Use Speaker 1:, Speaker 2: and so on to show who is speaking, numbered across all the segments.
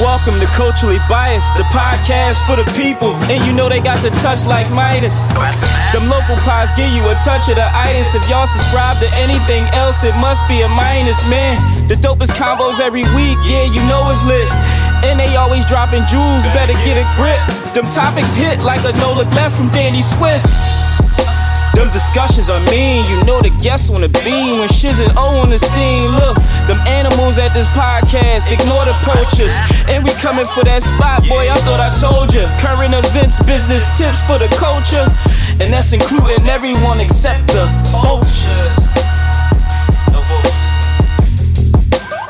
Speaker 1: Welcome to Culturally Biased, the podcast for the people. And you know they got the touch like Midas. Them local pies give you a touch of the itis. If y'all subscribe to anything else, it must be a minus, man. The dopest combos every week, yeah, you know it's lit. And they always dropping jewels, better get a grip. Them topics hit like a no look left from Danny Swift. Them discussions are mean, you know the guests on the beam when shiz and O on the scene. Look, them animals at this podcast, ignore the poachers. And we coming for that spot, boy, I thought I told ya. Current events, business tips for the culture. And that's including everyone except the vultures. The vultures.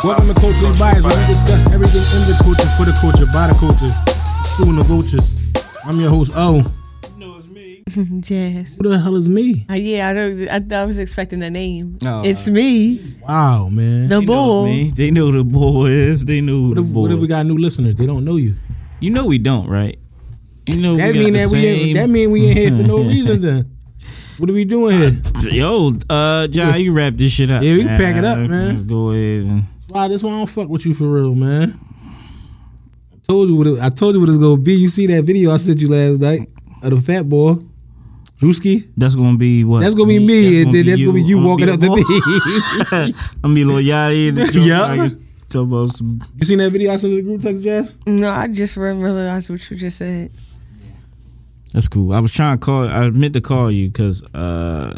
Speaker 2: Welcome to Culturally Biased, where we discuss everything in the culture, for the culture, by the culture, excluding the vultures. I'm your host, O.
Speaker 3: Yes.
Speaker 2: Who the hell is me?
Speaker 3: Uh, yeah, I know. I, I was expecting a name.
Speaker 2: Oh, uh,
Speaker 4: Aw.
Speaker 3: It's me,
Speaker 2: Wow, man.
Speaker 3: the
Speaker 4: They know
Speaker 3: bull.
Speaker 4: me. They know the bull is. They know
Speaker 2: What
Speaker 4: the
Speaker 2: if,
Speaker 4: bull.
Speaker 2: what if we got new listeners? They don't know you.
Speaker 4: you know we don't, right? You know
Speaker 2: That
Speaker 4: we
Speaker 2: mean
Speaker 4: got
Speaker 2: that
Speaker 4: the
Speaker 2: we
Speaker 4: same.
Speaker 2: ain't, that mean we ain't here for no reason then. What are we doing here?
Speaker 4: Yo, uh, John, you wrap this shit up.
Speaker 2: Yeah, we can pack it up,
Speaker 4: Uh,
Speaker 2: man.
Speaker 4: Go ahead. and-
Speaker 2: Why this why I don't fuck with you for real, man. I told you what it, I told you what it's gonna be. You see that video I sent you last night of the fat boy, Drewski.
Speaker 4: That's gonna be what?
Speaker 2: That's gonna be me, and then that's gonna be you
Speaker 4: I'ma
Speaker 2: walking
Speaker 4: be
Speaker 2: up the
Speaker 4: bull.
Speaker 2: thing.
Speaker 4: I'm gonna be little yachty.
Speaker 2: Yeah.
Speaker 4: Talk about some.
Speaker 2: you seen that video I sent to the group text, Jazz?
Speaker 3: No, I just re- realized what you just said.
Speaker 4: That's cool. I was trying to call. I meant to call you because uh,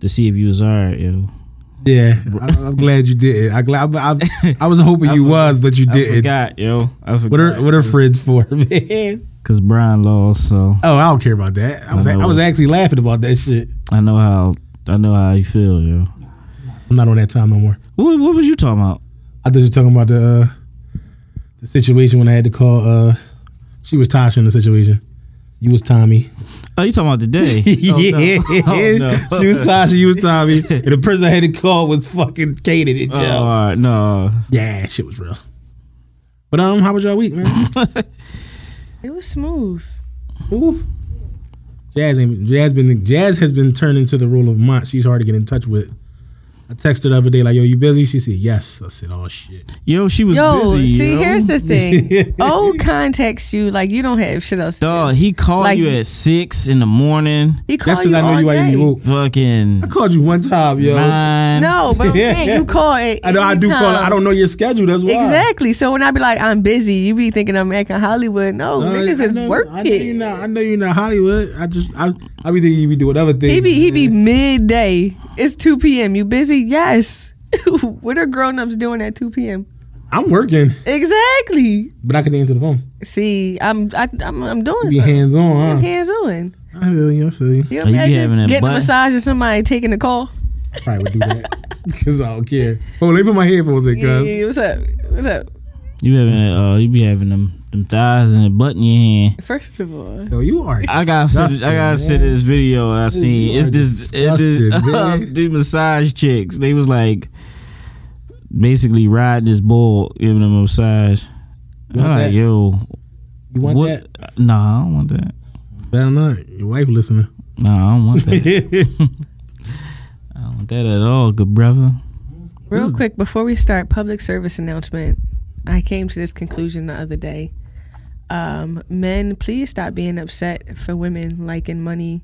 Speaker 4: to see if you was alright, yo.
Speaker 2: Yeah, I, I'm glad you did it. I glad I, I, I was hoping you was, but you
Speaker 4: I
Speaker 2: didn't.
Speaker 4: forgot, yo. I forgot.
Speaker 2: What are what are friends for, man?
Speaker 4: Because Brian lost, so.
Speaker 2: Oh, I don't care about that. I was
Speaker 4: I
Speaker 2: I,
Speaker 4: know.
Speaker 2: was actually laughing about that shit.
Speaker 4: I know how I know how you feel, yo.
Speaker 2: I'm not on that time no more.
Speaker 4: What what was you talking about?
Speaker 2: I thought you were talking about the uh, the situation when I had to call. Uh, she was Tasha in the situation. You was Tommy.
Speaker 4: Oh, you talking about today?
Speaker 2: yeah,
Speaker 4: Oh, no.
Speaker 2: she was Tasha. You was Tommy. and the person I had to call was fucking Kaden. And
Speaker 4: Oh,
Speaker 2: Joe.
Speaker 4: all right, no.
Speaker 2: Yeah, shit was real. But um, how was y'all week, man?
Speaker 3: It was smooth.
Speaker 2: Ooh. Jazz ain't, Jazz been Jazz has been turned into the role of Mont. She's hard to get in touch with. I texted her the other day like, "Yo, you busy?" She said, "Yes." I said, "Oh shit."
Speaker 4: Yo, she was
Speaker 3: Yo,
Speaker 4: busy.
Speaker 3: see,
Speaker 4: yo.
Speaker 3: here's the thing. oh, contacts you like you don't have shit else. to do.
Speaker 4: dog. He called
Speaker 3: Like-
Speaker 4: you at six in the morning.
Speaker 3: He
Speaker 2: That's
Speaker 3: called
Speaker 2: because
Speaker 3: you
Speaker 2: I know
Speaker 3: all
Speaker 2: you ain't
Speaker 3: day.
Speaker 2: woke.
Speaker 4: Fucking
Speaker 2: I called you one time, yo.
Speaker 4: nine.
Speaker 3: No, but I'm saying you call it.
Speaker 2: I know I do call. I don't know your schedule. That's why.
Speaker 3: Exactly. So when I be like, I'm busy, you be thinking I'm acting Hollywood. No,
Speaker 2: Uh,
Speaker 3: niggas
Speaker 2: I
Speaker 3: is
Speaker 2: know- I know you
Speaker 3: working.
Speaker 2: not. I know you're not Hollywood. I just I I be thinking you be doing other things.
Speaker 3: He be he be midday. It's two p.m. You busy? Yes. what are grown ups doing at two p.m.?
Speaker 2: I'm working,
Speaker 3: Exactly.
Speaker 2: but I can answer the phone.
Speaker 3: See, I'm I, I'm I'm doing
Speaker 2: Be
Speaker 3: something.
Speaker 2: hands on. Huh?
Speaker 3: Hands on.
Speaker 2: I feel you. I feel you.
Speaker 3: You
Speaker 4: Oh, you be
Speaker 3: imagine
Speaker 4: having that
Speaker 3: getting a
Speaker 4: butt-
Speaker 3: massage and somebody taking the call.
Speaker 2: Probably would do that because I don't care. Oh, let me put my headphones in,
Speaker 3: Yeah,
Speaker 2: cuz.
Speaker 3: yeah, what's up? What's up?
Speaker 4: You having uh, you be having them them thighs and a butt in your hand.
Speaker 3: First of all,
Speaker 2: Yo, you are.
Speaker 4: I gotta see this, I gotta see
Speaker 2: man.
Speaker 4: this video I seen.
Speaker 2: You
Speaker 4: It's
Speaker 2: are
Speaker 4: this it's this
Speaker 2: disgusted,
Speaker 4: uh,
Speaker 2: man.
Speaker 4: these massage chicks. They was like basically riding this bull, giving them a massage.
Speaker 2: You
Speaker 4: I'm
Speaker 2: want
Speaker 4: like,
Speaker 2: that?
Speaker 4: yo,
Speaker 2: You want that?
Speaker 4: what? Nah, I don't want that.
Speaker 2: Better not. Your wife listening.
Speaker 4: Nah, I don't want that. I don't want that at all, good brother.
Speaker 3: real quick before we start, public service announcement. I came to this conclusion the other day. Um, men, please stop being upset for women liking money,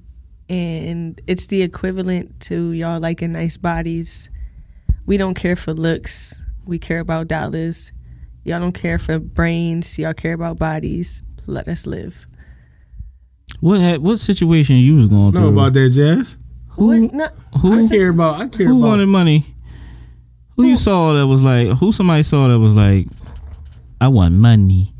Speaker 3: and it's the equivalent to y'all liking nice bodies. We don't care for looks. We care about dollars. Y'all don't care for brains. Y'all care about bodies. Let us live.
Speaker 4: What had, what situation you was going
Speaker 2: know
Speaker 4: through?
Speaker 2: about that, Jazz.
Speaker 4: who
Speaker 3: What? No,
Speaker 2: I
Speaker 4: who
Speaker 2: care about. I care
Speaker 4: who
Speaker 2: about.
Speaker 4: wanted money? Who you saw that was like? Who somebody saw that was like? I want money.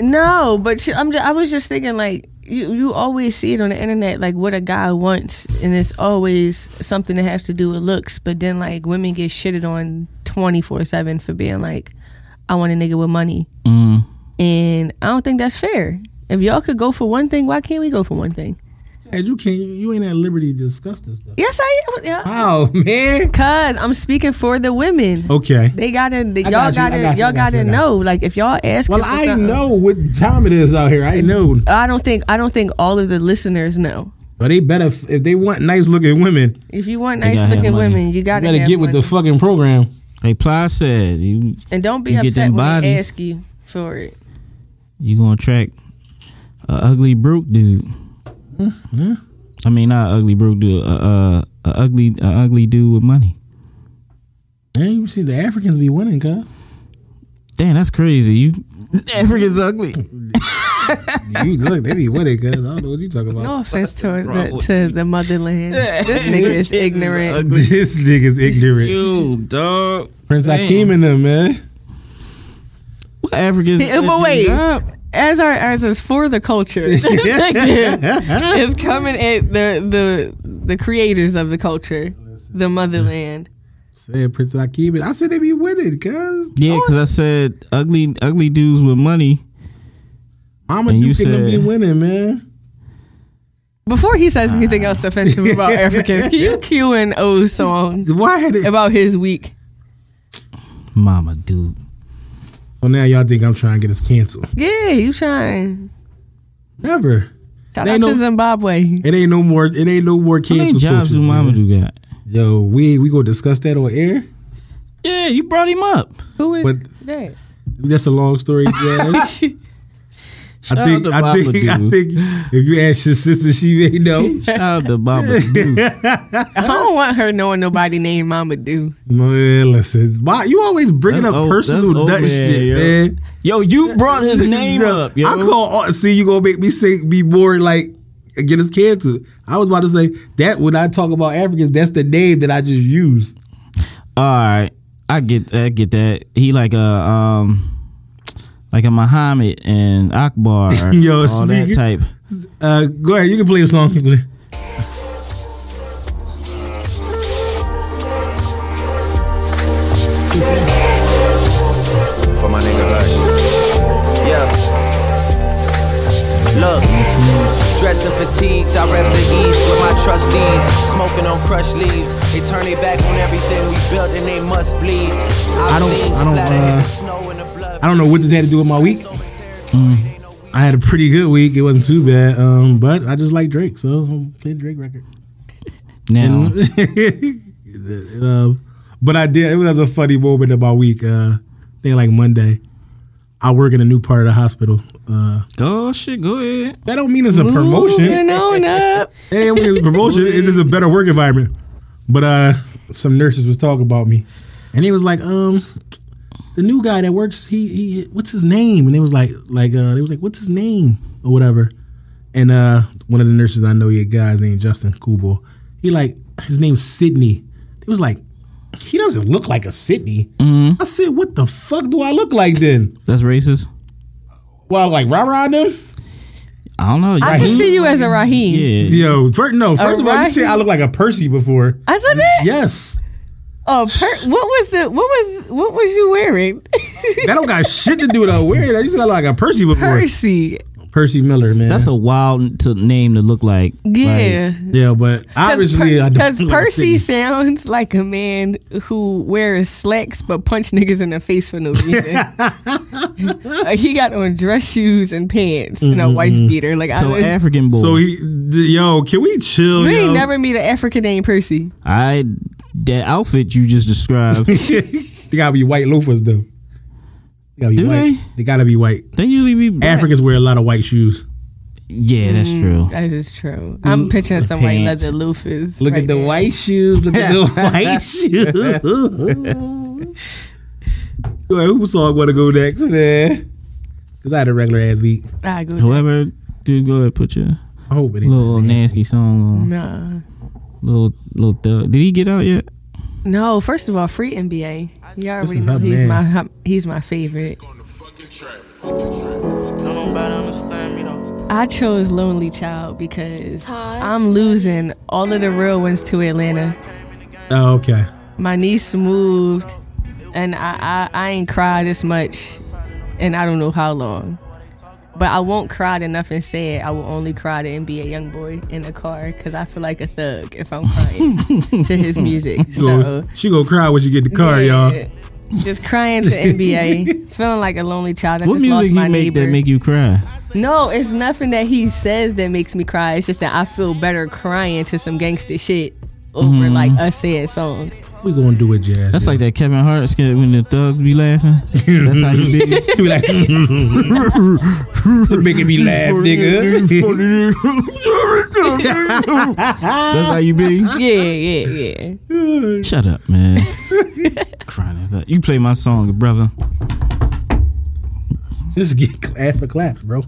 Speaker 3: No, but sh- I'm just, I was just thinking like you you always see it on the internet like what a guy wants and it's always something that has to do with looks, but then like women get shitted on 24/7 for being like I want a nigga with money.
Speaker 4: Mm.
Speaker 3: And I don't think that's fair. If y'all could go for one thing, why can't we go for one thing?
Speaker 2: Jazz, you can't. You ain't at liberty to discuss this stuff.
Speaker 3: Yes, I yeah.
Speaker 2: Wow, man.
Speaker 3: Cuz I'm speaking for the women.
Speaker 2: Okay.
Speaker 3: They gotta
Speaker 2: got
Speaker 3: y'all
Speaker 2: you, I
Speaker 3: gotta
Speaker 2: got you, I
Speaker 3: y'all
Speaker 2: got you, I
Speaker 3: gotta
Speaker 2: got you.
Speaker 3: know like if y'all asking
Speaker 2: Well,
Speaker 3: for
Speaker 2: I
Speaker 3: something-
Speaker 2: know what time it is out here. I know.
Speaker 3: I don't think I don't think all of the listeners know.
Speaker 2: But they better if they want nice looking women.
Speaker 3: If you want
Speaker 4: They
Speaker 3: nice
Speaker 4: gotta have
Speaker 3: looking
Speaker 4: money.
Speaker 3: women, you
Speaker 2: You
Speaker 3: gotta,
Speaker 2: better
Speaker 3: have
Speaker 2: get with the
Speaker 3: money.
Speaker 2: fucking program.
Speaker 4: Like Ply said, you
Speaker 3: And don't be
Speaker 4: You get
Speaker 3: upset
Speaker 4: them
Speaker 3: when they
Speaker 4: bodies.
Speaker 3: ask you for it.
Speaker 4: you gonna track a ugly broke dude.
Speaker 2: yeah.
Speaker 4: I mean, not a ugly broke dude. Uh, uh, a ugly, a ugly dude with money.
Speaker 2: Yeah, you see the Africans be winning, cuz.
Speaker 4: Damn, that's crazy. You Africans ugly.
Speaker 2: You look, they be winning, cuz. I don't know what you talking about.
Speaker 3: No offense to
Speaker 4: wrong
Speaker 3: the,
Speaker 4: with
Speaker 3: to the motherland. This nigga is ignorant.
Speaker 2: this nigga's ignorant.
Speaker 4: You dog.
Speaker 2: Prince
Speaker 4: Damn.
Speaker 2: Akeem and them, man.
Speaker 4: What Africans?
Speaker 3: Yeah, but wait. As our as is for the culture, this nigga is coming at the the the creators of the culture, the motherland.
Speaker 2: Said Prince Akeem. and- I said they be winning, cuz.
Speaker 4: Yeah, because I said ugly, ugly dudes with money.
Speaker 2: Mama
Speaker 4: And you
Speaker 2: Duke and them be
Speaker 4: said-
Speaker 2: winning, man.
Speaker 3: Before he says anything else offensive about Africans, can you cue an O song
Speaker 2: Why had it?
Speaker 3: about his week?
Speaker 4: Mama dude.
Speaker 2: So now y'all think I'm trying to get us canceled.
Speaker 3: Yeah, you trying.
Speaker 2: Never.
Speaker 3: Shout
Speaker 2: They
Speaker 3: out
Speaker 2: know-
Speaker 3: to Zimbabwe.
Speaker 2: It ain't no more. It ain't no more
Speaker 4: How
Speaker 2: cancel.
Speaker 4: many jobs
Speaker 2: culture,
Speaker 4: do
Speaker 2: man.
Speaker 4: Mama do got?
Speaker 2: Yo, we we gonna discuss that on air.
Speaker 4: Yeah, you brought him up.
Speaker 3: Who is
Speaker 2: But-
Speaker 3: that?
Speaker 2: That's a long story, Jazz.
Speaker 4: Shout
Speaker 2: I think
Speaker 4: out to
Speaker 2: I
Speaker 4: Mama
Speaker 2: think I
Speaker 4: Dude.
Speaker 2: think if you ask your sister, she may know.
Speaker 4: Shout out to Mama Dude.
Speaker 3: I don't want her knowing nobody named Mama Do.
Speaker 2: Man, listen, why you always bringing
Speaker 4: That's
Speaker 2: up
Speaker 4: old- that's
Speaker 2: personal
Speaker 4: old
Speaker 2: nut
Speaker 4: man,
Speaker 2: shit,
Speaker 4: yo.
Speaker 2: man?
Speaker 4: Yo, you brought his name
Speaker 2: No,
Speaker 4: up. Yo.
Speaker 2: I call. all- See, you gonna make me say be more like get us canceled. I was about to say that when I talk about Africans, that's the name that I just used.
Speaker 4: All right, I get I get that. He like a um like a Muhammad and Akbar,
Speaker 2: Yo,
Speaker 4: all that
Speaker 2: speaking-
Speaker 4: type.
Speaker 2: Uh, go ahead, you can play the song. Keep playing.
Speaker 5: for my nigga Rush. Yeah. Look, dressed in fatigues, I rep the east with my trustees. Smoking on crushed leaves, they turn their back on everything we built and they must bleed. I've
Speaker 2: I don't-
Speaker 5: seen
Speaker 2: I don't,
Speaker 5: splatter in
Speaker 2: uh,
Speaker 5: the snow and the blood.
Speaker 2: I Mm. don't know what this had to do with my week. I had a pretty good week. It wasn't too bad, um, but I just like Drake, so I'm playing Drake record.
Speaker 4: Now,
Speaker 2: um, but I did. It was a funny moment of my week. Uh, I think like Monday, I work in a new part of the hospital. Uh,
Speaker 4: oh shit, go ahead.
Speaker 2: that don't mean it's a promotion.
Speaker 3: Moving on up.
Speaker 2: It ain't mean it's a promotion. It's just a better work environment. But uh, some nurses was talking about me, and they was like, um. The new guy that works, he, he what's his name? And they was like, like uh, they was like, what's his name or whatever. And uh, one of the nurses I know, your guy's named Justin Kubo. He like his name's Sydney. It was like he doesn't look like a Sydney. I said, what the fuck do I look like then?
Speaker 4: Mm-hmm, That's racist.
Speaker 2: Well, like rah rah them.
Speaker 4: I don't know.
Speaker 3: I can see you as a Raheem.
Speaker 4: Yeah,
Speaker 2: Yo, first, no, first of all, you said I look like a Percy before.
Speaker 3: I said that.
Speaker 2: Yes,
Speaker 3: Oh, per- what was the what was what was you wearing?
Speaker 2: that don't got shit to do with how weird. I used to look like a Percy before.
Speaker 3: Percy.
Speaker 2: Percy Miller, man.
Speaker 4: that's a wild to name to look like.
Speaker 3: Yeah.
Speaker 2: yeah, but
Speaker 3: Because
Speaker 2: obviously I don't look like Sydney.
Speaker 3: Percy sounds like a man who wears slacks but punch niggas in the face for no reason. like he got on dress shoes and pants and a wife beater. Like I
Speaker 4: So
Speaker 3: would-
Speaker 4: African boy.
Speaker 2: Mm-hmm. So he, th- yo, can we chill?
Speaker 3: you
Speaker 2: yo?
Speaker 3: ain't never meet an African named Percy.
Speaker 4: I that outfit you just described.
Speaker 2: They gotta be white loafers though. They gotta be
Speaker 4: Do
Speaker 2: white.
Speaker 4: they?
Speaker 2: gotta be white.
Speaker 4: they usually be black.
Speaker 2: Africans wear a lot of white shoes.
Speaker 4: Yeah, that's true.
Speaker 3: That is true. I'm picturing some white
Speaker 4: pants.
Speaker 3: leather loafers.
Speaker 2: Look
Speaker 3: right
Speaker 2: at the
Speaker 3: now.
Speaker 2: white shoes. Look at the white shoes. Go ahead, who song want to go next? man? Cause I had a regular ass week.
Speaker 3: I go to-
Speaker 4: Whoever, dude, go ahead put your
Speaker 2: I hope it ain't
Speaker 4: little
Speaker 2: that
Speaker 4: nasty song
Speaker 3: Nah.
Speaker 4: on. Little little thug. Did he get out yet?
Speaker 3: No, first of all, free NBA. You already
Speaker 2: is
Speaker 3: know
Speaker 2: her
Speaker 3: he's
Speaker 2: man.
Speaker 3: my he's my favorite. I chose Lonely Child because I'm losing all of the real ones to Atlanta.
Speaker 2: Oh, okay.
Speaker 3: My niece moved, and I, I I ain't cried this much, and I don't know how long. But I won't cry to nothing sad. I will only cry to NBA YoungBoy in the car because I feel like a thug if I'm crying to his music.
Speaker 2: She
Speaker 3: So
Speaker 2: gonna, she gonna cry when she get in the car, y'all.
Speaker 3: yeah. Just crying to NBA, feeling like a lonely child. I
Speaker 4: What
Speaker 3: just
Speaker 4: music
Speaker 3: lost my
Speaker 4: he make
Speaker 3: neighbor.
Speaker 4: that make you cry?
Speaker 3: no, it's nothing that he says that makes me
Speaker 4: Mm-hmm.
Speaker 3: cry. It's just that I feel better crying to some gangster shit over like a sad song.
Speaker 2: We gonna do it, Jazz.
Speaker 4: That's like that Kevin Hart skit when the thugs be laughing. That's how you be.
Speaker 2: be like, making me laugh, nigga.
Speaker 4: That's how you be.
Speaker 3: Yeah, yeah, yeah.
Speaker 4: Shut up, man. Crying. at that. You play my song, brother.
Speaker 2: Just get ass for claps, bro.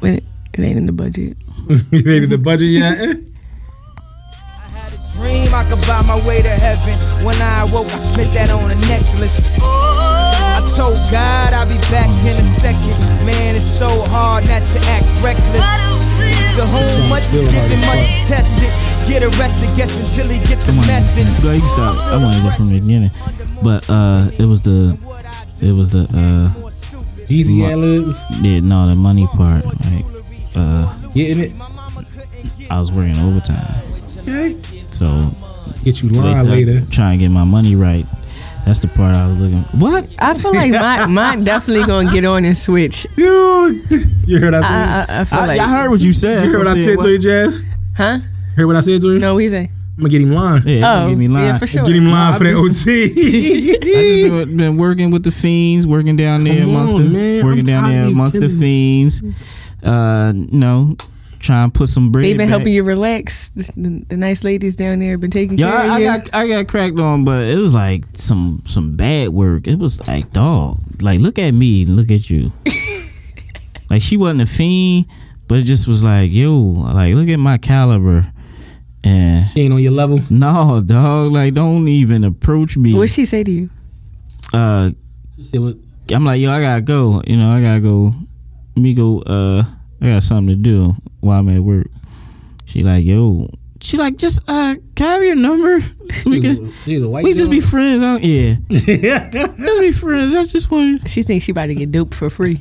Speaker 3: When it, it ain't in the budget.
Speaker 2: You made the budget yet?
Speaker 5: Dream I could buy my way to heaven. When I awoke, I spent that on a necklace. I told God I'll be back in a second. Man, it's so hard not to act reckless. To whom much is
Speaker 2: still hard
Speaker 5: given,
Speaker 2: as
Speaker 5: much is tested. Get arrested, guess until he get the
Speaker 4: Come on,
Speaker 5: message.
Speaker 4: So you can stop. I wanted that from the beginning, but uh, it was the, it was the uh,
Speaker 2: Easy ad libs,
Speaker 4: yeah, no, the money part. Like, uh,
Speaker 2: getting it.
Speaker 4: I was working overtime,
Speaker 2: Okay.
Speaker 4: so
Speaker 2: Get you line later.
Speaker 4: trying to get my money right. That's the part I was looking. What?
Speaker 3: I feel like my mine definitely gonna get on and switch.
Speaker 2: You, you heard I said?
Speaker 3: I, I, I feel
Speaker 4: I,
Speaker 3: like
Speaker 4: I heard Uh, what you said.
Speaker 2: you heard
Speaker 4: so
Speaker 2: what I
Speaker 4: said,
Speaker 2: said to you, Jazz?
Speaker 3: huh?
Speaker 2: Heard what I said to you?
Speaker 3: No, we say.
Speaker 2: I'm gonna get him line.
Speaker 4: Yeah,
Speaker 3: Oh,
Speaker 4: give me line.
Speaker 3: yeah, for sure.
Speaker 2: Get him line
Speaker 4: Nah,
Speaker 2: for
Speaker 4: I
Speaker 2: that
Speaker 4: I
Speaker 2: OT.
Speaker 4: just been, been working with the fiends, working down there
Speaker 2: Come
Speaker 4: amongst
Speaker 2: on,
Speaker 4: the
Speaker 2: man.
Speaker 4: working
Speaker 2: I'm
Speaker 4: down
Speaker 2: tired of
Speaker 4: there
Speaker 2: these
Speaker 4: amongst the
Speaker 2: killers.
Speaker 4: fiends. Uh, you know, trying to put some bread.
Speaker 3: They've been
Speaker 4: back.
Speaker 3: helping you relax. The, the, the nice ladies down there have been taking
Speaker 4: Yeah,
Speaker 3: care
Speaker 4: I,
Speaker 3: of
Speaker 4: I
Speaker 3: you.
Speaker 4: got I got cracked on, but it was like some some bad work. It was like dog, like look at me, and look at you. like she wasn't a fiend, but it just was like yo, like look at my caliber, and
Speaker 2: She ain't on your level.
Speaker 4: no dog, like don't even approach me.
Speaker 3: What she say to you?
Speaker 4: uh,
Speaker 2: She said, "What-
Speaker 4: I'm like, yo, I gotta go. You know, I gotta go. Let me go. Uh, I got something to do while I'm at work. She like, yo. She like, just uh, can I have your number? We
Speaker 2: she's
Speaker 4: can.
Speaker 2: a- she's a white
Speaker 4: We just be
Speaker 2: girl."
Speaker 4: friends. I don't, yeah, just be friends. That's just one.
Speaker 3: She thinks she about to get duped for free.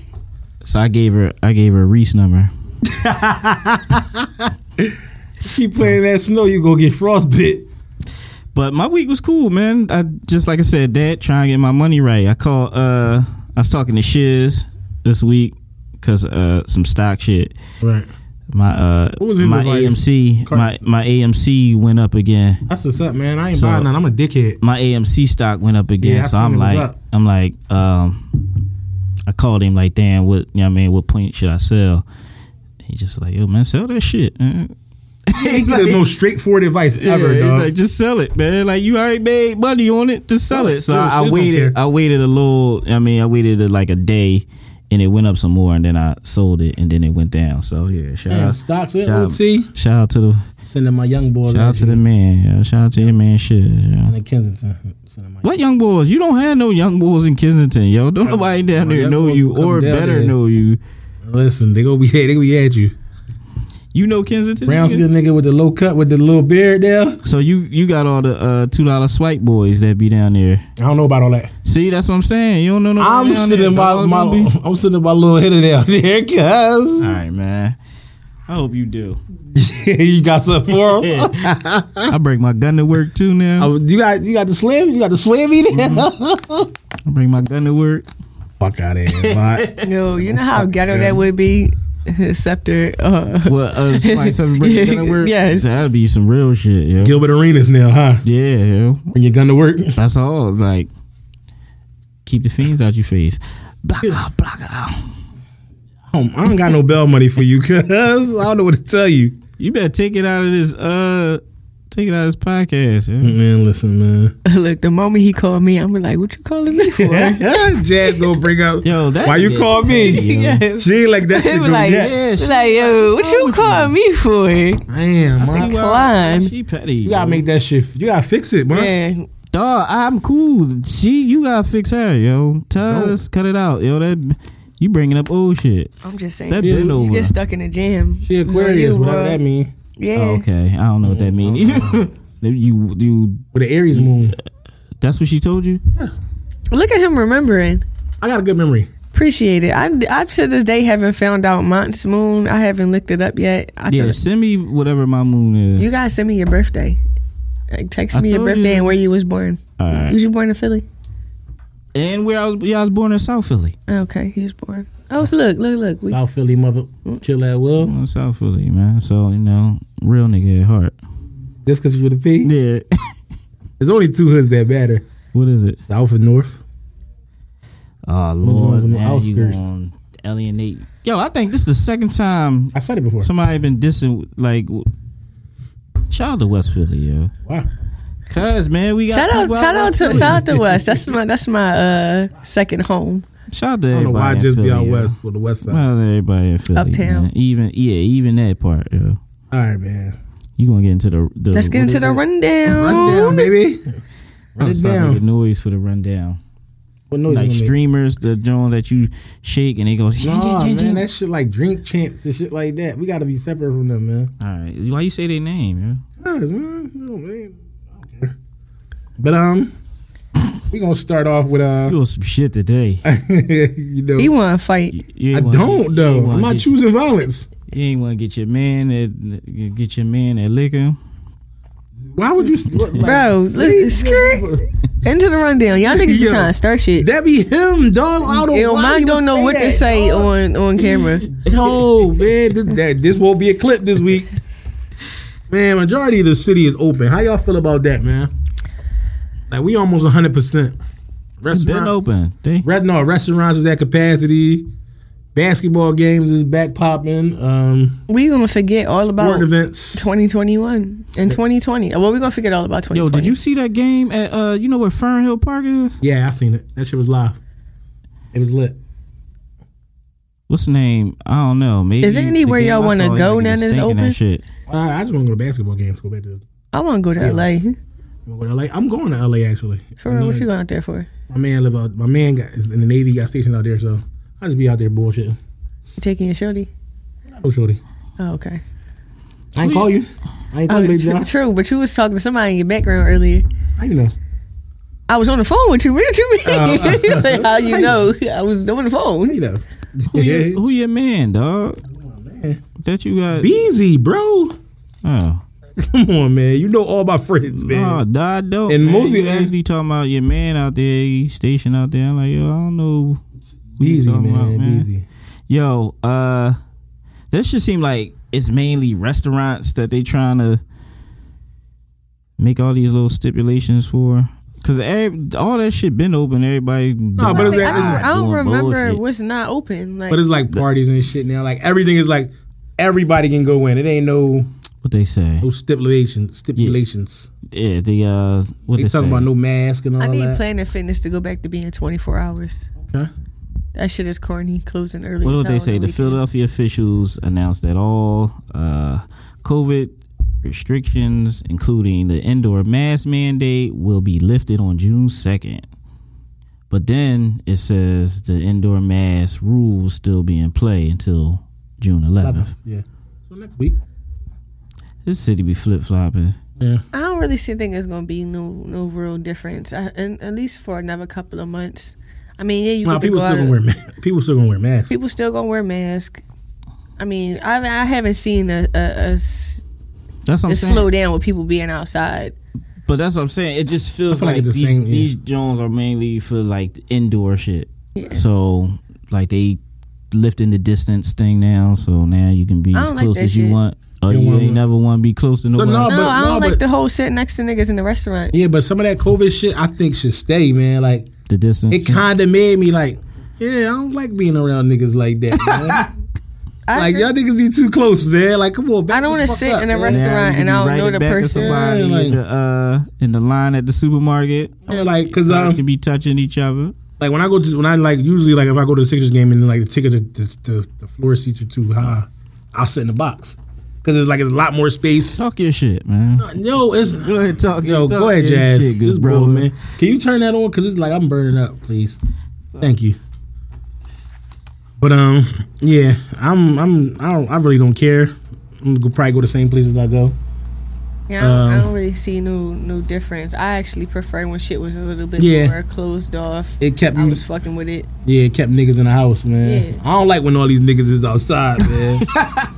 Speaker 4: So I gave her, I gave her Reese number.
Speaker 2: Keep playing that snow, you gonna get frostbit.
Speaker 4: But my week was cool, man. I just like I said, that trying to get my money right. I called. Uh, I was talking to Shiz this week because uh, some stock shit.
Speaker 2: Right.
Speaker 4: My uh,
Speaker 2: What was his
Speaker 4: my
Speaker 2: advice?
Speaker 4: AMC, my
Speaker 2: Cards.
Speaker 4: my AMC went up again.
Speaker 2: That's what's up, man. I ain't
Speaker 4: So-
Speaker 2: buying none. I'm a dickhead.
Speaker 4: my AMC stock went up again.
Speaker 2: Yeah, I
Speaker 4: so
Speaker 2: seen
Speaker 4: I'm
Speaker 2: it was
Speaker 4: like,
Speaker 2: up.
Speaker 4: I'm like, um, I called him like, damn, what, you know what I mean, what point should I sell? He just like, yo, man, sell that shit. Man.
Speaker 2: This is the most straightforward advice ever,
Speaker 4: he's
Speaker 2: dog.
Speaker 4: like, just sell it, man. Like you already made money on it, just sell it. So
Speaker 2: Yeah,
Speaker 4: I, I
Speaker 2: she don't
Speaker 4: waited,
Speaker 2: care.
Speaker 4: I waited a little. I mean, I waited uh, like a day, and it went up some more, and then I sold it, and then it went down. So yeah, shout
Speaker 2: Damn,
Speaker 4: out,
Speaker 2: stocks and
Speaker 4: shout-
Speaker 2: OT.
Speaker 4: shout out to the,
Speaker 2: Sending my young boys
Speaker 4: shout out to the man, yeah. shout out to your man, shit. Yeah.
Speaker 2: and in Kensington. Sending my
Speaker 4: What young boys? You don't have no young boys in Kensington, yo. Don't nobody down
Speaker 2: my
Speaker 4: there
Speaker 2: young
Speaker 4: know
Speaker 2: boys
Speaker 4: you
Speaker 2: come
Speaker 4: or
Speaker 2: down
Speaker 4: better
Speaker 2: there.
Speaker 4: know you.
Speaker 2: Listen, they gonna be they gonna be at you.
Speaker 4: You know Kensington.
Speaker 2: Brown skin
Speaker 4: niggas?
Speaker 2: nigga with the low cut with the little beard there. I
Speaker 4: So you you got all the uh, two dollar swipe boys that be down there.
Speaker 2: don't know about all that.
Speaker 4: See, that's what I'm saying. You don't know nobody
Speaker 2: I'm
Speaker 4: down
Speaker 2: sitting
Speaker 4: there.
Speaker 2: my,
Speaker 4: dog.
Speaker 2: my
Speaker 4: Don't be-
Speaker 2: I'm sitting my little hitter down there, cuz
Speaker 4: All right, man. I hope you do.
Speaker 2: you got something for him.
Speaker 4: I break my gun to work too now.
Speaker 2: Oh, you got you got the slam, you got the slammy there.
Speaker 4: Mm-hmm. I bring my gun to work.
Speaker 2: Fuck out of here, bot.
Speaker 3: No, you know how ghetto that would be, except her, uh,
Speaker 4: What? Uh, somebody somebody bring their gun to work?
Speaker 3: Yes.
Speaker 4: that'd be some real shit, yo.
Speaker 2: Gilbert Arenas now, huh?
Speaker 4: Yeah, yo.
Speaker 2: Bring your gun to work.
Speaker 4: That's all. Like, keep the fiends out your face. Block out, block out.
Speaker 2: Um, I don't got no bail money for you, cuz I don't know what to tell you.
Speaker 4: You better take it out of this. Uh, take it out of this podcast. Yeah.
Speaker 2: Man, listen, man.
Speaker 3: look, the moment he called me, I'm like, what you calling me for?
Speaker 2: Jazz gonna bring up.
Speaker 4: Yo, that
Speaker 2: why you
Speaker 4: nigga
Speaker 2: call
Speaker 4: crazy,
Speaker 2: me?
Speaker 4: yo.
Speaker 3: yes.
Speaker 2: She ain't like that
Speaker 3: They
Speaker 2: shit.
Speaker 3: were
Speaker 2: girl
Speaker 3: like,
Speaker 2: yet.
Speaker 4: Yeah, she-
Speaker 3: like, yo, what you calling me for?
Speaker 2: Damn,
Speaker 4: See
Speaker 2: man.
Speaker 4: why-
Speaker 3: Klein.
Speaker 4: She petty.
Speaker 2: You gotta make that shit. You gotta fix it, man.
Speaker 3: Man,
Speaker 4: Dog, I'm cool. She, you gotta fix her, yo. Tell us, cut it out, yo. That you bringing up old shit.
Speaker 3: I'm just saying.
Speaker 4: That
Speaker 3: You
Speaker 2: Yeah,
Speaker 4: been over.
Speaker 3: get stuck in the jam.
Speaker 2: She
Speaker 3: It's on
Speaker 2: Aquarius,
Speaker 3: you,
Speaker 2: whatever
Speaker 3: bro.
Speaker 2: that mean.
Speaker 3: Yeah.
Speaker 4: Oh, okay, I don't know what that means.
Speaker 3: Mm-hmm.
Speaker 4: you, you.
Speaker 2: With the Aries moon.
Speaker 4: That's what she told you.
Speaker 3: Look at him remembering.
Speaker 2: I got a good memory.
Speaker 3: Appreciate it. I, I to this day haven't found out Mont's moon. I haven't looked it up yet. I
Speaker 4: Yeah,
Speaker 3: thought-
Speaker 4: send me whatever my moon is.
Speaker 3: You guys send me your birthday. Like, text
Speaker 4: I
Speaker 3: me your
Speaker 4: told you
Speaker 3: birthday
Speaker 4: that.
Speaker 3: and where you was born.
Speaker 4: All right.
Speaker 3: Was you born in Philly?
Speaker 4: and where I was, yeah, I was born in South Philly.
Speaker 3: Okay, he was born. Oh, so look, look, look. We, Mm.
Speaker 2: South Philly mother kill that will.
Speaker 4: Born in South Philly, man. So you know, real nigga at heart.
Speaker 2: Just cause you were the P.
Speaker 4: Yeah.
Speaker 2: There's only two hoods that matter:
Speaker 4: What is it?
Speaker 2: South and North.
Speaker 4: Oh
Speaker 2: ones
Speaker 4: Lord,
Speaker 2: on the
Speaker 4: now you
Speaker 2: outskirts?
Speaker 4: gonna alienate. Yo, I think this is the second time
Speaker 2: I said it before.
Speaker 4: somebody been dissing. Like, w- shout out to West Philly, yo.
Speaker 2: wow.
Speaker 4: Cause man, we got
Speaker 3: Shout out,
Speaker 4: people
Speaker 3: shout out
Speaker 4: West
Speaker 3: to
Speaker 4: Philly.
Speaker 3: shout out to West. That's my that's my uh second home.
Speaker 4: Shout out to
Speaker 2: I don't know
Speaker 4: everybody
Speaker 2: why I
Speaker 4: in
Speaker 2: just
Speaker 4: Philly,
Speaker 2: be out
Speaker 4: yo.
Speaker 2: west or the west side.
Speaker 4: Shout out to everybody in Philly,
Speaker 3: Uptown.
Speaker 4: man. Even yeah, even that part, yo.
Speaker 2: All right, man.
Speaker 4: You gonna get into the, the
Speaker 3: Let's get
Speaker 4: what
Speaker 3: into
Speaker 4: is
Speaker 3: the
Speaker 4: it?
Speaker 3: rundown.
Speaker 2: Run down, baby. Run
Speaker 4: I'm
Speaker 2: it
Speaker 4: starting to make
Speaker 2: down.
Speaker 4: noise for the rundown.
Speaker 2: What noise
Speaker 4: Like
Speaker 2: you gonna make?
Speaker 4: streamers, the joint that you shake and it goes. "Jing,
Speaker 2: Nah,
Speaker 4: jing, jing,
Speaker 2: man,
Speaker 4: jing."
Speaker 2: that shit like drink champs and shit like that. We gotta be separate from them, man.
Speaker 4: All right, why you say their name, yo?
Speaker 2: Guys, man, no, man. I don't care. But um, we gonna start off with uh,
Speaker 4: You on some shit today.
Speaker 2: you know,
Speaker 3: He want to fight.
Speaker 2: I don't though. I'm not
Speaker 4: choosing.
Speaker 2: choosing violence.
Speaker 4: You ain't want to get your man that get your man that liquor.
Speaker 2: Why would you, what, like,
Speaker 3: Bro, listen, skirt. into the rundown. Y'all niggas be
Speaker 2: Yo.
Speaker 3: trying to start shit.
Speaker 2: That be him, dog. I don't.
Speaker 3: Yo,
Speaker 2: why
Speaker 3: mine
Speaker 2: he
Speaker 3: don't
Speaker 2: would
Speaker 3: know what to
Speaker 2: that,
Speaker 3: say
Speaker 2: dog.
Speaker 3: on on camera.
Speaker 2: Yo, man, this, that, this won't be a clip this week. Man, majority of the city is open. How y'all feel about that, man? Like we almost 100 percent.
Speaker 4: It's been
Speaker 2: Restaurants,
Speaker 4: open. They
Speaker 2: Right now, restaurants is at capacity. Basketball games is back popping. Um,
Speaker 3: We gonna forget all
Speaker 2: sport
Speaker 3: about
Speaker 2: events.
Speaker 3: 2021 and 2020. Well, we gonna forget all about 2020.
Speaker 4: yo, did you see that game at uh you know where Fernhill Park is?
Speaker 2: Yeah, I seen it. That shit was live. It was lit.
Speaker 4: What's the name? I don't know. Maybe
Speaker 3: Is there
Speaker 4: the
Speaker 3: anywhere
Speaker 4: game
Speaker 3: y'all
Speaker 4: I
Speaker 3: wanna
Speaker 4: saw,
Speaker 3: go now
Speaker 4: niggas
Speaker 3: that it's
Speaker 4: stinking
Speaker 3: open?
Speaker 4: That shit.
Speaker 2: Uh, I, I just want to go to basketball games. Go back to.
Speaker 3: I want to go to LA.
Speaker 2: I'm going to LA. I'm going to LA actually.
Speaker 3: For real,
Speaker 2: Mm-hmm.
Speaker 3: what you going out there for?
Speaker 2: My man live out. My man got, is in the Navy. Got stationed out there, so I just be out there bullshitting.
Speaker 3: You taking your shorty?
Speaker 2: Oh, shorty,
Speaker 3: Oh, okay.
Speaker 2: I ain't call you. I ain't call
Speaker 3: Oh,
Speaker 2: you, baby.
Speaker 3: tr-
Speaker 2: doll.
Speaker 3: true, but you was talking to somebody in your background earlier.
Speaker 2: How you know?
Speaker 3: I was on the phone with you. What did you mean?
Speaker 2: Oh.
Speaker 3: you say how you know? I was on the
Speaker 2: How
Speaker 3: phone.
Speaker 2: you know?
Speaker 4: Who, your, who your man, dog? That you got?
Speaker 2: Beezy, bro.
Speaker 4: oh,
Speaker 2: Come on, man. You know all my friends, man.
Speaker 4: oh, nah, I don't.
Speaker 2: And
Speaker 4: man.
Speaker 2: mostly-
Speaker 4: you actually talking about your man out there, he stationed out there. I'm like, yo, I don't know. who you
Speaker 2: Beezy,
Speaker 4: talking
Speaker 2: man.
Speaker 4: about,
Speaker 2: Beezy.
Speaker 4: Yo, uh this just seem like it's mainly restaurants that they trying to make all these little stipulations for. Cause every, all that shit been open. Everybody.
Speaker 2: Nah, but it's-
Speaker 3: I
Speaker 2: it's-
Speaker 3: don't, I don't
Speaker 4: Doing
Speaker 3: remember
Speaker 4: bullshit.
Speaker 3: what's not open. Like
Speaker 2: But it's like parties and shit now. Like everything is like everybody can go in. It ain't no
Speaker 4: what they say.
Speaker 2: no stipulations. Stipulations.
Speaker 4: Yeah, the uh, what they,
Speaker 2: They talking
Speaker 4: say.
Speaker 2: about no mask and all
Speaker 3: I need
Speaker 2: that.
Speaker 3: Planet Fitness to go back to being 24 hours.
Speaker 2: Okay.
Speaker 3: That shit is corny. Closing early.
Speaker 4: What
Speaker 3: as hell
Speaker 4: do they
Speaker 3: on
Speaker 4: say? The
Speaker 3: weekends.
Speaker 4: Philadelphia officials announced that all uh, COVID restrictions, including the indoor mask mandate, will be lifted on June 2nd. But then it says the indoor mask rules still be in play until June 11th.
Speaker 2: Yeah. So next week.
Speaker 4: This city be flip flopping.
Speaker 2: Yeah.
Speaker 3: I don't really see think it's gonna be no no real difference. I, and, at least for another couple of months. I mean, yeah, you
Speaker 2: Nah,
Speaker 3: get to
Speaker 2: people
Speaker 3: go out.
Speaker 2: still gonna
Speaker 3: of-
Speaker 2: wear masks. People still gonna wear masks.
Speaker 3: people still gonna wear masks. I mean, I I haven't seen a, a, a s-
Speaker 4: That's what I'm
Speaker 3: a
Speaker 4: saying.
Speaker 3: slow down with people being outside.
Speaker 4: But that's what I'm saying. It just feels
Speaker 2: I feel like
Speaker 4: like,
Speaker 2: it's the
Speaker 4: these
Speaker 2: same, yeah.
Speaker 4: these Jones are mainly for like indoor shit.
Speaker 3: Yeah.
Speaker 4: So like they lifting the distance thing now. So now you can be
Speaker 3: I
Speaker 4: as
Speaker 3: don't like
Speaker 4: close
Speaker 3: that
Speaker 4: as you
Speaker 3: shit.
Speaker 4: want. Or
Speaker 2: You
Speaker 4: you,
Speaker 2: wanna-
Speaker 4: ain't never want to be close to nobody.
Speaker 2: no,
Speaker 3: No,
Speaker 2: But-
Speaker 3: I don't
Speaker 2: no,
Speaker 3: like
Speaker 2: but-
Speaker 3: the whole sit next to niggas in the restaurant.
Speaker 2: Yeah, but some of that COVID shit I think should stay, man. Like
Speaker 4: the distance.
Speaker 2: it kind of made me like, yeah, I don't like being around niggas like that. Man.
Speaker 3: I,
Speaker 2: like
Speaker 3: agree.
Speaker 2: y'all niggas be too close, man. Like come on, back
Speaker 3: I don't
Speaker 2: the
Speaker 3: wanna
Speaker 2: fuck
Speaker 3: sit
Speaker 2: up,
Speaker 3: in a
Speaker 2: man.
Speaker 4: Now you
Speaker 3: restaurant and
Speaker 4: can be
Speaker 3: I don't
Speaker 4: right
Speaker 3: know
Speaker 4: in
Speaker 3: the
Speaker 4: back of
Speaker 3: person.
Speaker 4: Somebody
Speaker 2: Yeah,
Speaker 4: in
Speaker 2: like-
Speaker 4: the uh, in the line at the supermarket.
Speaker 2: Yeah, like cause
Speaker 4: Guys
Speaker 2: um,
Speaker 4: can be touching each other.
Speaker 2: like when I go to when I like usually like if I go to the Sixers game and like the ticket the the, the, the floor seats are too high, I'll sit in the box because it's like it's a lot more space.
Speaker 4: Talk your shit, man.
Speaker 2: Yo, it's
Speaker 4: Go ahead, talk.
Speaker 2: yo,
Speaker 4: talk
Speaker 2: go ahead,
Speaker 4: your
Speaker 2: Jazz.
Speaker 4: shit,
Speaker 2: this
Speaker 4: good
Speaker 2: bro,
Speaker 4: bro,
Speaker 2: man. Can you turn that on? Cause it's like I'm burning up, please. Thank you. But um, yeah, I'm I'm I don't I really don't care. I'm gonna probably go the same places I go.
Speaker 3: Yeah, I don't, I
Speaker 2: Um,
Speaker 3: don't really see no no difference. I actually prefer when shit was a little bit
Speaker 2: Yeah.
Speaker 3: more closed off.
Speaker 2: It kept
Speaker 3: I
Speaker 2: me-
Speaker 3: was fucking with it.
Speaker 2: Yeah, it kept niggas in the house, man.
Speaker 3: Yeah.
Speaker 2: I don't like when all these niggas is outside, man.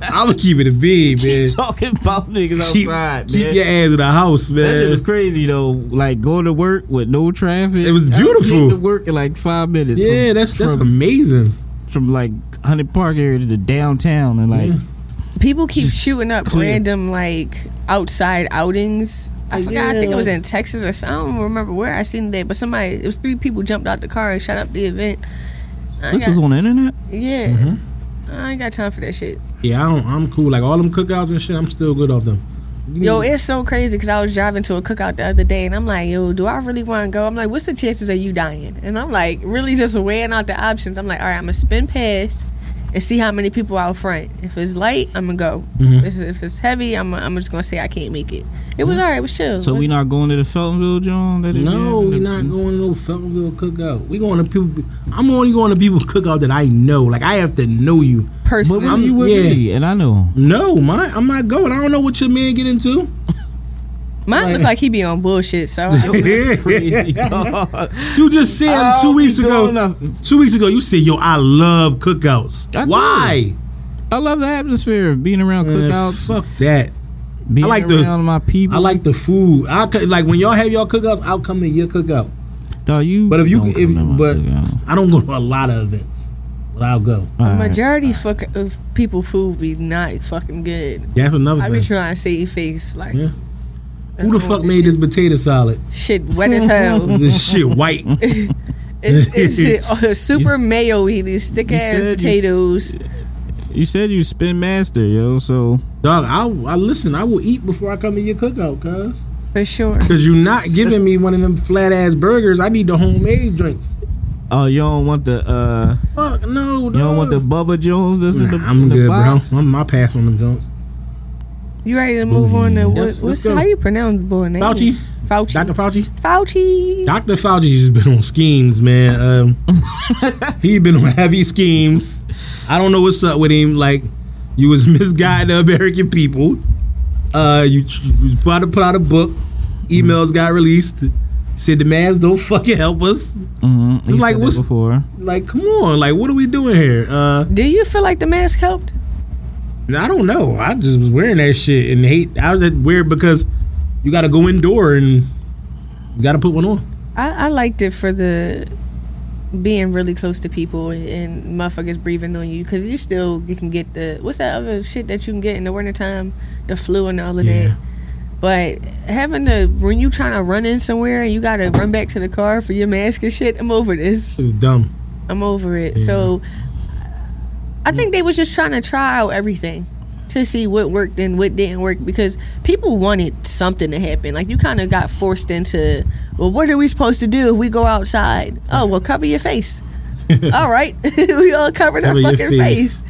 Speaker 2: I'ma keep it a B, man.
Speaker 4: Talking about niggas
Speaker 2: keep,
Speaker 4: outside,
Speaker 2: keep
Speaker 4: man.
Speaker 2: your ass in the house,
Speaker 4: That shit
Speaker 2: man.
Speaker 4: was crazy though. Like going to work with no traffic.
Speaker 2: It was
Speaker 4: I
Speaker 2: beautiful.
Speaker 4: getting to work in like five minutes.
Speaker 2: yeah,
Speaker 4: from,
Speaker 2: that's that's
Speaker 4: from,
Speaker 2: amazing.
Speaker 4: from like Hundred Park area to downtown
Speaker 2: Mm.
Speaker 4: and like
Speaker 3: People keep
Speaker 4: Just
Speaker 3: shooting up
Speaker 4: clear.
Speaker 3: random like outside outings I forgot. I think it was in Texas or something. I don't remember where I seen that, but somebody it was three people jumped out the car and shot up the event. I
Speaker 4: This Mm-hmm.
Speaker 3: got-
Speaker 4: was on the internet.
Speaker 3: yeah. I ain't got time for that shit.
Speaker 2: Yeah, I don't, I'm cool. Like all them cookouts and shit, I'm still good off them.
Speaker 3: Yo, it's so crazy because I was driving to a cookout the other day and I'm like, yo, do I really want to go? I'm like, what's the chances of you dying? And I'm like, really just weighing out the options. I'm like, all right, I'm going to spin past and see how many people out front. If it's light, I'm going to go. If, it's, if it's heavy, I'm, I'm just going to say I can't make it. It was all right. It was chill.
Speaker 4: So we not going to the Feltonville, John? That it
Speaker 2: No,
Speaker 4: is?
Speaker 2: we not going to no Feltonville cookout. We going to people. I'm only going to people cookout that I know. Like I have to know you.
Speaker 3: Personally.
Speaker 4: But I'm you with
Speaker 2: Yeah.
Speaker 4: me, and I know. him.
Speaker 2: No, my, I'm not going. I don't know what your man get into.
Speaker 3: Mine look like he be on bullshit. So I-
Speaker 4: Crazy
Speaker 2: you
Speaker 4: dog.
Speaker 2: just said
Speaker 4: I
Speaker 2: two
Speaker 4: don't
Speaker 2: weeks
Speaker 4: be doing
Speaker 2: ago.
Speaker 4: nothing.
Speaker 2: Two weeks ago, you said, "Yo, I love cookouts."
Speaker 4: I do.
Speaker 2: Why?
Speaker 4: I love the atmosphere of being around
Speaker 2: Man,
Speaker 4: cookouts,
Speaker 2: fuck that.
Speaker 4: being
Speaker 2: I like the-
Speaker 4: around my people.
Speaker 2: I like the food. I co- like when y'all have y'all cookouts. I'll come to your cookout.
Speaker 4: Dog, you.
Speaker 2: But if you,
Speaker 4: don't
Speaker 2: if,
Speaker 4: come to my
Speaker 2: but
Speaker 4: cookout.
Speaker 2: I don't go to a lot of events, but I'll go.
Speaker 4: All right.
Speaker 3: majority fuck of people food be not fucking good.
Speaker 2: That's another
Speaker 3: I be
Speaker 2: thing.
Speaker 3: trying to save face like
Speaker 2: Yeah.
Speaker 3: I
Speaker 2: Who the
Speaker 3: don't want
Speaker 2: fuck made this potato salad?
Speaker 3: shit shit wet as hell?
Speaker 2: this shit white.
Speaker 3: It's, it's uh, super mayo-y. These thick
Speaker 4: you
Speaker 3: ass
Speaker 4: said you s-
Speaker 3: potatoes.
Speaker 4: You said you spin master, yo. So
Speaker 2: Dog, I, I listen. I will eat before I come to your cookout, cuz.
Speaker 3: for sure.
Speaker 2: Cause you're not giving me one of them flat ass burgers. I need the homemade drinks.
Speaker 4: Oh, you don't want the uh,
Speaker 2: Fuck no, dog.
Speaker 4: you don't want the Bubba Jones that's in the,
Speaker 2: Nah, I'm
Speaker 4: in the
Speaker 2: good,
Speaker 4: box.
Speaker 2: bro. I'm my pass on them joints.
Speaker 3: You ready to move on to what,
Speaker 2: Yes, let's
Speaker 3: what's
Speaker 2: go.
Speaker 3: how you pronounce boy name?
Speaker 2: Fauci.
Speaker 3: Fauci.
Speaker 2: Dr. Fauci.
Speaker 3: Fauci.
Speaker 2: Dr. Fauci's just been on schemes, man. Um, he been on heavy schemes. I don't know what's up with him. Like, you was misguiding the American people. Uh, you, you was about to put out a book. Emails got released. Said the masks don't fucking help us.
Speaker 4: hmm It's
Speaker 2: like, what's-
Speaker 4: before?
Speaker 2: Like, come on. Like, what are we doing here? Uh,
Speaker 3: Do you feel like the mask helped?
Speaker 2: I don't know. I just was wearing that shit and hate. I was that weird because you got to go indoor and you got to put one on.
Speaker 3: I, I liked it for the being really close to people and, and motherfuckers breathing on you because you still you can get the what's that other shit that you can get in the wintertime the flu and all of
Speaker 2: Yeah.
Speaker 3: that but having to when you trying to run in somewhere and you gotta run back to the car for your mask and shit i'm over this
Speaker 2: It's dumb.
Speaker 3: I'm over it. So I think they was just trying to try out everything to see what worked and what didn't work because people wanted something to happen. Like you kind of got forced into, well, what are we supposed to do if we go outside? Oh, well, cover your face. all right, we all covered
Speaker 2: Cover your
Speaker 3: our fucking
Speaker 2: face.
Speaker 3: face.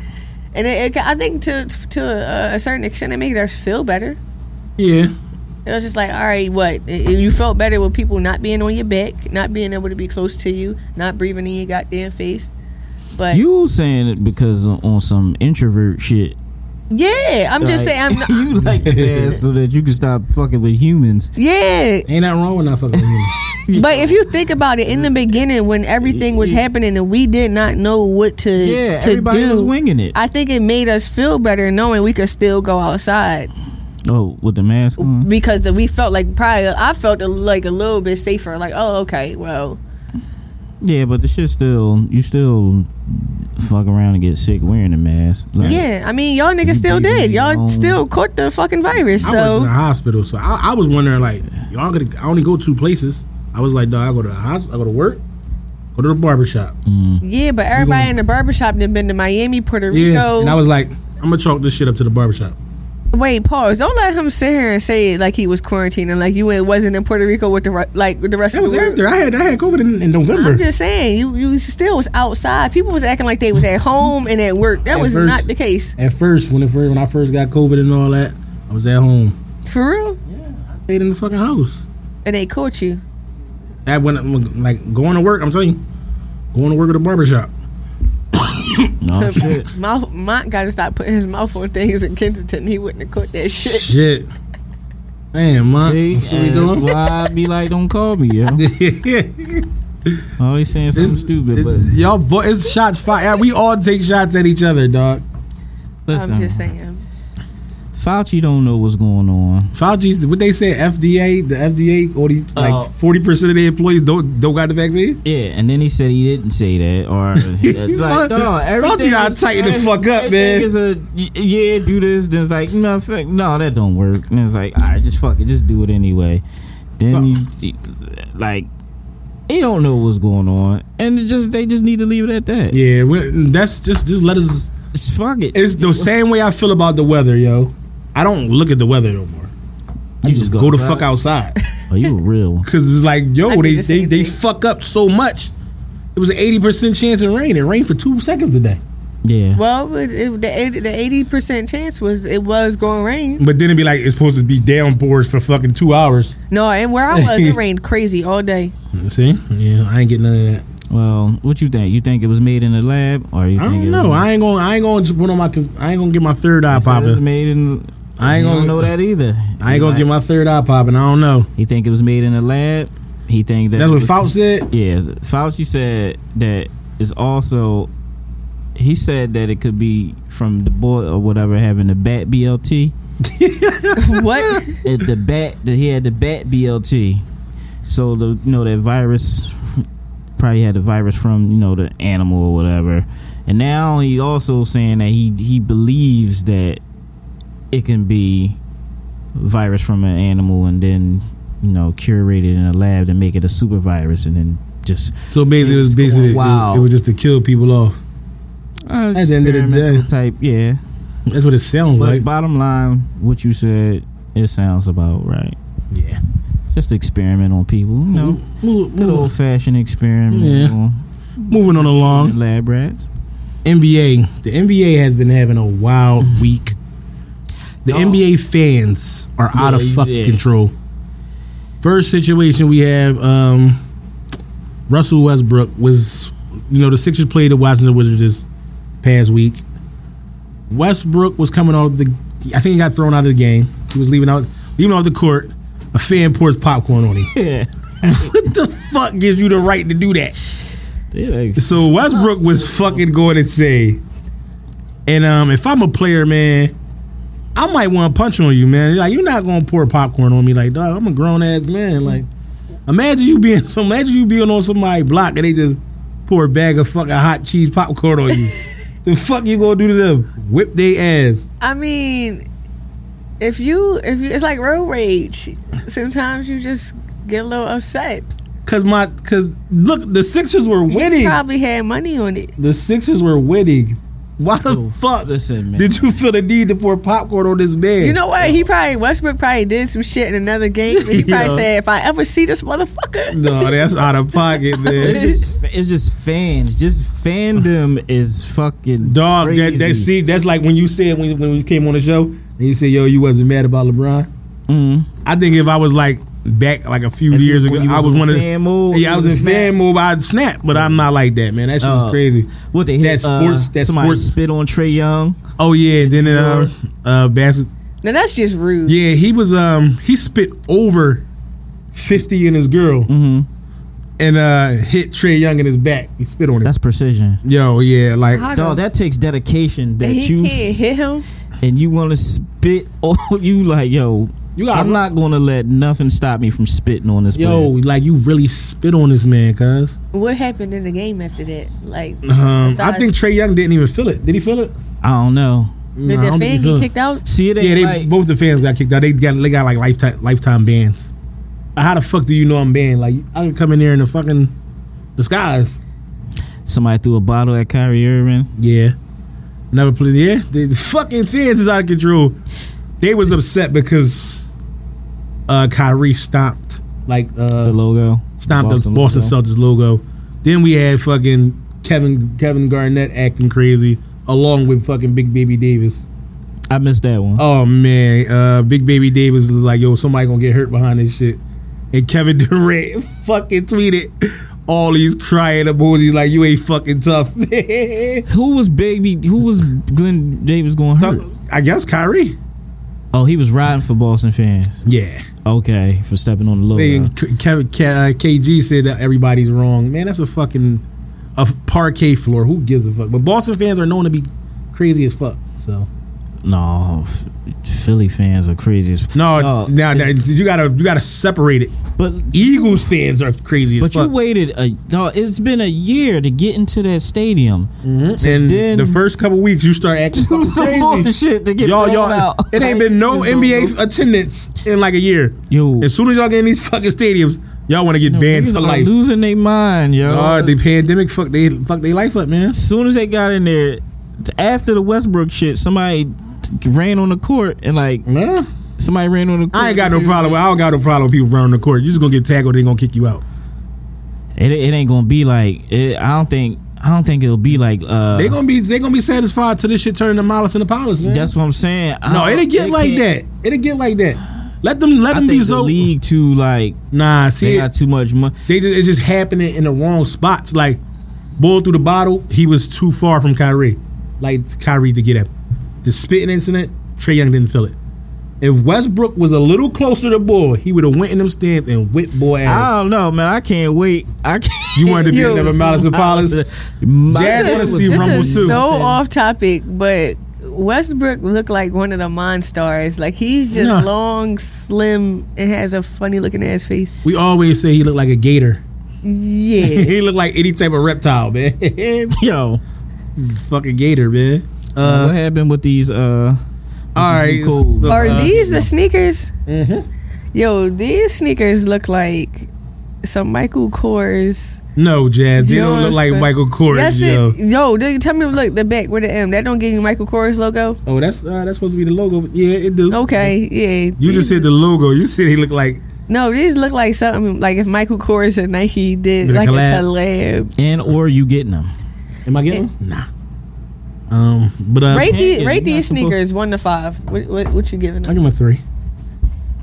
Speaker 3: And it, it, I think to to uh, a, a certain extent, it made us feel better.
Speaker 2: Yeah.
Speaker 3: It was just like, all right, what? I- You felt better with people not being on your back, not being able to be close to you, not breathing in your goddamn face. But
Speaker 4: You saying it because on, on some introvert shit.
Speaker 3: yeah, I'm just
Speaker 4: Like,
Speaker 3: saying, I'm not,
Speaker 4: you like the mask so that you can stop fucking with humans.
Speaker 3: yeah.
Speaker 2: Ain't nothing wrong with not fucking with me.
Speaker 3: But if you think about it, in the beginning when everything was happening and we did not know what to
Speaker 4: Yeah,
Speaker 3: to
Speaker 4: everybody
Speaker 3: do,
Speaker 4: was winging it.
Speaker 3: I think it made us feel better knowing we could still go outside
Speaker 4: oh, with the mask
Speaker 2: Mm-hmm.
Speaker 4: on.
Speaker 3: because the, we felt like probably I felt a, like a little bit safer. Like, oh, okay, well,
Speaker 4: Yeah, but the shit still you still fuck around and get sick wearing the mask. Like,
Speaker 3: yeah. I mean, y'all niggas still
Speaker 4: breathing
Speaker 3: did.
Speaker 4: your
Speaker 3: Y'all
Speaker 4: own-
Speaker 3: still caught the fucking virus.
Speaker 2: I
Speaker 3: so
Speaker 2: was in the hospital, so I, I was wondering like, y'all gonna? I only go two places. I was like, no, I go to the hospital, I go to work, go to the barbershop.
Speaker 3: Mm-hmm. Yeah, but everybody in the barbershop done been to Miami, Puerto
Speaker 2: Yeah,
Speaker 3: Rico.
Speaker 2: and I was like, I'm gonna chalk this shit up to the barbershop.
Speaker 3: Wait, pause. Don't let him sit here and say it like he was quarantining, like you ain't- wasn't in Puerto Rico with the re- like with the rest
Speaker 2: That
Speaker 3: of
Speaker 2: was
Speaker 3: the world.
Speaker 2: after I had I had COVID in, in November.
Speaker 3: I'm just saying, you you still was outside. People was acting like they was at home and at work. That
Speaker 2: At
Speaker 3: was
Speaker 2: first.
Speaker 3: not the case.
Speaker 2: at first, when it first, when I first got COVID and all that, I was at home.
Speaker 3: For real?
Speaker 2: I stayed in the fucking house.
Speaker 3: And they caught you.
Speaker 2: That when I'm, like going to work, I'm telling you, going to work at the barbershop. Oh,
Speaker 4: No shit.
Speaker 3: Mouth Mont gotta stop putting his mouth on things in Kensington. He wouldn't have caught that shit.
Speaker 2: Shit, man, man,
Speaker 4: See,
Speaker 2: that's what we
Speaker 4: that's
Speaker 2: doing.
Speaker 4: why I be like, don't call me, yo. Always saying something
Speaker 2: It's-
Speaker 4: stupid,
Speaker 2: it's-
Speaker 4: but
Speaker 2: y'all, boy, it's shots fired. We all take shots at each other, dog.
Speaker 4: listen.
Speaker 3: I'm just saying.
Speaker 4: Fauci don't know what's going on.
Speaker 2: Fauci's what they say FDA, the FDA, or the,
Speaker 4: Uh,
Speaker 2: like forty percent of their employees don't don't got the vaccine.
Speaker 4: Yeah, and then he said he didn't say that, or it's like, dog,
Speaker 2: Fauci
Speaker 4: everything
Speaker 2: gotta
Speaker 4: is-
Speaker 2: tighten the
Speaker 4: every-
Speaker 2: fuck up,
Speaker 4: everything
Speaker 2: man.
Speaker 4: Is a y- yeah, do this. Then it's like, no, fuck, no, that don't work. And it's like, all right, just fuck it, just do it anyway. Then you, like, he don't know what's going on, and it just they just need to leave it at that.
Speaker 2: Yeah, we- that's just just let us.
Speaker 4: It's fuck it.
Speaker 2: It's the same way I feel about the weather, yo. I don't look at the weather no more. I
Speaker 4: You
Speaker 2: just,
Speaker 4: just go
Speaker 2: go, the
Speaker 4: outside.
Speaker 2: fuck outside
Speaker 4: Are you a real? one.
Speaker 2: because it's like
Speaker 3: I
Speaker 2: yo,
Speaker 3: do
Speaker 2: they
Speaker 3: the
Speaker 2: they,
Speaker 3: same
Speaker 2: they
Speaker 3: thing.
Speaker 2: fuck up so much. It was an eighty percent chance of rain. It rained for two seconds today,
Speaker 4: Yeah.
Speaker 3: Well, it, it, the eighty- the eighty percent chance was it was going to rain.
Speaker 2: but then it'd be like it's supposed to be downpours for fucking two hours.
Speaker 3: No, and where I was, it rained crazy all day.
Speaker 2: See, yeah, I ain't getting none of that.
Speaker 4: Well, what you think? You think it was made in the lab, or you
Speaker 2: I
Speaker 4: think it
Speaker 2: don't
Speaker 4: was
Speaker 2: know. I ain't gonna. I ain't gonna put on my. I ain't gonna get my third eye
Speaker 4: They said it was
Speaker 2: popping.
Speaker 4: made in.
Speaker 2: I ain't
Speaker 4: You
Speaker 2: gonna-
Speaker 4: don't know that either.
Speaker 2: I ain't gonna
Speaker 4: Like,
Speaker 2: get my third eye popping. I don't know.
Speaker 4: He think it was made in the lab. He think that
Speaker 2: That's
Speaker 4: it
Speaker 2: what
Speaker 4: was-
Speaker 2: Fauci said.
Speaker 4: Yeah, Fauci said that it's also. He said that it could be from the boy or whatever having the bat BLT.
Speaker 3: what?
Speaker 4: It, the bat that he had the bat BLT. So the you know that virus probably had the virus from you know the animal or whatever. And now he also saying that he he believes that it can be virus from an animal and then you know curated in a lab to make it a super virus and then just
Speaker 2: So basically, it was basically
Speaker 4: Wow.
Speaker 2: it, was just to kill people off.
Speaker 4: Uh,
Speaker 2: At the end of the
Speaker 4: experimental
Speaker 2: day.
Speaker 4: type, yeah.
Speaker 2: That's what it sounds
Speaker 4: But
Speaker 2: like.
Speaker 4: bottom line, what you said, it sounds about right.
Speaker 2: yeah.
Speaker 4: Just experiment on people, you know,
Speaker 2: Mo- mo-
Speaker 4: good
Speaker 2: mo-
Speaker 4: old fashioned experiment
Speaker 2: Mm-hmm. Yeah.
Speaker 4: on
Speaker 2: moving on along.
Speaker 4: lab rats.
Speaker 2: NBA. The NBA has been having a wild week. The
Speaker 4: Mm-hmm. Oh.
Speaker 2: NBA fans are out of
Speaker 4: Yeah,
Speaker 2: fucking
Speaker 4: yeah.
Speaker 2: control. First situation we have um, Russell Westbrook was, you know, the Sixers played the Washington Wizards this past week. Westbrook was coming off the, I think he got thrown out of the game. He was leaving out, leaving off the court. A fan pours popcorn on him.
Speaker 4: Yeah,
Speaker 2: what the fuck gives you the right to do that?
Speaker 4: they like
Speaker 2: So Westbrook was fucking going to say, and um, if I'm a player, man, I might want to punch on you, man. Like you're not gonna pour popcorn on me, like dog. I'm a grown ass man. Like imagine you being some, imagine you being on somebody's block and they just pour a bag of fucking hot cheese popcorn on you. the fuck you gonna do to them? Whip their ass.
Speaker 3: I mean, if you if you, it's like road rage. Sometimes you just get a little upset.
Speaker 2: Cause my, cause look, the Sixers were
Speaker 3: You
Speaker 2: winning.
Speaker 3: probably had money on it.
Speaker 2: The Sixers were winning. Why the
Speaker 4: Yo,
Speaker 2: fuck
Speaker 4: listen, man.
Speaker 2: did you feel the need to pour popcorn on this man?
Speaker 3: You know what? He probably Westbrook probably did some shit in another game. And he probably
Speaker 2: Yeah.
Speaker 3: said, "If I ever see this motherfucker,
Speaker 2: No, that's out of pocket,
Speaker 4: It's
Speaker 2: man.
Speaker 4: just, it's just fans. Just fandom is fucking
Speaker 2: Dog, that, that
Speaker 4: crazy.
Speaker 2: see, that's like when you said when when we came on the show and you said, "Yo, you wasn't mad about LeBron."
Speaker 4: Mhm.
Speaker 2: I think if I was like back like a few
Speaker 4: If you-
Speaker 2: years ago,
Speaker 4: when you
Speaker 2: I
Speaker 4: was
Speaker 2: was
Speaker 4: in
Speaker 2: one of
Speaker 4: fan mode,
Speaker 2: yeah, I
Speaker 4: you
Speaker 2: was in
Speaker 4: snap.
Speaker 2: fan mode. I'd snap, but I'm not like that, man. That shit was
Speaker 4: Uh,
Speaker 2: crazy.
Speaker 4: What they
Speaker 2: That
Speaker 4: hit?
Speaker 2: sports-
Speaker 4: uh,
Speaker 2: that
Speaker 4: somebody
Speaker 2: sports-
Speaker 4: spit on Trey Young.
Speaker 2: Oh yeah, then uh, uh, Bassett.
Speaker 3: now that's just rude."
Speaker 2: Yeah, he was um he spit over fifty in his girl
Speaker 4: Mm-hmm.
Speaker 2: and uh hit Trey Young in his back. He spit on him.
Speaker 4: That's precision.
Speaker 2: Yo, yeah, like
Speaker 3: How
Speaker 4: Dog,
Speaker 3: the-
Speaker 4: that takes dedication. That
Speaker 3: and he
Speaker 4: you
Speaker 3: can't hit him.
Speaker 4: and you want to spit on you like yo
Speaker 2: You gotta-
Speaker 4: i'm not gonna let nothing stop me from spitting on this
Speaker 2: yo,
Speaker 4: player.
Speaker 2: like you really spit on this man, cuz.
Speaker 3: What happened in the game after that? Like,
Speaker 2: Um, I
Speaker 3: besides-
Speaker 2: think Trey Young didn't even feel it. Did he feel it?
Speaker 4: i don't know
Speaker 3: did
Speaker 2: Nah, I
Speaker 3: the
Speaker 2: don't think he
Speaker 3: fan
Speaker 2: feel
Speaker 3: get
Speaker 2: it.
Speaker 3: kicked out?
Speaker 4: see it ain't
Speaker 2: Yeah, they
Speaker 4: like
Speaker 2: both the fans got kicked out. They got they got like lifetime lifetime bans. Uh, How the fuck do you know I'm banned? Like I could come in there in the fucking disguise.
Speaker 4: somebody threw a bottle at Kyrie Irving
Speaker 2: Yeah, never played. Yeah, the, the fucking fans is out of control. They was upset because uh Kyrie stomped like
Speaker 4: the
Speaker 2: uh
Speaker 4: logo
Speaker 2: stomped the Boston
Speaker 4: logo.
Speaker 2: Celtics logo. Then we had fucking Kevin Kevin Garnett acting crazy along with fucking Big Baby Davis.
Speaker 4: I missed that one.
Speaker 2: Oh man, uh, Big Baby Davis was like, "Yo, somebody gonna get hurt behind this shit." And Kevin Durant fucking tweeted all these crying emojis like, "You ain't fucking tough."
Speaker 4: Who was baby? Who was Glenn Davis going hurt?
Speaker 2: I guess Kyrie.
Speaker 4: Oh, he was riding for Boston fans.
Speaker 2: Yeah,
Speaker 4: Okay, for stepping on the logo.
Speaker 2: They- Kevin K, uh, KG said that everybody's wrong. Man, that's a fucking a parquet floor. Who gives a fuck? But Boston fans are known to be crazy as fuck. So
Speaker 4: No, f- Philly fans are crazy as
Speaker 2: No,
Speaker 4: Dog,
Speaker 2: no, no, you gotta you gotta separate it.
Speaker 4: But
Speaker 2: Eagles fans are crazy. as
Speaker 4: but you
Speaker 2: fuck.
Speaker 4: waited a dog, it's been a year to get into that stadium.
Speaker 2: and
Speaker 4: then-
Speaker 2: the first couple weeks you start acting
Speaker 4: Do some
Speaker 2: crazy.
Speaker 4: more shit to get
Speaker 2: y'all,
Speaker 4: thrown
Speaker 2: y'all,
Speaker 4: out.
Speaker 2: it ain't been no
Speaker 4: Like,
Speaker 2: NBA attendance in like a year.
Speaker 4: Yo.
Speaker 2: as soon as y'all get in these fucking stadiums, y'all want to get banned
Speaker 4: Niggas
Speaker 2: for
Speaker 4: are
Speaker 2: life.
Speaker 4: losing their mind, yo.
Speaker 2: God, the pandemic fuck they fuck they life up, man.
Speaker 4: as soon as they got in there, after the Westbrook shit, somebody t- ran on the court and like
Speaker 2: Yeah.
Speaker 4: somebody ran on the court.
Speaker 2: I ain't got
Speaker 4: and
Speaker 2: no
Speaker 4: said,
Speaker 2: problem. with I don't got no problem with people running the court. You just gonna get tackled. They gonna kick you out.
Speaker 4: It, it ain't gonna be like. It, I don't think. I don't think it'll be like. Uh,
Speaker 2: They gonna be they gonna be satisfied till this shit turn to Malice and Apollos, man.
Speaker 4: That's what I'm saying. I
Speaker 2: no,
Speaker 4: don't-
Speaker 2: it'll get
Speaker 4: Oh, they
Speaker 2: like
Speaker 4: can't-
Speaker 2: that. It'll get like that. Let them let
Speaker 4: I
Speaker 2: them
Speaker 4: think
Speaker 2: be
Speaker 4: the
Speaker 2: so.
Speaker 4: league too like
Speaker 2: Nah,
Speaker 4: they
Speaker 2: see, it,
Speaker 4: got too much money.
Speaker 2: they just it's just happening in the wrong spots. Like bull through the bottle, he was too far from Kyrie. Like Kyrie to get him. The spitting incident, Trey Young didn't feel it. If Westbrook was a little closer to Bull, he would have went in them stands and whipped Bull ass.
Speaker 4: I don't know, man. I can't wait. I can't.
Speaker 2: You wanted to be
Speaker 3: Yo,
Speaker 2: another
Speaker 3: this
Speaker 2: Malice and Apollos. Jazz
Speaker 3: This is,
Speaker 2: wanna see
Speaker 3: this
Speaker 2: Rumble
Speaker 3: is
Speaker 2: too.
Speaker 3: so off topic, but Westbrook looked like one of the Monstars. Like he's just
Speaker 2: Nah.
Speaker 3: long, slim, and has a funny looking ass face.
Speaker 2: We always say he looked like a gator.
Speaker 3: Yeah.
Speaker 2: he looked like any type of reptile, man. He's
Speaker 4: Yo,
Speaker 2: a fucking gator, man.
Speaker 4: what
Speaker 2: Uh,
Speaker 4: happened with these? Uh,
Speaker 2: all right.
Speaker 4: Cool.
Speaker 2: so,
Speaker 3: Are
Speaker 2: uh,
Speaker 3: these the sneakers?
Speaker 2: mhm.
Speaker 3: Yo, these sneakers look like some Michael Kors.
Speaker 2: No, Jazz. They don't look
Speaker 3: Jordan.
Speaker 2: like Michael Kors.
Speaker 3: Yes,
Speaker 2: yo.
Speaker 3: it. Yo, dude, tell me, look the back with the M. That don't give you Michael Kors logo.
Speaker 2: Oh, that's uh, that's supposed to be the logo. Yeah, it do.
Speaker 3: Okay, yeah.
Speaker 2: You just said the logo. You said he looked like
Speaker 3: No, these look like something like if Michael Kors and Nike did
Speaker 2: Did a
Speaker 3: like
Speaker 2: collab.
Speaker 3: a collab.
Speaker 4: and or you getting them?
Speaker 2: Am I
Speaker 3: Eh.
Speaker 2: getting? Nah. Um, but uh,
Speaker 3: Rate
Speaker 4: can't
Speaker 3: these,
Speaker 4: get-
Speaker 3: rate
Speaker 4: you're not
Speaker 3: these
Speaker 4: supposed-
Speaker 3: sneakers one to five. What, what, what you giving
Speaker 2: I
Speaker 3: them?
Speaker 2: give him a three.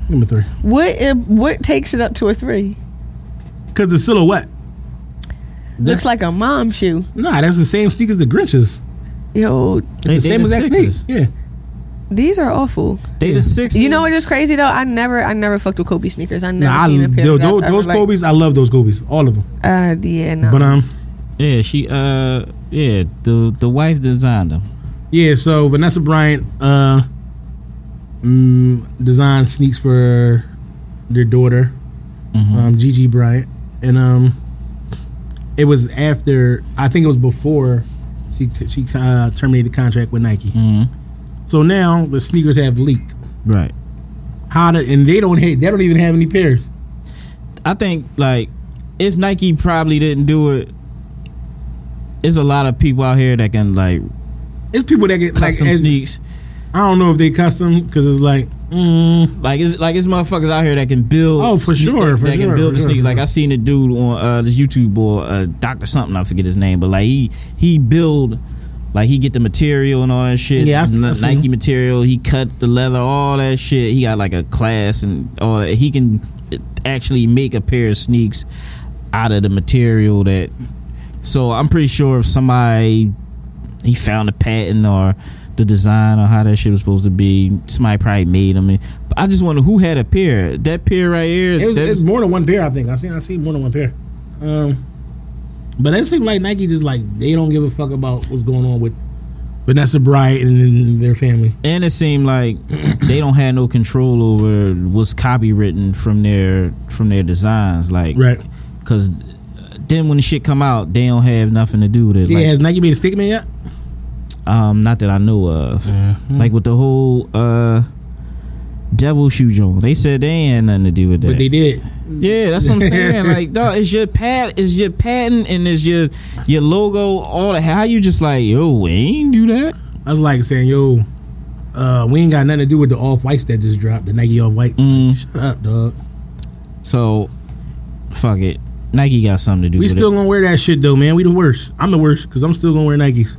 Speaker 2: I give him a three
Speaker 3: What if, what takes it up to a three?
Speaker 2: because the silhouette.
Speaker 3: Looks like a mom shoe.
Speaker 2: Nah, that's the same sneakers the Grinches.
Speaker 3: Yo,
Speaker 4: They,
Speaker 2: the
Speaker 4: they
Speaker 2: same
Speaker 4: the
Speaker 2: exact
Speaker 4: sixes.
Speaker 2: sneakers. Yeah.
Speaker 3: these are awful.
Speaker 4: They the six.
Speaker 3: You know what is crazy though? I never, I never fucked with Kobe sneakers. I never
Speaker 2: Nah, I,
Speaker 3: seen a pair.
Speaker 2: tho-
Speaker 3: that I've
Speaker 2: tho-
Speaker 3: ever
Speaker 2: those
Speaker 3: liked.
Speaker 2: Kobe's, I love those Kobe's, all of them.
Speaker 3: Uh, yeah, no.
Speaker 2: But um,
Speaker 4: Yeah, she. Uh, yeah. The the wife designed them.
Speaker 2: yeah. So Vanessa Bryant uh, mm, designed sneaks for their daughter, um, Gigi Bryant, and um, it was after I think it was before she t- she uh, terminated the contract with Nike. So now the sneakers have leaked.
Speaker 4: Right.
Speaker 2: How to, and they don't hate. They don't even have any pairs.
Speaker 4: I think like if Nike probably didn't do it, there's a lot of people out here that can like
Speaker 2: It's people that get
Speaker 4: custom
Speaker 2: like. as-
Speaker 4: sneaks.
Speaker 2: I don't know if they custom because it's like mm,
Speaker 4: Like it's like it's motherfuckers out here that can build.
Speaker 2: Oh, for
Speaker 4: sne-
Speaker 2: sure,
Speaker 4: that,
Speaker 2: for
Speaker 4: that
Speaker 2: sure,
Speaker 4: can build
Speaker 2: for
Speaker 4: the
Speaker 2: sure,
Speaker 4: sneakers.
Speaker 2: for
Speaker 4: Like I seen a dude on uh, this YouTube boy, uh, Doctor something, I forget his name, but like he he build. Like he get the material and all that shit.
Speaker 2: Yeah, I s- I
Speaker 4: N-
Speaker 2: seen
Speaker 4: Nike
Speaker 2: him.
Speaker 4: material. He cut the leather, all that shit. He got like a class and all that. He can uh, actually make a pair of sneaks out of the material that. So I'm pretty sure if somebody he found the patent or the design or how that shit was supposed to be. Somebody probably made them. And- But I just wonder who had a pair. That pair right here.
Speaker 2: it was,
Speaker 4: that-
Speaker 2: it's more than one pair. I think I seen I seen more than one pair. Um, but it seemed like Nike just like they don't give a fuck about what's going on with Vanessa Bryant and, then their family.
Speaker 4: and it seemed like they don't have no control over what's copywritten from their from their designs. Like
Speaker 2: Right.
Speaker 4: Because then when the shit come out, they don't have nothing to do with it.
Speaker 2: Yeah,
Speaker 4: Like,
Speaker 2: has Nike made a statement yet?
Speaker 4: Um, not that I know of.
Speaker 2: Mm-hmm.
Speaker 4: Like with the whole uh, devil shoe joint, they said they ain't had nothing to do with that.
Speaker 2: But they did.
Speaker 4: Yeah, that's what I'm saying. like, dog, it's your pat, it's your patent, and it's your your logo. All the how you just like, yo, we ain't do that.
Speaker 2: I was like saying, yo, uh, we ain't got nothing to do with the off whites that just dropped, the Nike off whites.
Speaker 4: Mm.
Speaker 2: Shut up, dog.
Speaker 4: So, fuck it. Nike got something to do.
Speaker 2: We
Speaker 4: with
Speaker 2: still
Speaker 4: it.
Speaker 2: gonna wear that shit though, man. We the worst. I'm the worst because I'm still gonna wear Nikes.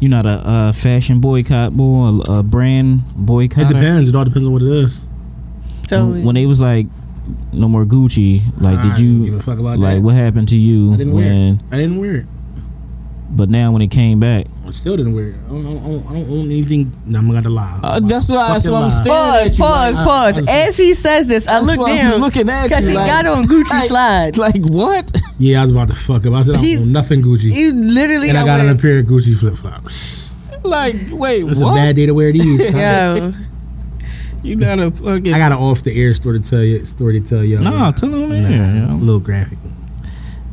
Speaker 4: you not a, uh fashion boycott boy, a, a brand
Speaker 2: It
Speaker 4: boycott.
Speaker 2: depends. It all depends on what it is.
Speaker 3: so
Speaker 4: when they was like, no more Gucci. Like,
Speaker 2: I
Speaker 4: did
Speaker 2: didn't
Speaker 4: you
Speaker 2: give a fuck about
Speaker 4: like
Speaker 2: that.
Speaker 4: what happened to you
Speaker 2: I didn't wear
Speaker 4: when?
Speaker 2: it. I didn't wear it.
Speaker 4: But now when it came back,
Speaker 2: I still didn't wear it. I don't, I don't, I don't own anything. Nah, I'm gonna lie.
Speaker 4: Uh, that's why-
Speaker 2: Fucking
Speaker 4: that's why I'm
Speaker 2: lie.
Speaker 4: staring-
Speaker 3: pause,
Speaker 4: you
Speaker 3: pause,
Speaker 2: like-
Speaker 3: pause.
Speaker 2: I- I-
Speaker 3: As he says this, I
Speaker 4: That's
Speaker 3: look
Speaker 4: why I'm
Speaker 3: down
Speaker 4: looking at
Speaker 3: because
Speaker 4: you
Speaker 3: he
Speaker 4: like-
Speaker 3: got on Gucci
Speaker 4: like-
Speaker 3: slides.
Speaker 4: like what?
Speaker 2: Yeah, I was about to fuck up. I said I don't
Speaker 3: He-
Speaker 2: own nothing Gucci,
Speaker 3: you literally
Speaker 2: and I got
Speaker 3: got one-
Speaker 2: on a pair of Gucci flip flops.
Speaker 4: Like, wait,
Speaker 2: That's
Speaker 4: what?
Speaker 2: a bad day to wear these.
Speaker 3: Yo,
Speaker 4: You not a fucking.
Speaker 2: I got an off the air story to tell you. Story to tell y'all.
Speaker 4: nah, tell them
Speaker 2: Nah,
Speaker 4: man.
Speaker 2: it's a little graphic.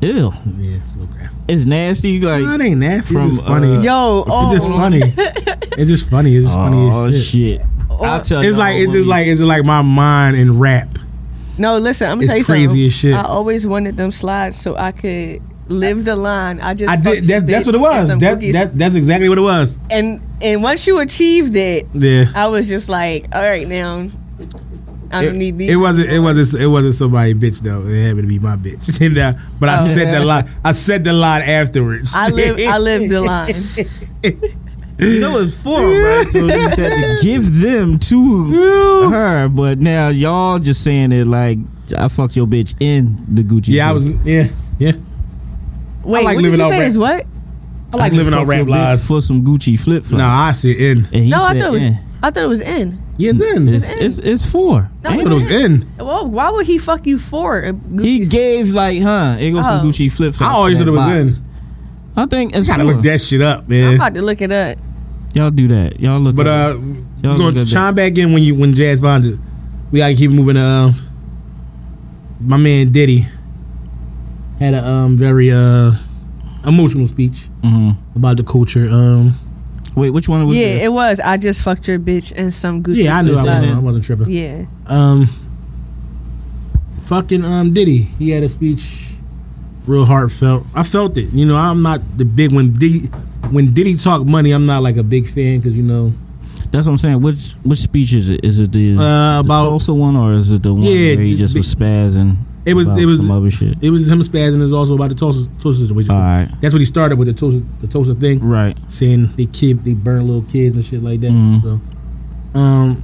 Speaker 4: Ew,
Speaker 2: Yeah, it's a little graphic.
Speaker 4: it's nasty. Like,
Speaker 2: No, it ain't nasty.
Speaker 4: from,
Speaker 2: it's just funny.
Speaker 4: uh,
Speaker 3: yo,
Speaker 2: it's just
Speaker 3: oh,
Speaker 2: funny. it's just funny. It's just funny
Speaker 4: oh
Speaker 2: as shit. Uh,
Speaker 4: shit. I'll tell
Speaker 2: It's
Speaker 4: y'all
Speaker 2: like it's
Speaker 4: when
Speaker 2: just
Speaker 4: we-
Speaker 2: like it's just like my mind and rap.
Speaker 3: no. Listen, I'm gonna
Speaker 2: It's
Speaker 3: tell
Speaker 2: crazy
Speaker 3: you something.
Speaker 2: as shit.
Speaker 3: I always wanted them slides so I could live the line. I just
Speaker 2: I did.
Speaker 3: fucked
Speaker 2: That,
Speaker 3: you,
Speaker 2: that's
Speaker 3: bitch,
Speaker 2: what it
Speaker 3: and
Speaker 2: was.
Speaker 3: some
Speaker 2: That,
Speaker 3: cookies.
Speaker 2: that that's exactly what it was.
Speaker 3: and and once you achieved it,
Speaker 2: Yeah.
Speaker 3: I was just like, all right, now I
Speaker 2: It,
Speaker 3: don't need these.
Speaker 2: it wasn't. It wasn't. It wasn't somebody bitch though. It happened to be my bitch. And, uh, but I
Speaker 3: Oh.
Speaker 2: said that line. I said the line afterwards.
Speaker 3: I live. I live the line.
Speaker 4: You know it's for 'em, right? So you just had to give them to her, but now y'all just saying it like I fucked your bitch in the Gucci.
Speaker 2: yeah, I
Speaker 4: book.
Speaker 2: was. Yeah, yeah.
Speaker 3: Wait,
Speaker 2: like
Speaker 3: what
Speaker 2: living
Speaker 3: did you
Speaker 2: off
Speaker 3: say?
Speaker 2: rap.
Speaker 3: Is what?
Speaker 2: I like
Speaker 4: just
Speaker 2: living on
Speaker 4: fucked
Speaker 2: rap
Speaker 4: your bitch
Speaker 2: lives.
Speaker 4: for some Gucci flip flops.
Speaker 2: No, I see it in.
Speaker 4: and he
Speaker 3: No, I
Speaker 4: said,
Speaker 3: thought it was.
Speaker 4: eh,
Speaker 3: I thought it was in.
Speaker 2: Yeah, it's in.
Speaker 4: it's, it's it's four.
Speaker 3: No,
Speaker 2: I thought it was in.
Speaker 3: Well, why would he fuck you for? a Gucci
Speaker 4: He gave like, huh? It goes some
Speaker 3: Oh.
Speaker 4: Gucci flip
Speaker 2: I
Speaker 4: flops.
Speaker 2: always thought it was in.
Speaker 4: in. I think it's
Speaker 2: Gotta
Speaker 4: four.
Speaker 2: look that shit up,
Speaker 3: I'm
Speaker 2: man.
Speaker 3: about to look it up.
Speaker 4: Y'all do that. Y'all look.
Speaker 2: But
Speaker 4: at
Speaker 2: uh,
Speaker 4: Y'all
Speaker 2: we're
Speaker 4: look
Speaker 2: gonna
Speaker 4: at
Speaker 2: chime back in when you when Jazz finds it. We gotta keep moving. Uh, my man Diddy had a um very uh emotional speech
Speaker 4: it. Mhm.
Speaker 2: about the culture. Um,
Speaker 4: Wait, which one was?
Speaker 3: yeah,
Speaker 4: this?
Speaker 3: it was. I just fucked your bitch and some Gucci.
Speaker 2: yeah, I knew I,
Speaker 4: was
Speaker 3: flip-flops.
Speaker 4: in
Speaker 2: was,
Speaker 4: it.
Speaker 2: I wasn't tripping.
Speaker 3: Yeah.
Speaker 2: Um, fucking um Diddy, he had a speech, real heartfelt. I felt it. You know, I'm not the big when Diddy when Diddy talk money. I'm not like a big fan because you know.
Speaker 4: That's what I'm saying. Which which speech is it? Is it the,
Speaker 2: Uh, about-
Speaker 4: the Tulsa one or is it the one
Speaker 2: Yeah,
Speaker 4: where he just
Speaker 2: the-
Speaker 4: was spazzing?
Speaker 2: It was-
Speaker 4: about
Speaker 2: it was-
Speaker 4: some other shit.
Speaker 2: It was him spazzing. It was also about the Tulsa, Tulsa situation.
Speaker 4: All right,
Speaker 2: That's what he started with the Tulsa, the Tulsa thing,
Speaker 4: right.
Speaker 2: saying they kid, they burn little kids and shit like that.
Speaker 4: Mhm.
Speaker 2: So, um,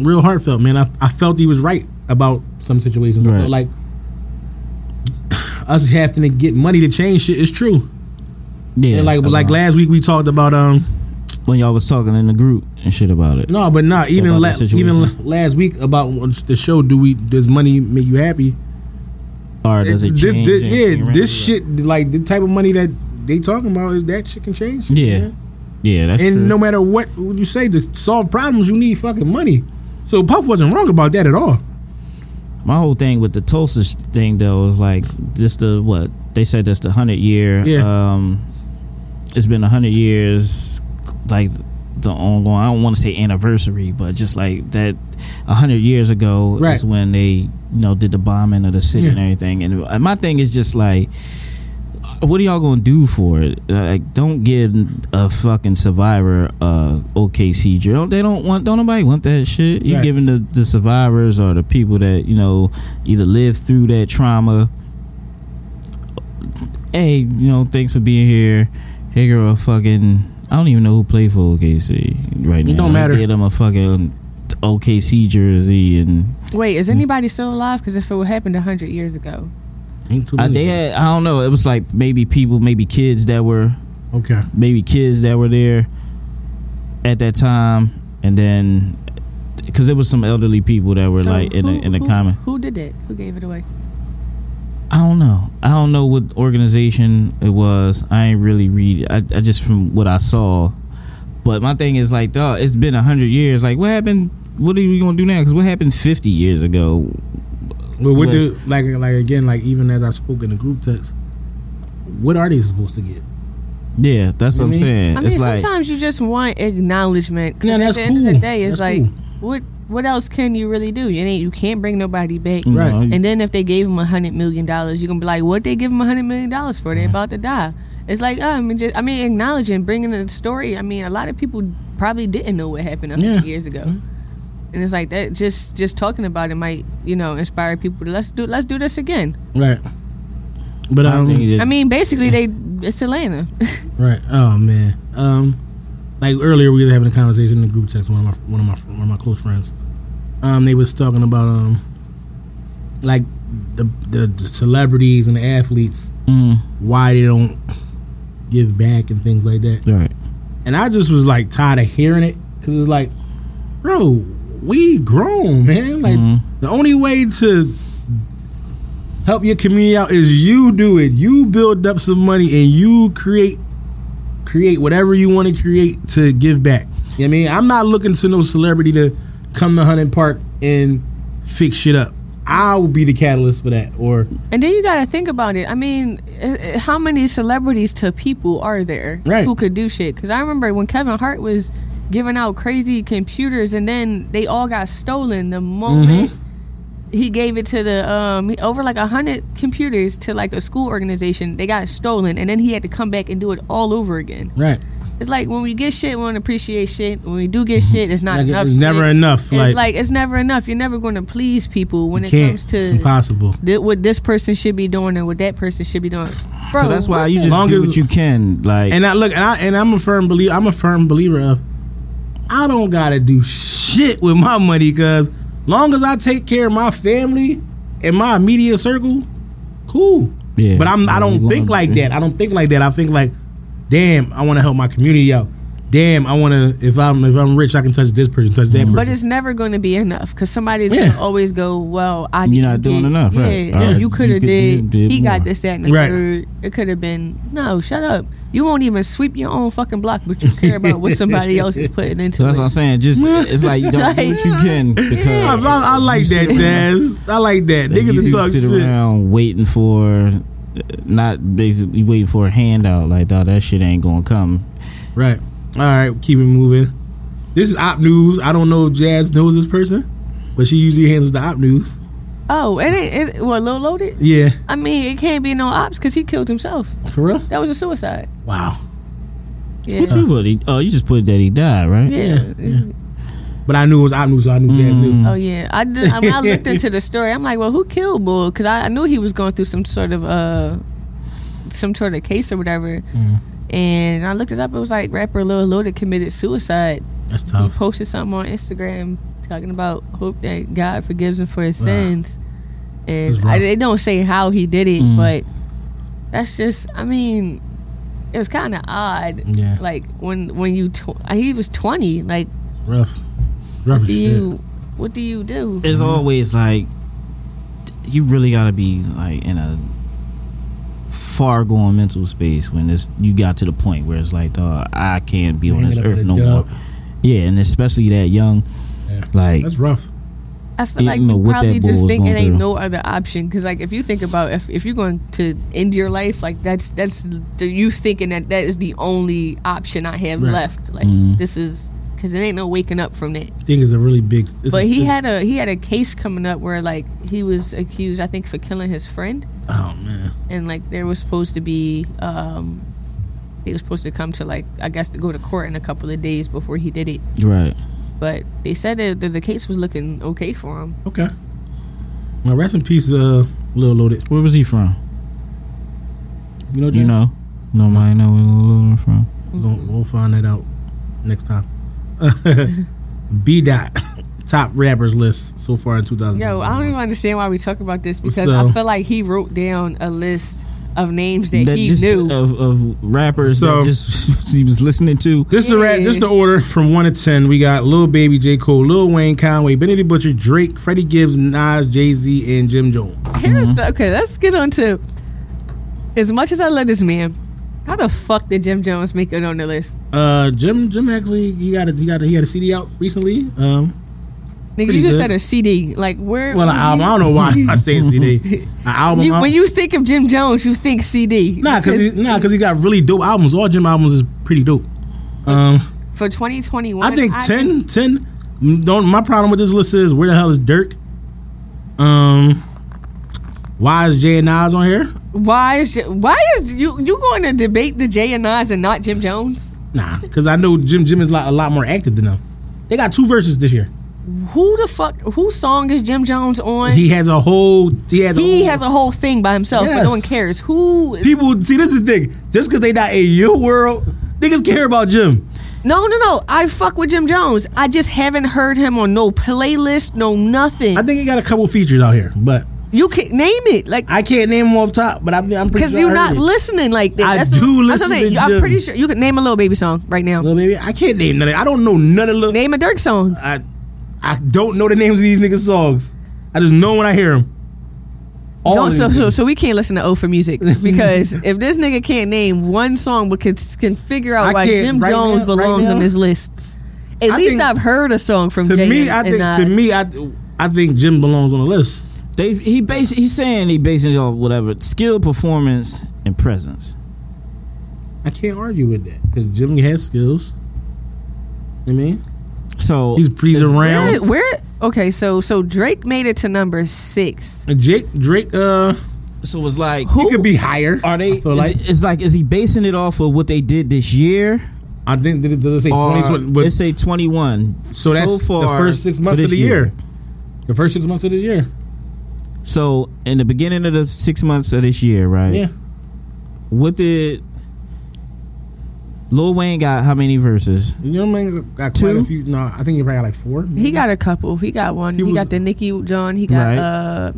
Speaker 2: real heartfelt, man. I, I felt he was right about some situations. I felt
Speaker 4: Right.
Speaker 2: like us having to get money to change shit is true.
Speaker 4: Yeah,
Speaker 2: And like
Speaker 4: about
Speaker 2: like last week we talked about um
Speaker 4: when y'all was talking in the group and shit about it.
Speaker 2: no, but not even
Speaker 4: About
Speaker 2: la-
Speaker 4: the situation.
Speaker 2: even la- last week about what's the show. Do we does money make you happy?
Speaker 4: Or does it
Speaker 2: This-
Speaker 4: change?
Speaker 2: this-
Speaker 4: anything
Speaker 2: yeah,
Speaker 4: around
Speaker 2: this
Speaker 4: you?
Speaker 2: shit like the type of money that they talking about is that shit can change. shit,
Speaker 4: Yeah.
Speaker 2: man.
Speaker 4: Yeah, that's
Speaker 2: And
Speaker 4: true.
Speaker 2: no matter what you say to solve problems, you need fucking money. So Puff wasn't wrong about that at all.
Speaker 4: My whole thing with the Tulsa sh- thing though is like this the what they said that's the hundred year.
Speaker 2: Yeah.
Speaker 4: Um, it's been a hundred years, like the ongoing. I don't want to say anniversary, but just like that, a hundred years ago
Speaker 2: Right.
Speaker 4: is when they you know did the bombing of the city and
Speaker 2: Yeah.
Speaker 4: everything. And my thing is just like. What are y'all gonna do for it? Like, don't give a fucking survivor uh OKC drill. They don't want. Don't nobody want that shit. You
Speaker 2: Right.
Speaker 4: giving the, the survivors or the people that you know either live through that trauma. Hey, you know, thanks for being here. Hey, girl, fucking. I don't even know who played for OKC right now.
Speaker 2: It don't matter.
Speaker 4: I gave them a fucking OKC jersey, and
Speaker 3: Wait, is anybody still alive? Because if it would happen hundred years ago,
Speaker 4: I, they had. I don't know. It was like maybe people, maybe kids that were
Speaker 2: okay.
Speaker 4: maybe kids that were there at that time, and then because there was some elderly people that were
Speaker 3: So
Speaker 4: like in
Speaker 3: who-
Speaker 4: the, in the
Speaker 3: who-
Speaker 4: comment.
Speaker 3: who did it? Who gave it away?
Speaker 4: I don't know. I don't know what organization it was. I ain't really read. I, I just from what I saw. But my thing is like, dog, it's been hundred years. Like, what happened? What are we gonna do now? Because what happened fifty years ago?
Speaker 2: But what do like like again like even as I spoke in the group text, what are they supposed to get?
Speaker 4: Yeah, that's
Speaker 2: You
Speaker 4: what I'm
Speaker 2: mean-
Speaker 4: saying.
Speaker 3: I
Speaker 4: it's
Speaker 3: mean,
Speaker 4: like,
Speaker 3: sometimes you just want acknowledgement. 'Cause
Speaker 2: Yeah,
Speaker 3: at
Speaker 2: that's
Speaker 3: the end of
Speaker 2: cool.
Speaker 3: the day, it's
Speaker 2: That's
Speaker 3: like,
Speaker 2: cool.
Speaker 3: what what else can you really do? You ain't you can't bring nobody back.
Speaker 4: you know,
Speaker 2: Right.
Speaker 3: And then if they gave him a hundred million dollars, you gonna be like, what they give him a hundred million dollars for? They about to die. It's like, uh, I mean, just I mean, acknowledging, bringing the story. I mean, a lot of people probably didn't know what happened a
Speaker 2: Yeah. Mm-hmm.
Speaker 3: hundred years ago, and it's like that. Just just talking about it might, you know, inspire people to let's do let's do this again.
Speaker 2: Right. But
Speaker 4: I don't
Speaker 2: um,
Speaker 4: think it is-
Speaker 3: I mean, basically, they it's Atlanta.
Speaker 2: right. Oh man. Um, like earlier we were having a conversation in the group text. One of my one of my one of my close friends. Um, they was talking about um, like the the, the celebrities and the athletes
Speaker 4: mm,
Speaker 2: why they don't give back and things like that.
Speaker 4: right.
Speaker 2: And I just was like tired of hearing it because it's like, bro, we grown, man. Like
Speaker 4: Mhm.
Speaker 2: the only way to help your community out is you do it. You build up some money and you create create whatever you want to create to give back. You know what I mean? I'm not looking to no celebrity to come to Hunting Park and fix shit up. I'll be the catalyst for that. Or
Speaker 3: And then you got to think about it. I mean, eh, eh, how many celebrities to people are there
Speaker 2: Right.
Speaker 3: who could do shit? Because I remember when Kevin Hart was giving out crazy computers, and then they all got stolen the moment
Speaker 2: Mm-hmm.
Speaker 3: he gave it to the um over like a hundred computers to like a school organization. They got stolen, and then he had to come back and do it all over again.
Speaker 2: right.
Speaker 3: It's like when we get shit, we don't appreciate shit. When we do get shit, it's
Speaker 2: Mm-hmm.
Speaker 3: not
Speaker 2: Like,
Speaker 3: enough.
Speaker 2: it's never
Speaker 3: shit.
Speaker 2: enough,
Speaker 3: It's
Speaker 2: like-
Speaker 3: like, it's never enough. You're never going to please people when it
Speaker 2: Can't.
Speaker 3: comes to
Speaker 2: it's impossible.
Speaker 3: that what this person should be doing and what that person should be doing. Bro,
Speaker 4: So that's why
Speaker 3: what
Speaker 4: you
Speaker 3: the-
Speaker 4: just
Speaker 2: Long
Speaker 4: do
Speaker 2: as-
Speaker 4: what you can. Like
Speaker 2: And I look, and I and I'm a firm believer. I'm a firm believer of I don't gotta do shit with my money because long as I take care of my family and my immediate circle, cool.
Speaker 4: Yeah.
Speaker 2: but I'm I
Speaker 4: Yeah,
Speaker 2: don't
Speaker 4: you
Speaker 2: think
Speaker 4: wanna-
Speaker 2: like that. I don't think like that. I think like, damn, I want to help my community out. Damn, I want to. If I'm if I'm rich, I can touch this person, touch
Speaker 4: Mm.
Speaker 2: that person.
Speaker 3: But it's never going to be enough because somebody's
Speaker 2: Yeah.
Speaker 3: going to always go, "Well, I
Speaker 4: You're
Speaker 3: didn't
Speaker 4: not doing
Speaker 3: get-
Speaker 4: enough,
Speaker 3: Yeah,
Speaker 4: right. All
Speaker 3: yeah,
Speaker 4: right.
Speaker 3: you could
Speaker 4: You
Speaker 3: have
Speaker 4: could- you
Speaker 3: did.
Speaker 4: did
Speaker 3: He
Speaker 4: more.
Speaker 3: got this, that, and the
Speaker 2: Right.
Speaker 3: third. It could have been no. Shut up. You won't even sweep your own fucking block, but you care about what somebody else is putting into
Speaker 4: so that's
Speaker 3: it.
Speaker 4: what I'm saying. Just it's like you don't do what you can
Speaker 2: I,
Speaker 4: because
Speaker 2: I- I like
Speaker 4: You
Speaker 2: that,
Speaker 4: sit around-
Speaker 2: Taz. I like that.
Speaker 4: Like,
Speaker 2: Niggas
Speaker 4: you
Speaker 2: that
Speaker 4: do
Speaker 2: talk
Speaker 4: sit
Speaker 2: shit.
Speaker 4: around waiting for uh, not basically waiting for a handout like that that shit ain't gonna come
Speaker 2: Right. All right, keep it moving. This is op news. I don't know if Jazz knows this person, but she usually handles the op news.
Speaker 3: Oh, it ain't. It, well, Lil loaded.
Speaker 2: Yeah,
Speaker 3: I mean, it can't be no ops because he killed himself.
Speaker 2: for real.
Speaker 3: That was a suicide.
Speaker 2: Wow.
Speaker 3: Yeah.
Speaker 4: What you put? He- Oh, you just put that he died, right?
Speaker 3: Yeah.
Speaker 2: But I knew it was op news, so I knew Jazz knew.
Speaker 3: Oh yeah, I did, I, mean, I looked into the story. I'm like, well, who killed Bull? Because I, I knew he was going through some sort of uh, some sort of case or whatever.
Speaker 2: Mm.
Speaker 3: And I looked it up. It was like rapper Lil Loaded committed suicide.
Speaker 2: That's
Speaker 3: He
Speaker 2: tough.
Speaker 3: posted something on Instagram talking about hope that God forgives him for his sins.
Speaker 2: That's
Speaker 3: And
Speaker 2: rough. Mm.
Speaker 3: I, they don't say how he did it, but that's just. I mean, it's kind of odd.
Speaker 2: Yeah.
Speaker 3: Like when when you tw- he was 20. Like
Speaker 2: Rough. Rough as
Speaker 3: do
Speaker 2: Oh, shit.
Speaker 3: you what do you do?
Speaker 4: It's always like you really gotta be like in a far going mental space when this you got to the point where it's like, dog, I can't be on
Speaker 2: Hanging
Speaker 4: this
Speaker 2: up in
Speaker 4: earth
Speaker 2: a
Speaker 4: no
Speaker 2: dub.
Speaker 4: more. Yeah, and especially that young,
Speaker 2: Yeah.
Speaker 4: like
Speaker 2: That's rough.
Speaker 3: I feel
Speaker 4: You
Speaker 3: like
Speaker 4: know
Speaker 3: you
Speaker 4: what that
Speaker 3: probably just
Speaker 4: bull's
Speaker 3: think it
Speaker 4: gonna
Speaker 3: ain't
Speaker 4: do.
Speaker 3: no other option because, like, if you think about if, if you're going to end your life, like that's that's the, you thinking that that is the only option I have
Speaker 2: Right.
Speaker 3: left. Like
Speaker 4: Mm-hmm.
Speaker 3: this is because it ain't no waking up from that.
Speaker 2: I think it's a really big. It's
Speaker 3: But
Speaker 2: a,
Speaker 3: he had a he had a case coming up where like he was accused, I think, for killing his friend,
Speaker 2: Oh man.
Speaker 3: and like there was supposed to be um they was supposed to come to like I guess to go to court in a couple of days before he did it.
Speaker 4: right.
Speaker 3: But they said that that the case was looking okay for him.
Speaker 2: Okay. Now rest in peace, uh, Lil Loaded.
Speaker 4: Where was he from?
Speaker 2: You know,
Speaker 4: You
Speaker 2: Jazz?
Speaker 4: know? Nobody know where Lil Lil from.
Speaker 2: We'll, we'll find that out next time. B dot top rappers list so far in 2000.
Speaker 3: Yo, I don't even understand why we talk about this because
Speaker 2: So-
Speaker 3: I feel like he wrote down a list of names that,
Speaker 4: That
Speaker 3: he
Speaker 4: just
Speaker 3: knew.
Speaker 2: uh,
Speaker 4: of, of rappers
Speaker 2: So-
Speaker 4: that just he was listening to.
Speaker 2: This is the rat. This is the order from one to ten. We got Lil Baby, J Cole, Lil Wayne, Conway, Benedict Butcher, Drake, Freddie Gibbs, Nas, Jay Z, and Jim Jones.
Speaker 3: Here's the okay. Let's get on to as much as I love this man. How the fuck did Jim Jones make it on the list?
Speaker 2: Uh, Jim, Jim actually, he got a, he got a, he had a CD out recently. Um,
Speaker 3: Nigga,
Speaker 2: Pretty
Speaker 3: you just
Speaker 2: good.
Speaker 3: said a CD. Like where?
Speaker 2: well, an album. I don't know why I say CD. An album.
Speaker 3: You,
Speaker 2: I-
Speaker 3: when you think of Jim Jones, you think CD.
Speaker 2: nah, cause he, nah, cause he got really dope albums. All Jim albums is pretty dope. Um.
Speaker 3: for 2021,
Speaker 2: I think 10, 10 mm, Don't my problem with this list is where the hell is Dirk? Um, why is Jay and Nas on here?
Speaker 3: Why is J- why is you you going to debate the Jay and Nas and not Jim Jones?
Speaker 2: Nah, because I know Jim Jim is a lot, a lot more active than them. They got two verses this year.
Speaker 3: Who the fuck? Whose song is Jim Jones on?
Speaker 2: He has a whole. He has.
Speaker 3: He
Speaker 2: whole,
Speaker 3: has a whole thing by himself, but
Speaker 2: Yes.
Speaker 3: no one cares. Who?
Speaker 2: People see this is the thing. Just because they not in your world, niggas care about Jim.
Speaker 3: No, no, no. I fuck with Jim Jones. I just haven't heard him on no playlist, no nothing.
Speaker 2: I think he got a couple features out here, but
Speaker 3: you can name it, like,
Speaker 2: I can't name them off top. But I'm, I'm pretty
Speaker 3: because
Speaker 2: sure
Speaker 3: you're
Speaker 2: I
Speaker 3: not
Speaker 2: heard it.
Speaker 3: listening like that.
Speaker 2: I
Speaker 3: That's
Speaker 2: do
Speaker 3: what, that's what
Speaker 2: listen
Speaker 3: I'm saying.
Speaker 2: to Jim.
Speaker 3: I'm pretty sure you can name a little baby song right now.
Speaker 2: Little baby, I can't name none. Of, I don't know none of. Little,
Speaker 3: Name a Dirk song.
Speaker 2: I I don't know the names of these niggas' songs. I just know when I hear them. All
Speaker 3: Don't, so,
Speaker 2: these
Speaker 3: so,
Speaker 2: niggas.
Speaker 3: so we can't listen to O for music because if this nigga can't name one song but can, can figure out
Speaker 2: I
Speaker 3: why
Speaker 2: can't
Speaker 3: Jim
Speaker 2: right
Speaker 3: Jones
Speaker 2: now- right
Speaker 3: belongs on
Speaker 2: now.
Speaker 3: this list, at
Speaker 2: I
Speaker 3: least
Speaker 2: think-
Speaker 3: I've heard a song from
Speaker 2: to
Speaker 3: Jay
Speaker 2: me,
Speaker 3: and,
Speaker 2: I think
Speaker 3: Nas.
Speaker 2: to me, I I think Jim belongs on the list.
Speaker 4: They he base he's saying he basing it off whatever skill, performance, and presence.
Speaker 2: I can't argue with that because Jim has skills. I mean,
Speaker 4: So
Speaker 2: he's he's around.
Speaker 3: Where, where? Okay, so so Drake made it to number six.
Speaker 2: And Jake Drake, uh,
Speaker 4: so it's like
Speaker 2: he could be higher.
Speaker 4: are they?
Speaker 2: I, feel
Speaker 4: is
Speaker 2: like,
Speaker 4: it- it's like is he basing it off of what they did this year?
Speaker 2: I think did it, does it say
Speaker 4: Or
Speaker 2: twenty twenty? But
Speaker 4: let's say twenty one.
Speaker 2: so that's the first six months of the year. The first six months of this year.
Speaker 4: So in the beginning of the six months of this year, right?
Speaker 2: Yeah,
Speaker 4: What did Lil Wayne got? How many verses?
Speaker 2: you know what I mean. Got quite
Speaker 4: Two?
Speaker 2: a few. No, I think he probably got like four.
Speaker 3: He got a couple. He got one. He,
Speaker 2: Mm-hmm. was-
Speaker 3: got the Nicki John. He got.
Speaker 4: Right.
Speaker 3: Uh,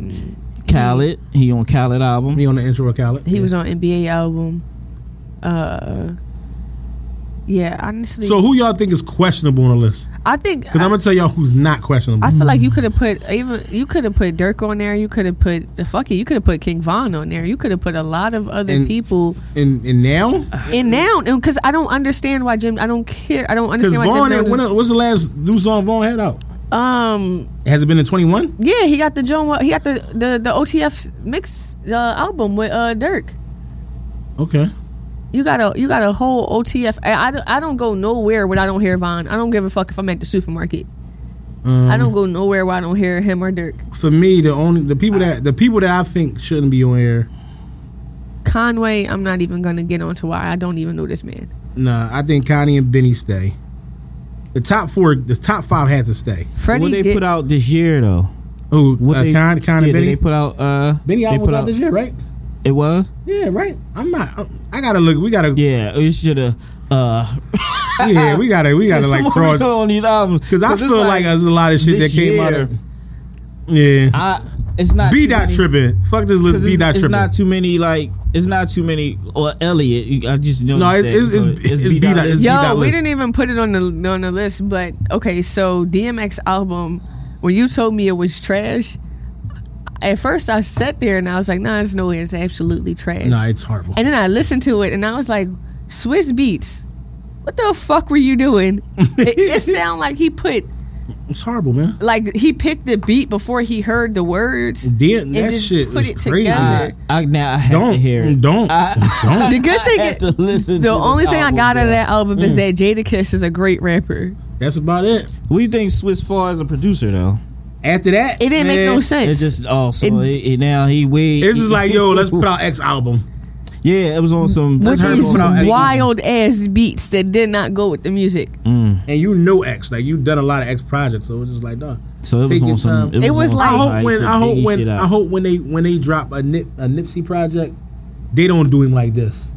Speaker 4: Khaled. He on Khaled album.
Speaker 2: me on the intro account.
Speaker 3: he was on NBA album. Uh, yeah, honestly,
Speaker 2: So who y'all think is questionable on the list?
Speaker 3: I think
Speaker 2: Because I'm gonna tell y'all who's not questionable.
Speaker 3: I feel like you could have put even you could have put Dirk on there. You could have put the fuck it. You could have put King Von on there. You could have put a lot of other
Speaker 2: And-
Speaker 3: people
Speaker 2: and and now
Speaker 3: in now because I don't understand why Jim. I don't care. I don't
Speaker 2: because
Speaker 3: understand why
Speaker 2: Vaughn,
Speaker 3: Jim.
Speaker 2: had-
Speaker 3: Jones-
Speaker 2: when, what's the last new song Vaughn had out?
Speaker 3: um,
Speaker 2: Has it been in 21?
Speaker 3: yeah, he got the John. He got the the, the OTF mix uh, album with uh, Dirk.
Speaker 2: Okay.
Speaker 3: You got a you got a whole OTF. I, I, don't- I don't go nowhere when I don't hear Von. I don't give a fuck if I'm at the supermarket.
Speaker 2: Um,
Speaker 3: I
Speaker 4: Mm.
Speaker 3: don't go nowhere where I don't hear him or Dirk.
Speaker 2: For me, the only the people that the people that I think shouldn't be on air.
Speaker 3: Conway, I'm not even gonna get onto why I don't even know this man.
Speaker 2: Nah, I think Connie and Benny stay. The top four, the top five has to stay.
Speaker 3: Freddie
Speaker 4: what they
Speaker 3: get-
Speaker 4: put out this year though?
Speaker 2: Who?
Speaker 4: What
Speaker 2: uh,
Speaker 4: they
Speaker 2: Con, Con
Speaker 4: yeah,
Speaker 2: and Benny.
Speaker 4: They put out uh
Speaker 2: Benny
Speaker 4: they
Speaker 2: album
Speaker 4: put
Speaker 2: was out this year, right?
Speaker 4: It was?
Speaker 2: Yeah, right. I'm not. I'm- I gotta look. We gotta. Yeah,
Speaker 4: Yeah, you should have uh
Speaker 2: we gotta. We gotta
Speaker 4: some
Speaker 2: like
Speaker 4: more
Speaker 2: cross.
Speaker 4: results on these albums
Speaker 2: Because I
Speaker 4: it's
Speaker 2: feel like, there's a lot of shit that
Speaker 4: this
Speaker 2: came out.
Speaker 4: year,
Speaker 2: Of, yeah.
Speaker 4: I it's not
Speaker 2: B
Speaker 4: too
Speaker 2: dot
Speaker 4: many-
Speaker 2: tripping. Fuck this
Speaker 4: 'cause
Speaker 2: list. B
Speaker 4: It's,
Speaker 2: dot
Speaker 4: it's
Speaker 2: tripping.
Speaker 4: not too many like it's not too many or Elliot. you- I just know
Speaker 2: No, it- it's- it's- it's B-Dot, it's
Speaker 3: Yo,
Speaker 2: that
Speaker 3: we
Speaker 2: list.
Speaker 3: didn't even put it on the on the list, but okay. So DMX album, when you told me it was trash, at first I sat there and I was like, "Nah, it's nowhere. It's absolutely trash."
Speaker 2: No, it's horrible.
Speaker 3: and then I listened to it and I was like, "Swiss Beats, what the fuck were you doing?" it, it sound like he put
Speaker 2: It's horrible, man.
Speaker 3: like he picked the beat before he heard the words.
Speaker 2: Then
Speaker 3: and
Speaker 2: that
Speaker 3: just
Speaker 2: shit
Speaker 3: put
Speaker 2: is
Speaker 3: it
Speaker 2: crazy.
Speaker 3: together.
Speaker 4: I, I now I have
Speaker 2: Don't
Speaker 4: to hear it.
Speaker 2: don't don't.
Speaker 3: The good thing
Speaker 4: I
Speaker 3: is,
Speaker 4: have to listen
Speaker 3: the
Speaker 4: to
Speaker 3: only
Speaker 4: this
Speaker 3: thing I
Speaker 4: album,
Speaker 3: got out of
Speaker 4: bro.
Speaker 3: that album is that Jadakiss is a great rapper.
Speaker 2: That's about it.
Speaker 4: What do you think Swiss Far as a producer though?
Speaker 2: After that,
Speaker 3: It didn't make
Speaker 2: man,
Speaker 3: no sense.
Speaker 4: It's just oh so
Speaker 3: It-
Speaker 4: it- it- now he way
Speaker 2: It's just like yo, let's put out X album.
Speaker 4: Yeah, it was on some
Speaker 3: with
Speaker 2: That's
Speaker 3: these
Speaker 2: hurtful. Put out eight.
Speaker 3: wild ass beats that did not go with the music.
Speaker 2: and you know X. Like you've done a lot of X projects, so it's just like, dog.
Speaker 4: So it was
Speaker 2: Take
Speaker 4: on
Speaker 2: your
Speaker 4: some.
Speaker 2: time.
Speaker 3: It was
Speaker 4: on
Speaker 3: like-
Speaker 2: I
Speaker 4: some
Speaker 2: hope when
Speaker 4: hype
Speaker 2: I hope
Speaker 4: Biggie
Speaker 2: when
Speaker 4: shit out.
Speaker 2: I hope when they when they drop a Nip, a Nipsey project, they don't do him like this.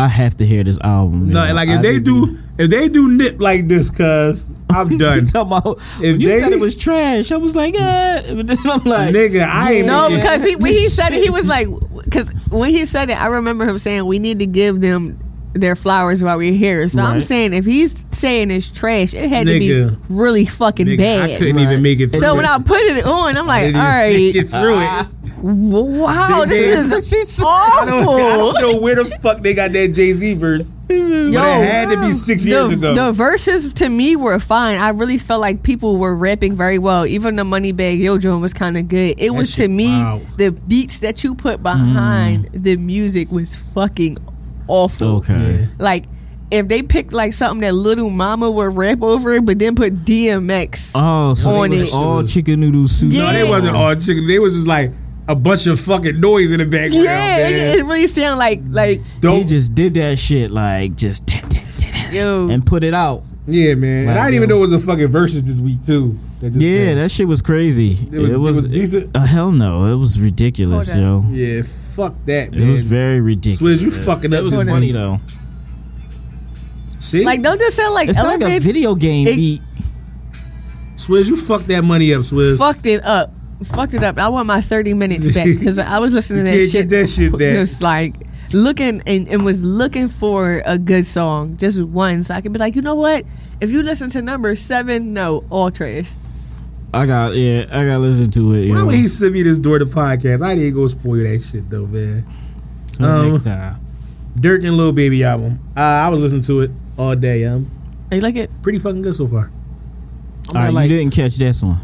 Speaker 4: I have to hear this album.
Speaker 2: No,
Speaker 4: yo.
Speaker 2: like
Speaker 4: I
Speaker 2: if they
Speaker 4: didn't-
Speaker 2: do if they do Nip like this, cause I'm
Speaker 4: You
Speaker 2: done.
Speaker 4: talking about when you
Speaker 2: they-
Speaker 4: said it was trash? I was like, eh. But then I'm like,
Speaker 2: Nigga, I ain't
Speaker 3: No,
Speaker 2: Yeah.
Speaker 3: because he when he said it, he was like, because when he said it, I remember him saying we need to give them their flowers while we're here. So I'm
Speaker 4: Right.
Speaker 3: saying if he's saying it's trash, it had to
Speaker 2: Nigga.
Speaker 3: be really fucking
Speaker 2: Nigga, I
Speaker 3: bad.
Speaker 2: couldn't even make it.
Speaker 3: So
Speaker 2: through
Speaker 3: when
Speaker 2: it.
Speaker 3: I put it on,
Speaker 2: I
Speaker 3: I'm like, all
Speaker 2: didn't
Speaker 3: right,
Speaker 2: make it through it.
Speaker 3: w- wow,
Speaker 2: They did.
Speaker 3: this is
Speaker 2: I don't, I don't
Speaker 3: awful.
Speaker 2: know where the fuck they got that Jay Z verse. But
Speaker 3: Yo,
Speaker 2: it had to be six years
Speaker 3: the,
Speaker 2: ago.
Speaker 3: the verses to me were fine. I really felt like people were rapping very well. Even the Moneybag Yo joint was kind of good. It was to
Speaker 2: shit
Speaker 3: me
Speaker 2: wild. Mm.
Speaker 3: the beats that you put behind the music was fucking awful.
Speaker 4: okay.
Speaker 3: Like if they picked like something that Little Mama would rap over it, but then put DMX.
Speaker 4: Oh, so
Speaker 3: On
Speaker 4: it was
Speaker 3: it.
Speaker 4: all chicken noodle soup.
Speaker 3: Yeah.
Speaker 2: no, they wasn't all chicken. They was just like a bunch of fucking noise in the background.
Speaker 3: yeah,
Speaker 2: man.
Speaker 3: it, it really sounded like like
Speaker 4: He
Speaker 2: Don't
Speaker 4: just did that shit like just tat, tat, tat, tat,
Speaker 3: yo.
Speaker 4: and put it out.
Speaker 2: Yeah, man. and I didn't even know it was a fucking versus this week too. That just
Speaker 4: Yeah,
Speaker 2: passed.
Speaker 4: that shit was crazy.
Speaker 2: It was- it was decent?
Speaker 4: Uh, hell no, it was ridiculous,
Speaker 3: Hold
Speaker 4: yo.
Speaker 2: yeah. Fuck that,
Speaker 4: It
Speaker 2: man.
Speaker 4: was very ridiculous.
Speaker 2: Swizz, you fucking up.
Speaker 4: It was
Speaker 2: this
Speaker 4: funny
Speaker 2: week.
Speaker 4: though.
Speaker 2: See,
Speaker 3: like don't this sound like
Speaker 4: It's like a
Speaker 3: Elevate
Speaker 4: video game
Speaker 3: it-
Speaker 4: beat.
Speaker 2: Swizz, you fucked that money up, Swizz.
Speaker 3: fucked it up. Fucked it up. I want my 30 minutes back because I was listening to
Speaker 2: You
Speaker 3: that
Speaker 2: can't
Speaker 3: shit.
Speaker 2: get that shit back.
Speaker 3: Just like looking and, and was looking for a good song, just one. So I could be like, you know what? If you listen to number seven, no, all trash.
Speaker 4: I got yeah, I gotta listen to it. You
Speaker 2: Why
Speaker 4: know,
Speaker 2: would he send me this door to podcast? I didn't go spoil that shit though, man. Um,
Speaker 4: next time.
Speaker 2: Dirk and Lil Baby album. Uh, I was listening to it all day. Um,
Speaker 3: You like it?
Speaker 2: pretty fucking good so far. I'm
Speaker 4: All right,
Speaker 2: not like,
Speaker 4: you didn't catch this one.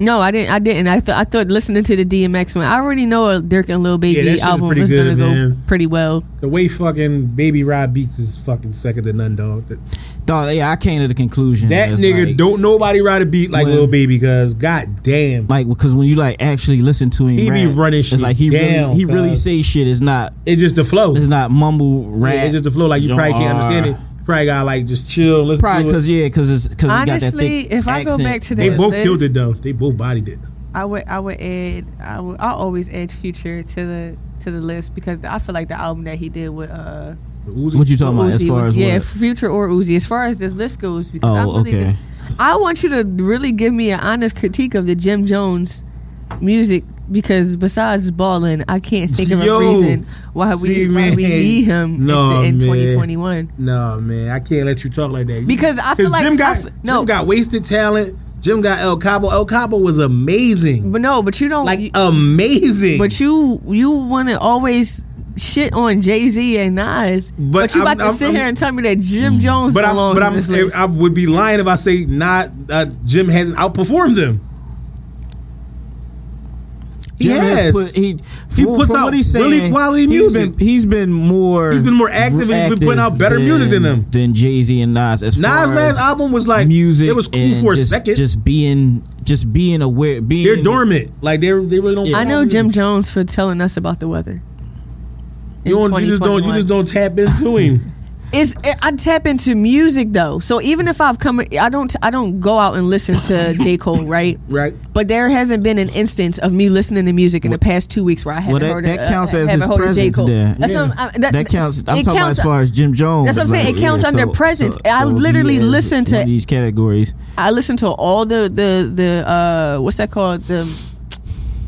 Speaker 3: No, I didn't. I didn't. I thought I thought listening to the DMX one. I already know a Dirk and Lil
Speaker 2: Yeah, that
Speaker 3: Baby
Speaker 2: shit is
Speaker 3: album
Speaker 2: pretty
Speaker 3: is
Speaker 2: good,
Speaker 3: gonna go
Speaker 2: man.
Speaker 3: pretty well.
Speaker 2: the way fucking Baby Rod beats is fucking second to none, dog. That,
Speaker 4: Dog, yeah, I came to the conclusion
Speaker 2: that
Speaker 4: it's
Speaker 2: nigga
Speaker 4: like,
Speaker 2: don't nobody ride a beat like
Speaker 4: When-
Speaker 2: Lil Baby because god damn,
Speaker 4: like because when you like actually listen to him,
Speaker 2: He be
Speaker 4: rap,
Speaker 2: running
Speaker 4: it's
Speaker 2: shit
Speaker 4: like he
Speaker 2: down,
Speaker 4: really he really
Speaker 2: cuz.
Speaker 4: say shit. It's not
Speaker 2: it's just the flow.
Speaker 4: it's not mumble rap.
Speaker 2: Yeah, it's just the flow. Like you probably can't understand it. You probably gotta like just chill. Listen
Speaker 4: Probably
Speaker 2: to it.
Speaker 4: because yeah, because it's because
Speaker 3: Honestly, if I go back to the
Speaker 2: they both
Speaker 3: list,
Speaker 2: killed it though. They both bodied it.
Speaker 3: I would I would add I would I always add Future to the to the list because I feel like the album that he did with uh
Speaker 2: The Uzi-
Speaker 4: what you talking about as
Speaker 3: Uzi
Speaker 4: far
Speaker 3: was,
Speaker 4: as
Speaker 3: yeah
Speaker 4: what?
Speaker 3: Future or Uzi as far as this list goes because
Speaker 4: Oh,
Speaker 3: I really
Speaker 4: okay.
Speaker 3: just I want you to really give me an honest critique of the Jim Jones music because besides balling I can't think of
Speaker 2: Yo,
Speaker 3: a reason why we
Speaker 2: see,
Speaker 3: why we
Speaker 2: man.
Speaker 3: need him
Speaker 2: No,
Speaker 3: in,
Speaker 2: man.
Speaker 3: in 2021
Speaker 2: No man, I can't let you talk like that
Speaker 3: Because I feel
Speaker 2: 'Cause
Speaker 3: like-
Speaker 2: Jim got
Speaker 3: I f- no.
Speaker 2: Jim got wasted talent. Jim got El Cabo. El Cabo was amazing,
Speaker 3: but no but you don't
Speaker 2: like um,
Speaker 3: you-
Speaker 2: amazing.
Speaker 3: But you you want to always shit on Jay Z and Nas, but, you
Speaker 2: I'm-
Speaker 3: about to
Speaker 2: I'm-
Speaker 3: sit
Speaker 2: I'm- Mm.
Speaker 3: here and tell me that Jim Jones
Speaker 2: but I'm,
Speaker 3: belongs
Speaker 2: but
Speaker 3: in
Speaker 2: I'm,
Speaker 3: this list.
Speaker 2: I would be lying if I say not. Uh, Jim hasn't outperformed them. He
Speaker 4: Jim has
Speaker 2: has.
Speaker 4: put- he,
Speaker 2: He
Speaker 4: from-
Speaker 2: puts
Speaker 4: from
Speaker 2: out
Speaker 4: what he's saying,
Speaker 2: really quality
Speaker 4: he's been-
Speaker 2: music.
Speaker 4: he's been more
Speaker 2: He's been more active and he's been putting out better music than them.
Speaker 4: than Jay Z and Nas. As far
Speaker 2: Nas' last
Speaker 4: as
Speaker 2: album was like
Speaker 4: music,
Speaker 2: It was cool
Speaker 4: and
Speaker 2: for
Speaker 4: just,
Speaker 2: a second.
Speaker 4: Just being just being aware, being
Speaker 2: they're dormant. Like they they really don't.
Speaker 4: Yeah.
Speaker 3: I
Speaker 4: I'm-
Speaker 3: know Jim Jones for telling us about the weather. in
Speaker 2: You, don't, you just don't. You
Speaker 3: 2021.
Speaker 2: just don't tap into him.
Speaker 3: It's eh, I tap into music though, so even if I've come, I don't I don't go out and listen to J Cole, right?
Speaker 2: Right.
Speaker 3: But there hasn't been an instance of me listening to music in the past two weeks where I haven't
Speaker 4: that-
Speaker 3: heard
Speaker 4: that
Speaker 3: uh,
Speaker 4: counts as
Speaker 3: haven't
Speaker 4: his
Speaker 3: heard of J.
Speaker 4: presence
Speaker 3: Cole.
Speaker 4: there.
Speaker 3: That's what I'm- I- that,
Speaker 4: That counts. I'm talking about
Speaker 3: counts-
Speaker 4: as far as Jim Jones.
Speaker 3: That's what I'm saying, it counts under presence. I literally
Speaker 4: he is
Speaker 3: listened to-
Speaker 4: one of these categories.
Speaker 3: I listen to all the the the uh what's that called the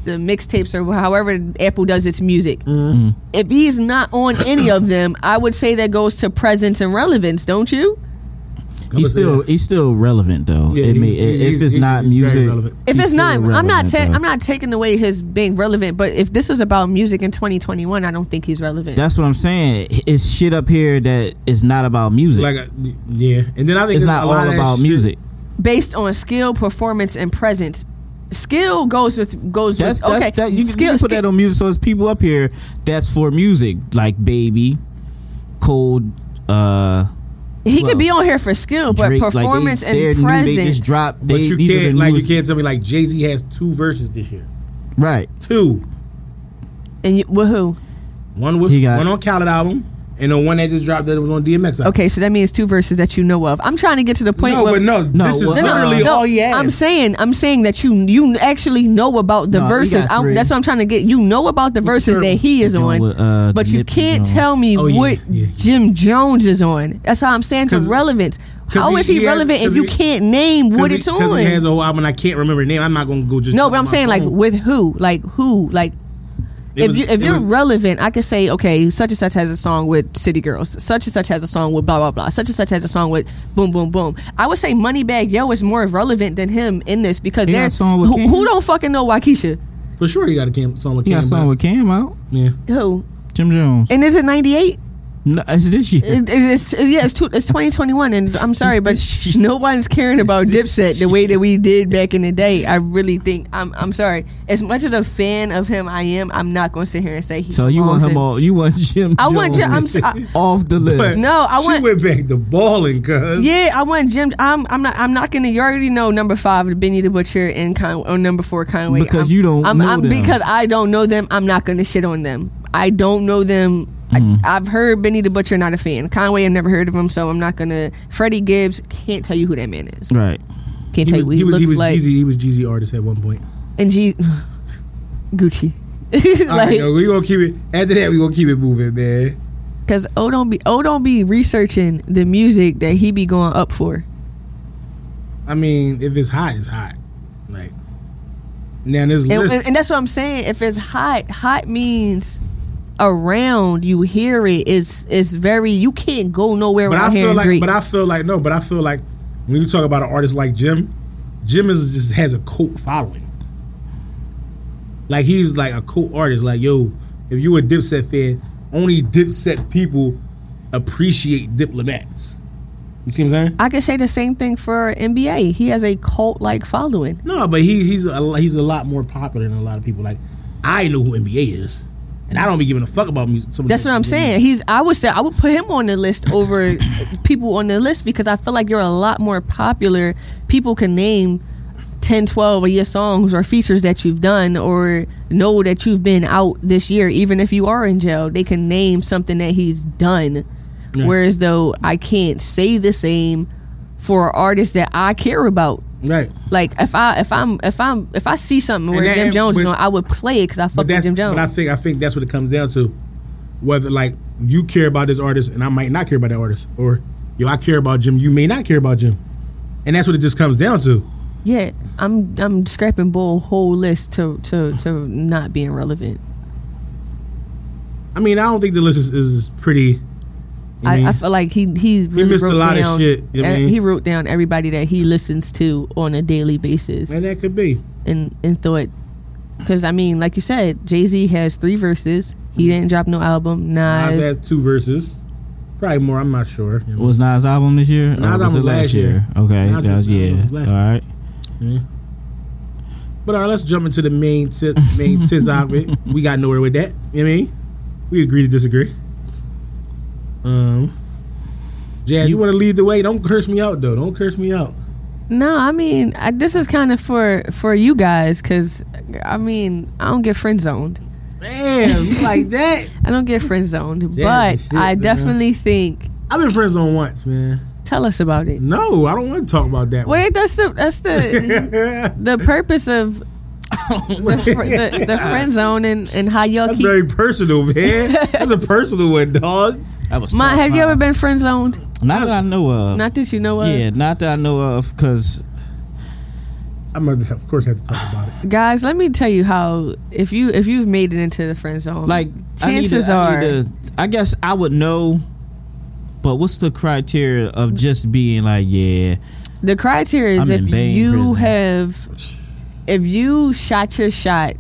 Speaker 3: the mixtapes or however Apple does its music.
Speaker 4: Mm-hmm.
Speaker 3: If he's not on any of them, I would say that goes to presence and relevance, don't you?
Speaker 4: He's still he's still relevant though.
Speaker 2: Yeah,
Speaker 4: It
Speaker 2: he's-
Speaker 4: may-
Speaker 2: he's-
Speaker 4: if
Speaker 2: he's-
Speaker 4: it's not
Speaker 2: he's very
Speaker 4: music,
Speaker 2: relevant.
Speaker 3: If
Speaker 4: he's
Speaker 3: it's not,
Speaker 4: still
Speaker 3: I'm not
Speaker 4: relevant,
Speaker 3: ta-
Speaker 4: though.
Speaker 3: I'm not taking away his being relevant. But if this is about music in 2021, I don't think he's relevant.
Speaker 4: That's what I'm saying. It's shit up here that is not about music.
Speaker 2: Like uh, yeah, and then I think there's
Speaker 4: it's not
Speaker 2: a lot
Speaker 4: all
Speaker 2: of that
Speaker 4: about
Speaker 2: shit-
Speaker 4: music.
Speaker 3: Based on skill, performance, and presence. Skill goes with goes
Speaker 4: That's,
Speaker 3: with
Speaker 4: that's
Speaker 3: okay.
Speaker 4: that you, can- you
Speaker 3: skill,
Speaker 4: can put that on music. So it's people up here that's for music, like Baby, Cold, uh,
Speaker 3: he
Speaker 4: well,
Speaker 3: could be on here for skill, but
Speaker 4: Drake.
Speaker 3: performance
Speaker 4: like they, they're
Speaker 3: and
Speaker 4: new,
Speaker 3: presence.
Speaker 4: They just dropped. They,
Speaker 2: But you
Speaker 4: these are the
Speaker 2: can't like
Speaker 4: newest-
Speaker 2: you can't tell me like Jay Z has two verses this year.
Speaker 4: Right.
Speaker 2: Two.
Speaker 3: And you, with who?
Speaker 2: One was
Speaker 4: He got-
Speaker 2: one on Khaled album, and the one that just dropped that was on DMX. Album.
Speaker 3: Okay, so that means two verses that you know of. I'm trying to get to the point
Speaker 2: No,
Speaker 3: where
Speaker 2: but no,
Speaker 4: No,
Speaker 2: this is
Speaker 4: well,
Speaker 2: literally
Speaker 4: no,
Speaker 2: all he has.
Speaker 3: I'm saying I'm saying that you you actually know about the
Speaker 4: No, he
Speaker 3: verses.
Speaker 4: got
Speaker 3: I'm,
Speaker 4: three.
Speaker 3: that's what I'm trying to get. You know about the verses
Speaker 2: sure.
Speaker 3: that he is
Speaker 4: The joint
Speaker 3: on,
Speaker 4: with, uh,
Speaker 3: but
Speaker 4: the
Speaker 3: you
Speaker 4: Nipsey
Speaker 3: can't
Speaker 4: joint.
Speaker 3: tell me
Speaker 2: Oh, yeah,
Speaker 3: what
Speaker 2: yeah.
Speaker 3: Jim Jones is on. That's how I'm saying to
Speaker 2: 'Cause-
Speaker 3: relevance. How
Speaker 2: he-
Speaker 3: is he,
Speaker 2: he has-
Speaker 3: relevant if
Speaker 2: 'cause
Speaker 3: you
Speaker 2: he-
Speaker 3: can't name what it's on?
Speaker 2: He has a whole album. and I can't remember the name. I'm not gonna go just.
Speaker 3: no,
Speaker 2: off
Speaker 3: but I'm
Speaker 2: my
Speaker 3: saying like
Speaker 2: phone.
Speaker 3: with who? Like who? Like
Speaker 2: It
Speaker 3: if
Speaker 2: was-
Speaker 3: you if
Speaker 2: it
Speaker 3: you're
Speaker 2: was-
Speaker 3: relevant, I could say okay, such and such has a song with City Girls, such and such has a song with blah blah blah, such and such has a song with Boom Boom Boom. I would say Moneybag Yo is more relevant than him in this because
Speaker 4: He got a
Speaker 3: there's
Speaker 4: song with
Speaker 3: who,
Speaker 4: Cam?
Speaker 3: who don't fucking know Waukesha.
Speaker 2: for sure, he got a cam- song with
Speaker 4: He
Speaker 2: Cam.
Speaker 4: got a song
Speaker 2: but-
Speaker 4: with Cam out.
Speaker 2: yeah.
Speaker 3: Who
Speaker 4: Jim Jones.
Speaker 3: and is it '98?
Speaker 4: No, it's this year.
Speaker 3: It's, it's, yeah, it's, two, it's 2021, and I'm sorry, but no one's caring about Dipset the way that we did back in the day. I really think I'm I'm sorry. As much as a fan of him I am, I'm not going to sit here and say he.
Speaker 4: so you want
Speaker 3: belongs
Speaker 4: him
Speaker 3: in-
Speaker 4: all? You want Jim?
Speaker 3: I want Jim. I'm.
Speaker 4: Jones
Speaker 3: s- I-
Speaker 4: off the list.
Speaker 2: But
Speaker 3: No, I
Speaker 2: she
Speaker 3: want-
Speaker 2: went back to balling, cuz.
Speaker 3: Yeah, I want Jim. I'm. I'm not. I'm not gonna. You already know number five, Benny the Butcher, and Con, or number four, Conway.
Speaker 4: Because
Speaker 3: I'm,
Speaker 4: you don't
Speaker 3: I'm,
Speaker 4: know
Speaker 3: I'm,
Speaker 4: them.
Speaker 3: Because I don't know them. I'm not gonna shit on them. I don't know them.
Speaker 2: Mm.
Speaker 3: I, I've heard Benny the Butcher. Not a fan. Conway. I've never heard of him, so I'm not gonna. Freddie Gibbs. Can't tell you who that man is.
Speaker 4: Right.
Speaker 3: Can't
Speaker 2: He
Speaker 3: tell
Speaker 2: was, he
Speaker 3: you what he,
Speaker 2: was,
Speaker 3: looks
Speaker 2: he was
Speaker 3: like.
Speaker 2: Jeezy. He was Jeezy artist at one point.
Speaker 3: And G. Gucci.
Speaker 2: All right,
Speaker 3: like,
Speaker 2: yo, we gonna keep it. After that, we gonna keep it moving, man.
Speaker 3: cause O don't be O don't be researching the music that he be going up for.
Speaker 2: I mean, if it's hot, it's hot. Like now, this
Speaker 3: And,
Speaker 2: list.
Speaker 3: and- and that's what I'm saying. If it's hot, hot means around. You hear it. It's it's very. You can't go nowhere
Speaker 2: but
Speaker 3: without
Speaker 2: I feel
Speaker 3: hearing
Speaker 2: like,
Speaker 3: Drake.
Speaker 2: but I feel like no, but I feel like when you talk about an artist like Jim, Jim is just has a cult following. Like he's like a cult artist. Like yo, if you a Dipset fan, only Dipset people appreciate diplomats. You see what I'm saying?
Speaker 3: I could say the same thing for NBA. He has a cult like following.
Speaker 2: No, but he he's a, he's a lot more popular than a lot of people. Like I know who NBA is, and I don't be giving a fuck about music. some of
Speaker 3: That's
Speaker 2: the-
Speaker 3: what I'm saying. He's I would say I would put him on the list over people on the list because I feel like you're a lot more popular. People can name 10, 12 of your songs or features that you've done or know that you've been out this year even if you are in jail. They can name something that he's done. Whereas though I can't say the same for artists that I care about.
Speaker 2: right.
Speaker 3: Like if I if I'm if I'm if I see something where
Speaker 2: that-
Speaker 3: Jim Jones is
Speaker 2: but-
Speaker 3: on, I would play it because I fuck
Speaker 2: But
Speaker 3: with
Speaker 2: that's
Speaker 3: Jim Jones.
Speaker 2: but I think I think that's what it comes down to. Whether like you care about this artist and I might not care about that artist, or yo I care about Jim, you may not care about Jim, and that's what it just comes down to.
Speaker 3: Yeah, I'm I'm scraping bull whole list to to to not being relevant.
Speaker 2: I mean I don't think the list is, is pretty. you
Speaker 3: I, I
Speaker 2: mean,
Speaker 3: feel like he he really
Speaker 2: missed a
Speaker 3: wrote
Speaker 2: lot of
Speaker 3: down,
Speaker 2: shit, you
Speaker 3: eh,
Speaker 2: mean?
Speaker 3: He wrote down everybody that he listens to on a daily basis,
Speaker 2: and that could be.
Speaker 3: and and thought, because I mean, like you said, Jay Z has three verses.
Speaker 2: Mm-hmm.
Speaker 3: He didn't drop no album.
Speaker 2: Nas
Speaker 3: Nas,
Speaker 2: had two verses, probably more. I'm not sure. you know.
Speaker 4: Was Nas' album this year? Or
Speaker 2: Nas' album
Speaker 4: was it
Speaker 2: was last year.
Speaker 4: Okay,
Speaker 2: Nas'
Speaker 4: that was
Speaker 2: album
Speaker 4: yeah.
Speaker 2: was last
Speaker 4: All right.
Speaker 2: But all right, let's jump into the main t- main tiz of it. We got nowhere with that. You know what I mean? We agree to disagree. Um, Jazz, you, want to lead the way? Don't curse me out, though. Don't curse me out.
Speaker 3: No, I mean I, this is kind of for for you guys, because I mean I don't get friend zoned.
Speaker 2: Man, you like that?
Speaker 3: I don't get friend zoned,
Speaker 2: Yeah,
Speaker 3: but
Speaker 2: shit,
Speaker 3: I
Speaker 2: man.
Speaker 3: definitely think.
Speaker 2: I've been friends on once, man.
Speaker 3: Tell us about it.
Speaker 2: No, I don't want to talk about that.
Speaker 3: Wait, that's the that's the
Speaker 2: one.
Speaker 3: the purpose of the, fr- the, the friend zone and, and how y'all
Speaker 2: That's
Speaker 3: keep.
Speaker 2: very personal, man. That's a personal one, dog.
Speaker 4: That was.
Speaker 3: Ma,
Speaker 4: tough,
Speaker 3: have you
Speaker 4: nah.
Speaker 3: ever been friend zoned?
Speaker 4: Not that I know of.
Speaker 3: Not that you know of.
Speaker 4: yeah, not that I know of, because
Speaker 2: I'm gonna, have- of course, have to talk about it.
Speaker 3: Guys, let me tell you how if you if you've made it into the friend zone,
Speaker 4: like
Speaker 3: chances
Speaker 4: I
Speaker 3: are,
Speaker 4: need to- I need to- I guess I would know. But what's the criteria of just being like, yeah,
Speaker 3: the criteria is
Speaker 4: I'm in
Speaker 3: if
Speaker 4: Bain
Speaker 3: you
Speaker 4: prison.
Speaker 3: have if you shot your shot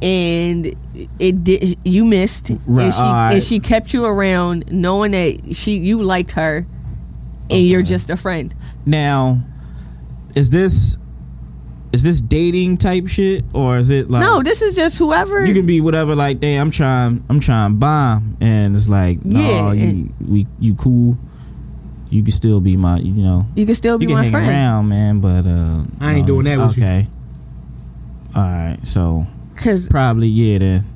Speaker 3: and it did you missed
Speaker 4: Right,
Speaker 3: and she
Speaker 4: alright.
Speaker 3: and she kept you around knowing that she you liked her and you're just a friend.
Speaker 4: now is this is this dating type shit or is it like
Speaker 3: No, this is just whoever
Speaker 4: you can be whatever like damn i'm trying i'm trying bomb and it's like no
Speaker 3: Yeah,
Speaker 4: you
Speaker 3: and-
Speaker 4: we you cool you can still be my you know
Speaker 3: You can still be
Speaker 4: you can
Speaker 3: my
Speaker 4: hang
Speaker 3: friend.
Speaker 4: around man but uh
Speaker 2: I ain't
Speaker 4: uh,
Speaker 2: doing that with you.
Speaker 4: okay all right so
Speaker 3: Because
Speaker 4: probably yeah then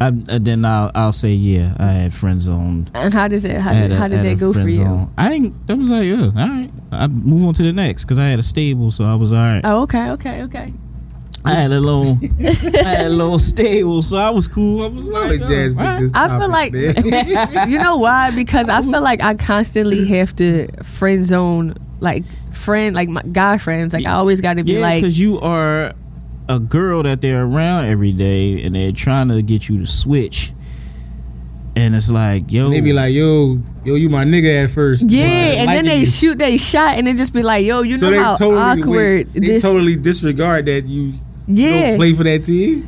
Speaker 4: I, uh, then I'll, I'll say yeah I had friend zoned.
Speaker 3: and how does it? How,
Speaker 4: I had
Speaker 3: did,
Speaker 4: a-
Speaker 3: how did
Speaker 4: had a
Speaker 3: that go for
Speaker 4: friend
Speaker 3: you?
Speaker 4: zone. I didn't. I was like, yeah, all right. I move on to the next because I had a stable, so I was all right.
Speaker 3: Oh, okay, okay, okay.
Speaker 4: I had a little, I had a little stable, so I was cool. I was
Speaker 2: Let
Speaker 4: like, oh,
Speaker 2: Jazz
Speaker 4: all
Speaker 2: pick
Speaker 4: right.
Speaker 2: this
Speaker 3: I feel like
Speaker 2: topic, man.
Speaker 3: you know why? Because I feel like I constantly have to friend zone like friend like my guy friends. Like I always got to be
Speaker 4: Yeah,
Speaker 3: like
Speaker 4: because you are a girl that they're around every day, and they're trying to get you to switch. And it's like, yo,
Speaker 2: they be like, yo, yo, you my nigga at first.
Speaker 3: yeah,
Speaker 2: But I
Speaker 3: and
Speaker 2: like
Speaker 3: then they
Speaker 2: you.
Speaker 3: shoot they shot and they just be like, yo, you know how awkward
Speaker 2: wait, they
Speaker 3: this.
Speaker 2: totally disregard that you
Speaker 3: yeah,
Speaker 2: don't play for that team.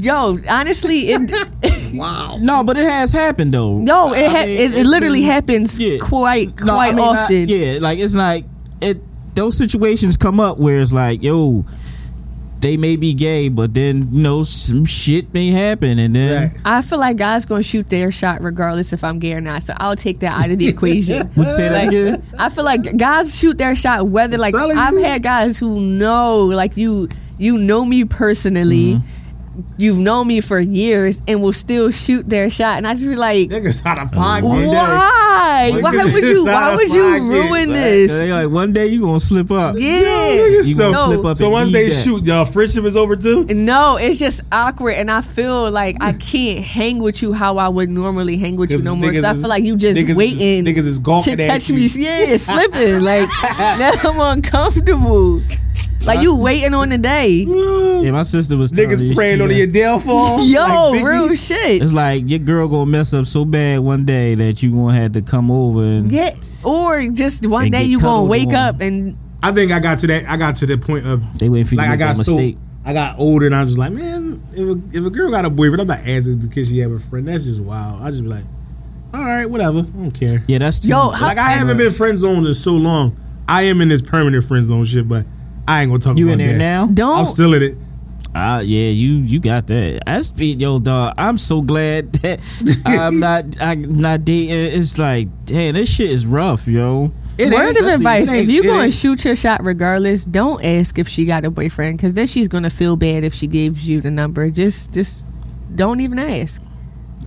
Speaker 3: yo, honestly, it,
Speaker 2: Wow.
Speaker 4: no, but it has happened though.
Speaker 3: no, it
Speaker 4: I
Speaker 3: ha- it,
Speaker 4: mean,
Speaker 3: it
Speaker 4: it's
Speaker 3: literally
Speaker 4: been-
Speaker 3: happens
Speaker 4: yeah.
Speaker 3: quite
Speaker 4: No, I
Speaker 3: quite
Speaker 4: mean, not-
Speaker 3: often.
Speaker 4: yeah, like it's like it. Those situations come up where it's like, yo, they may be gay, but then you know some shit may happen, and then.
Speaker 2: Right.
Speaker 3: I feel like guys gonna shoot their shot regardless if I'm gay or not. So I'll take that out of the equation.
Speaker 4: Would you say that
Speaker 3: Like,
Speaker 4: again?
Speaker 3: I feel like guys shoot their shot whether like
Speaker 2: telling
Speaker 3: I've
Speaker 2: you.
Speaker 3: had guys who know like you you know me personally.
Speaker 4: Mm-hmm.
Speaker 3: You've known me for years and will still shoot their shot, and I just be like,
Speaker 2: Niggas out
Speaker 4: Oh.
Speaker 2: of pocket.
Speaker 3: why?
Speaker 2: Look
Speaker 3: Why
Speaker 2: at
Speaker 3: would you?
Speaker 2: this
Speaker 3: Why
Speaker 2: out
Speaker 3: would
Speaker 2: of
Speaker 3: you
Speaker 2: pocket,
Speaker 3: ruin
Speaker 2: like,
Speaker 3: this?
Speaker 4: They're like one day you gonna slip up.
Speaker 3: Yeah.
Speaker 4: You
Speaker 2: so,
Speaker 4: gonna slip up
Speaker 2: so
Speaker 4: and
Speaker 2: once
Speaker 4: eat
Speaker 2: they
Speaker 4: that.
Speaker 2: shoot, y'all friendship is over too.
Speaker 3: No, it's just awkward, and I feel like I can't hang with you how I would normally hang with you
Speaker 2: Niggas
Speaker 3: no
Speaker 2: is-
Speaker 3: more. Because I
Speaker 2: niggas is-
Speaker 3: feel like you just
Speaker 2: niggas is-
Speaker 3: waiting
Speaker 2: niggas is gawking
Speaker 3: to
Speaker 2: at
Speaker 3: catch
Speaker 2: you.
Speaker 3: me. Yeah, slipping like now I'm uncomfortable. Like you waiting on the day.
Speaker 4: Yeah, my sister was telling me,
Speaker 2: Niggas praying
Speaker 4: she
Speaker 2: on
Speaker 4: was-
Speaker 2: your downfall.
Speaker 3: Yo,
Speaker 2: Like, Biggie.
Speaker 3: real shit.
Speaker 4: It's like your girl gonna mess up so bad one day that you gonna have to come over and
Speaker 3: Yeah, or just one
Speaker 4: And
Speaker 3: day
Speaker 4: get
Speaker 3: you gonna
Speaker 4: cuddled
Speaker 3: wake
Speaker 4: on.
Speaker 3: up and
Speaker 2: I think I got to that. I got to the point of
Speaker 4: They waiting for you
Speaker 2: like
Speaker 4: to
Speaker 2: I
Speaker 4: make that
Speaker 2: got so
Speaker 4: mistake.
Speaker 2: I got older and I was just like, man, if a, if a girl got a boyfriend, I'm not asking because she have a friend. That's just wild. I just be like, all right, whatever. I don't care.
Speaker 4: Yeah, that's too,
Speaker 3: Yo,
Speaker 2: Like I haven't been friend zoned in so long. I am in this permanent friend zone shit, but I ain't gonna talk
Speaker 4: You
Speaker 2: about
Speaker 4: in there
Speaker 2: that.
Speaker 4: now?
Speaker 3: Don't
Speaker 2: I'm still in it.
Speaker 4: Uh, yeah, you you got that. I speak yo dog. I'm so glad that I'm not I'm not dating. It's like damn, this shit is rough, yo.
Speaker 2: It
Speaker 3: Word
Speaker 2: ain't-
Speaker 3: of advice:
Speaker 2: it ain't-
Speaker 3: If you're
Speaker 2: it
Speaker 3: going
Speaker 2: ain't-
Speaker 3: to shoot your shot regardless, don't ask if she got a boyfriend because then she's going to feel bad if she gives you the number. Just, just don't even ask.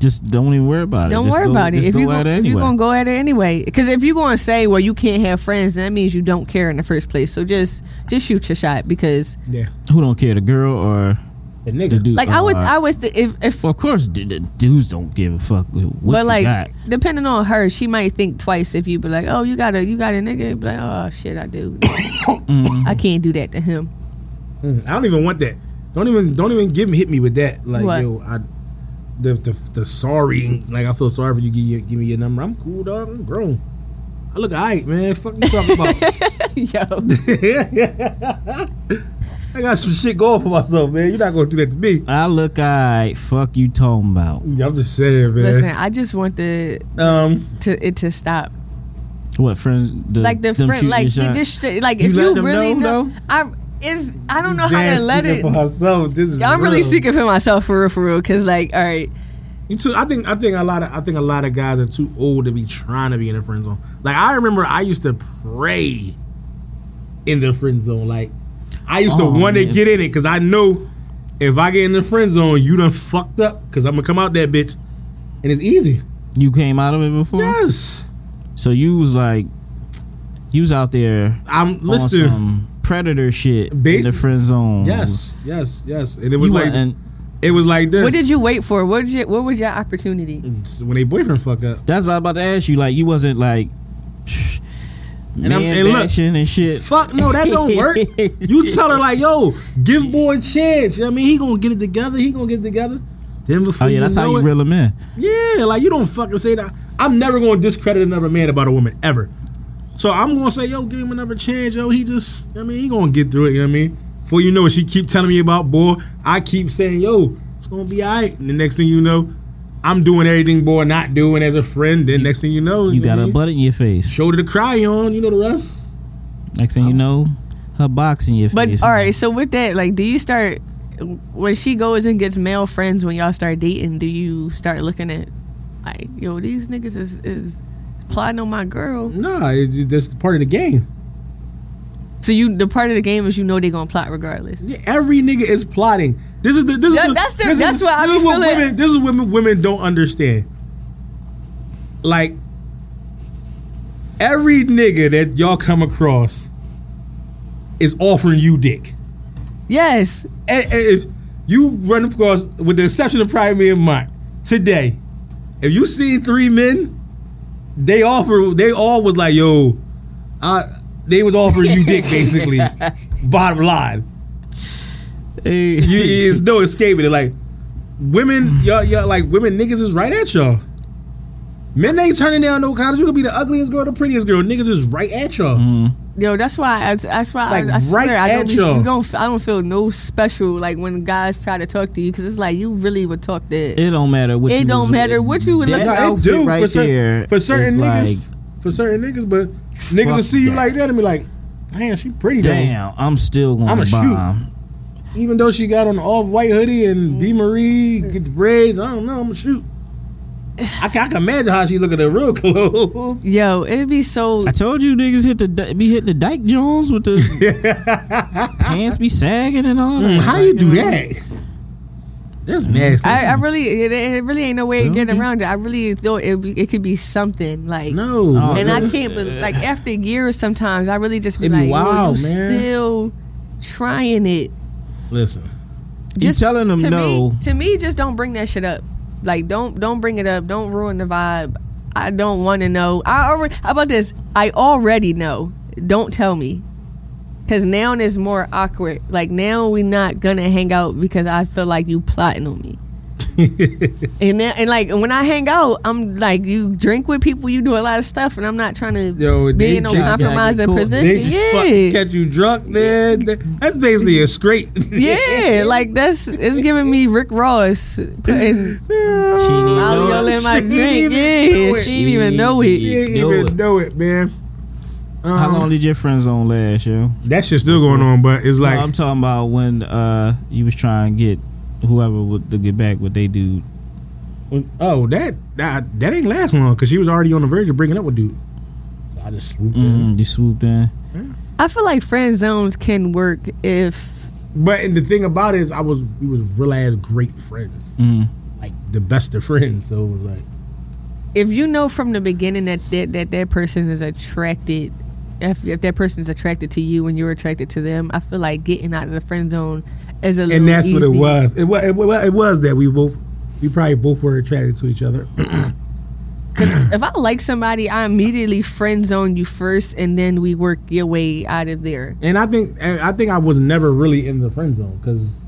Speaker 4: Just don't even worry about it.
Speaker 3: Don't
Speaker 4: Just
Speaker 3: worry
Speaker 4: go-
Speaker 3: about it.
Speaker 4: Just
Speaker 3: If
Speaker 4: go
Speaker 3: you're
Speaker 4: out
Speaker 3: gonna, if
Speaker 4: anyway.
Speaker 3: you're going to go at it anyway, because if you're going to say, "Well, you can't have friends," then that means you don't care in the first place. So just, just shoot your shot because,
Speaker 2: yeah,
Speaker 4: Who don't care, the girl or
Speaker 2: the
Speaker 4: the
Speaker 2: nigga.
Speaker 4: dude?
Speaker 3: like, I would,
Speaker 4: Uh,
Speaker 3: I would, th- if, if,
Speaker 4: Well, of course, d- the dudes don't give a fuck what
Speaker 3: but
Speaker 4: you
Speaker 3: like,
Speaker 4: got.
Speaker 3: depending on her, she might think twice if you be like, "Oh, you got a, you got a nigga," be like, "Oh shit, I do."
Speaker 4: Mm-hmm.
Speaker 3: I can't do that to him.
Speaker 2: Mm, I don't even want that. Don't even don't even give me hit me with that. Like
Speaker 3: What?
Speaker 2: yo, I the, the the sorry. Like I feel sorry for you. Give, your, give me your number. I'm cool, dog. I'm grown. I look alright, man. Fuck you talking about.
Speaker 3: Yo.
Speaker 2: I got some shit going for myself, man. You're not gonna do that to me.
Speaker 4: I look alright. Fuck you talking about?
Speaker 2: I'm just saying, man.
Speaker 3: Listen, I just want the
Speaker 2: um,
Speaker 3: to it to stop.
Speaker 4: What friends? The,
Speaker 3: Like the
Speaker 4: them
Speaker 3: friend,
Speaker 4: shooting
Speaker 3: like
Speaker 4: your
Speaker 3: it
Speaker 4: shot?
Speaker 3: just like
Speaker 4: You
Speaker 3: if
Speaker 4: let
Speaker 3: you
Speaker 4: them
Speaker 3: really know,
Speaker 4: know, though?
Speaker 3: I is I don't know how
Speaker 2: Jan
Speaker 3: to let
Speaker 2: speaking
Speaker 3: it.
Speaker 2: for herself. This is
Speaker 3: I'm really
Speaker 2: real.
Speaker 3: speaking for myself for real, for real. Cause like, all right,
Speaker 2: You too. I think I think a lot of I think a lot of guys are too old to be trying to be in the friend zone. Like I remember I used to pray in the friend zone. Like I used
Speaker 4: Oh,
Speaker 2: to want to
Speaker 4: man.
Speaker 2: get in it because I know if I get in the friend zone, you done fucked up because I'm gonna come out that bitch, and it's easy.
Speaker 4: you came out of it before.
Speaker 2: Yes,
Speaker 4: So you was like, you was out there
Speaker 2: I'm
Speaker 4: on
Speaker 2: listen.
Speaker 4: some predator shit in the
Speaker 2: Basic-
Speaker 4: friend zone.
Speaker 2: Yes, yes, yes. And it
Speaker 4: You
Speaker 2: was like
Speaker 4: and
Speaker 2: it was like this.
Speaker 3: what did you wait for? What did you? What was your opportunity?
Speaker 2: when they boyfriend fuck up.
Speaker 4: that's what I was about to ask you. Like you wasn't like
Speaker 2: And I'm-
Speaker 4: man
Speaker 2: and look,
Speaker 4: bashing and shit.
Speaker 2: Fuck no, that don't work. you tell her like, yo, give boy a chance. You know what I mean, he gonna get it together. He gonna get it together. Then before
Speaker 4: Oh yeah, that's
Speaker 2: know
Speaker 4: how you
Speaker 2: it-
Speaker 4: reel them in.
Speaker 2: Yeah, like you don't fucking say that. I'm never gonna discredit another man about a woman ever. So I'm gonna say, yo, give him another chance, yo. He just, I mean, he gonna get through it. You know what I mean? Before you know it, she keep telling me about boy. I keep saying, yo, it's gonna be alright. And the next thing you know, I'm doing everything boy not doing as a friend. Then next thing you know,
Speaker 4: You
Speaker 2: know
Speaker 4: got a
Speaker 2: what I mean?
Speaker 4: butt in your face.
Speaker 2: shoulder to cry on. You know the rest.
Speaker 4: Next thing you know, her box in your
Speaker 3: But
Speaker 4: face.
Speaker 3: all right, so with that, like, do you start when she goes and gets male friends when y'all start dating? Do you start looking at like, yo, these niggas is is plotting on my girl?
Speaker 2: Nah, it, it- that's part of the game.
Speaker 3: So you the part of the game is you know they gonna plot regardless.
Speaker 2: Yeah, Every nigga is plotting. This is the this
Speaker 3: That-
Speaker 2: is the-
Speaker 3: that's the-
Speaker 2: this
Speaker 3: that's
Speaker 2: is,
Speaker 3: what I
Speaker 2: this is
Speaker 3: be feeling.
Speaker 2: women this is women women don't understand. Like every nigga that y'all come across is offering you dick.
Speaker 3: Yes,
Speaker 2: And- and if you run across, with the exception of probably me and Mike, today, if you see three men, they offer, they all was like, yo, I, they was offering you dick basically. Bottom line, you, it's no escaping it. Like women, y'all, y'all, like women, niggas is right at y'all. Men ain't turning down no college. You could be the ugliest girl, the prettiest girl. Niggas is right at y'all.
Speaker 3: Yo, that's why. I, that's why.
Speaker 2: Like,
Speaker 3: I, I swear,
Speaker 2: right
Speaker 3: I
Speaker 2: at
Speaker 3: don't. be-
Speaker 2: y'all.
Speaker 3: You don't. I don't feel no special like when guys try to talk to you because it's like you really would talk to.
Speaker 4: It don't matter what.
Speaker 3: It
Speaker 4: you
Speaker 3: don't
Speaker 4: was-
Speaker 3: matter what you was
Speaker 4: that
Speaker 3: looking-
Speaker 2: Nah, it
Speaker 4: outfit
Speaker 2: do
Speaker 4: right
Speaker 2: for, cer-
Speaker 4: there
Speaker 2: for certain
Speaker 4: is
Speaker 2: niggas.
Speaker 4: Like,
Speaker 2: for certain niggas, but niggas will
Speaker 4: Fuck
Speaker 2: see you
Speaker 4: that.
Speaker 2: like that and be like, "Damn, she pretty though."
Speaker 4: damn, I'm still going
Speaker 2: I'ma
Speaker 4: to
Speaker 2: shoot.
Speaker 4: bomb.
Speaker 2: Even though she got on off white hoodie
Speaker 3: Mm-hmm.
Speaker 2: and D Marie get braids, I don't know. I'm gonna shoot. I can, I can imagine how she look at the real clothes.
Speaker 3: Yo, it'd be so.
Speaker 4: I told you niggas hit the di- be hitting the Dyke Jones with the
Speaker 3: Mm,
Speaker 4: pants be sagging and all. that.
Speaker 2: Hmm, How you do that? That's
Speaker 4: Mm.
Speaker 2: nasty.
Speaker 3: I, I really, it, it really ain't no way to get
Speaker 4: Okay.
Speaker 3: around it. I really thought it, be- it could be something like.
Speaker 2: no,
Speaker 4: Oh,
Speaker 3: And I
Speaker 4: no.
Speaker 3: can't. But like after years, sometimes I really just be
Speaker 2: It be
Speaker 3: like, wow,
Speaker 2: wild,
Speaker 3: you
Speaker 2: man.
Speaker 3: still trying it.
Speaker 2: listen.
Speaker 4: You telling them
Speaker 3: to
Speaker 4: no.
Speaker 3: Me, to me, just don't bring that shit up. Like, don't don't bring it up. Don't ruin the vibe. I don't want to know. I already. How about this? I already know. Don't tell me. Cause now it's more awkward. Like now we not gonna hang out because I feel like you plotting on me. and then, and like when I hang out, I'm like you drink with people, you do a lot of stuff, and I'm not trying to
Speaker 2: Yo,
Speaker 3: be
Speaker 2: they
Speaker 3: in no
Speaker 2: just-
Speaker 3: compromising
Speaker 4: yeah,
Speaker 2: They just
Speaker 3: position.
Speaker 2: fucking
Speaker 3: Yeah,
Speaker 2: catch you drunk, man. That's basically a scrape.
Speaker 3: yeah, like that's it's giving me Rick Ross putting Oliola in my
Speaker 2: She
Speaker 3: drink.
Speaker 2: didn't
Speaker 3: Yeah,
Speaker 2: do it.
Speaker 3: she didn't even know it.
Speaker 4: Yeah.
Speaker 2: You didn't
Speaker 4: Know
Speaker 2: even
Speaker 4: it.
Speaker 2: know it, man. Um,
Speaker 4: How long did your friend zone last, yo?
Speaker 2: that shit's still going on, but it's like
Speaker 4: No, I'm talking about when uh you was trying to get whoever would to get back with they dude.
Speaker 2: Oh, that that, that ain't last long because she was already on the verge of breaking up with dude. I just swooped in.
Speaker 4: Mm, you swooped
Speaker 2: Uh,
Speaker 4: in.
Speaker 3: I feel like friend zones can work if
Speaker 2: But and the thing about it is, I was we was real ass great friends,
Speaker 4: Mm.
Speaker 2: like the best of friends. So it was like,
Speaker 3: if you know from the beginning that that that, that person is attracted if, if that person's attracted to you and you're attracted to them, I feel like getting out of the friend zone is a little
Speaker 2: and that's what it
Speaker 3: easy.
Speaker 2: was. It was it, wa- it was that we both we probably both were attracted to each other.
Speaker 3: Cause if I like somebody, I immediately friend zone you first, and then we work your way out of there.
Speaker 2: And I think and I think I was never really in the friend zone because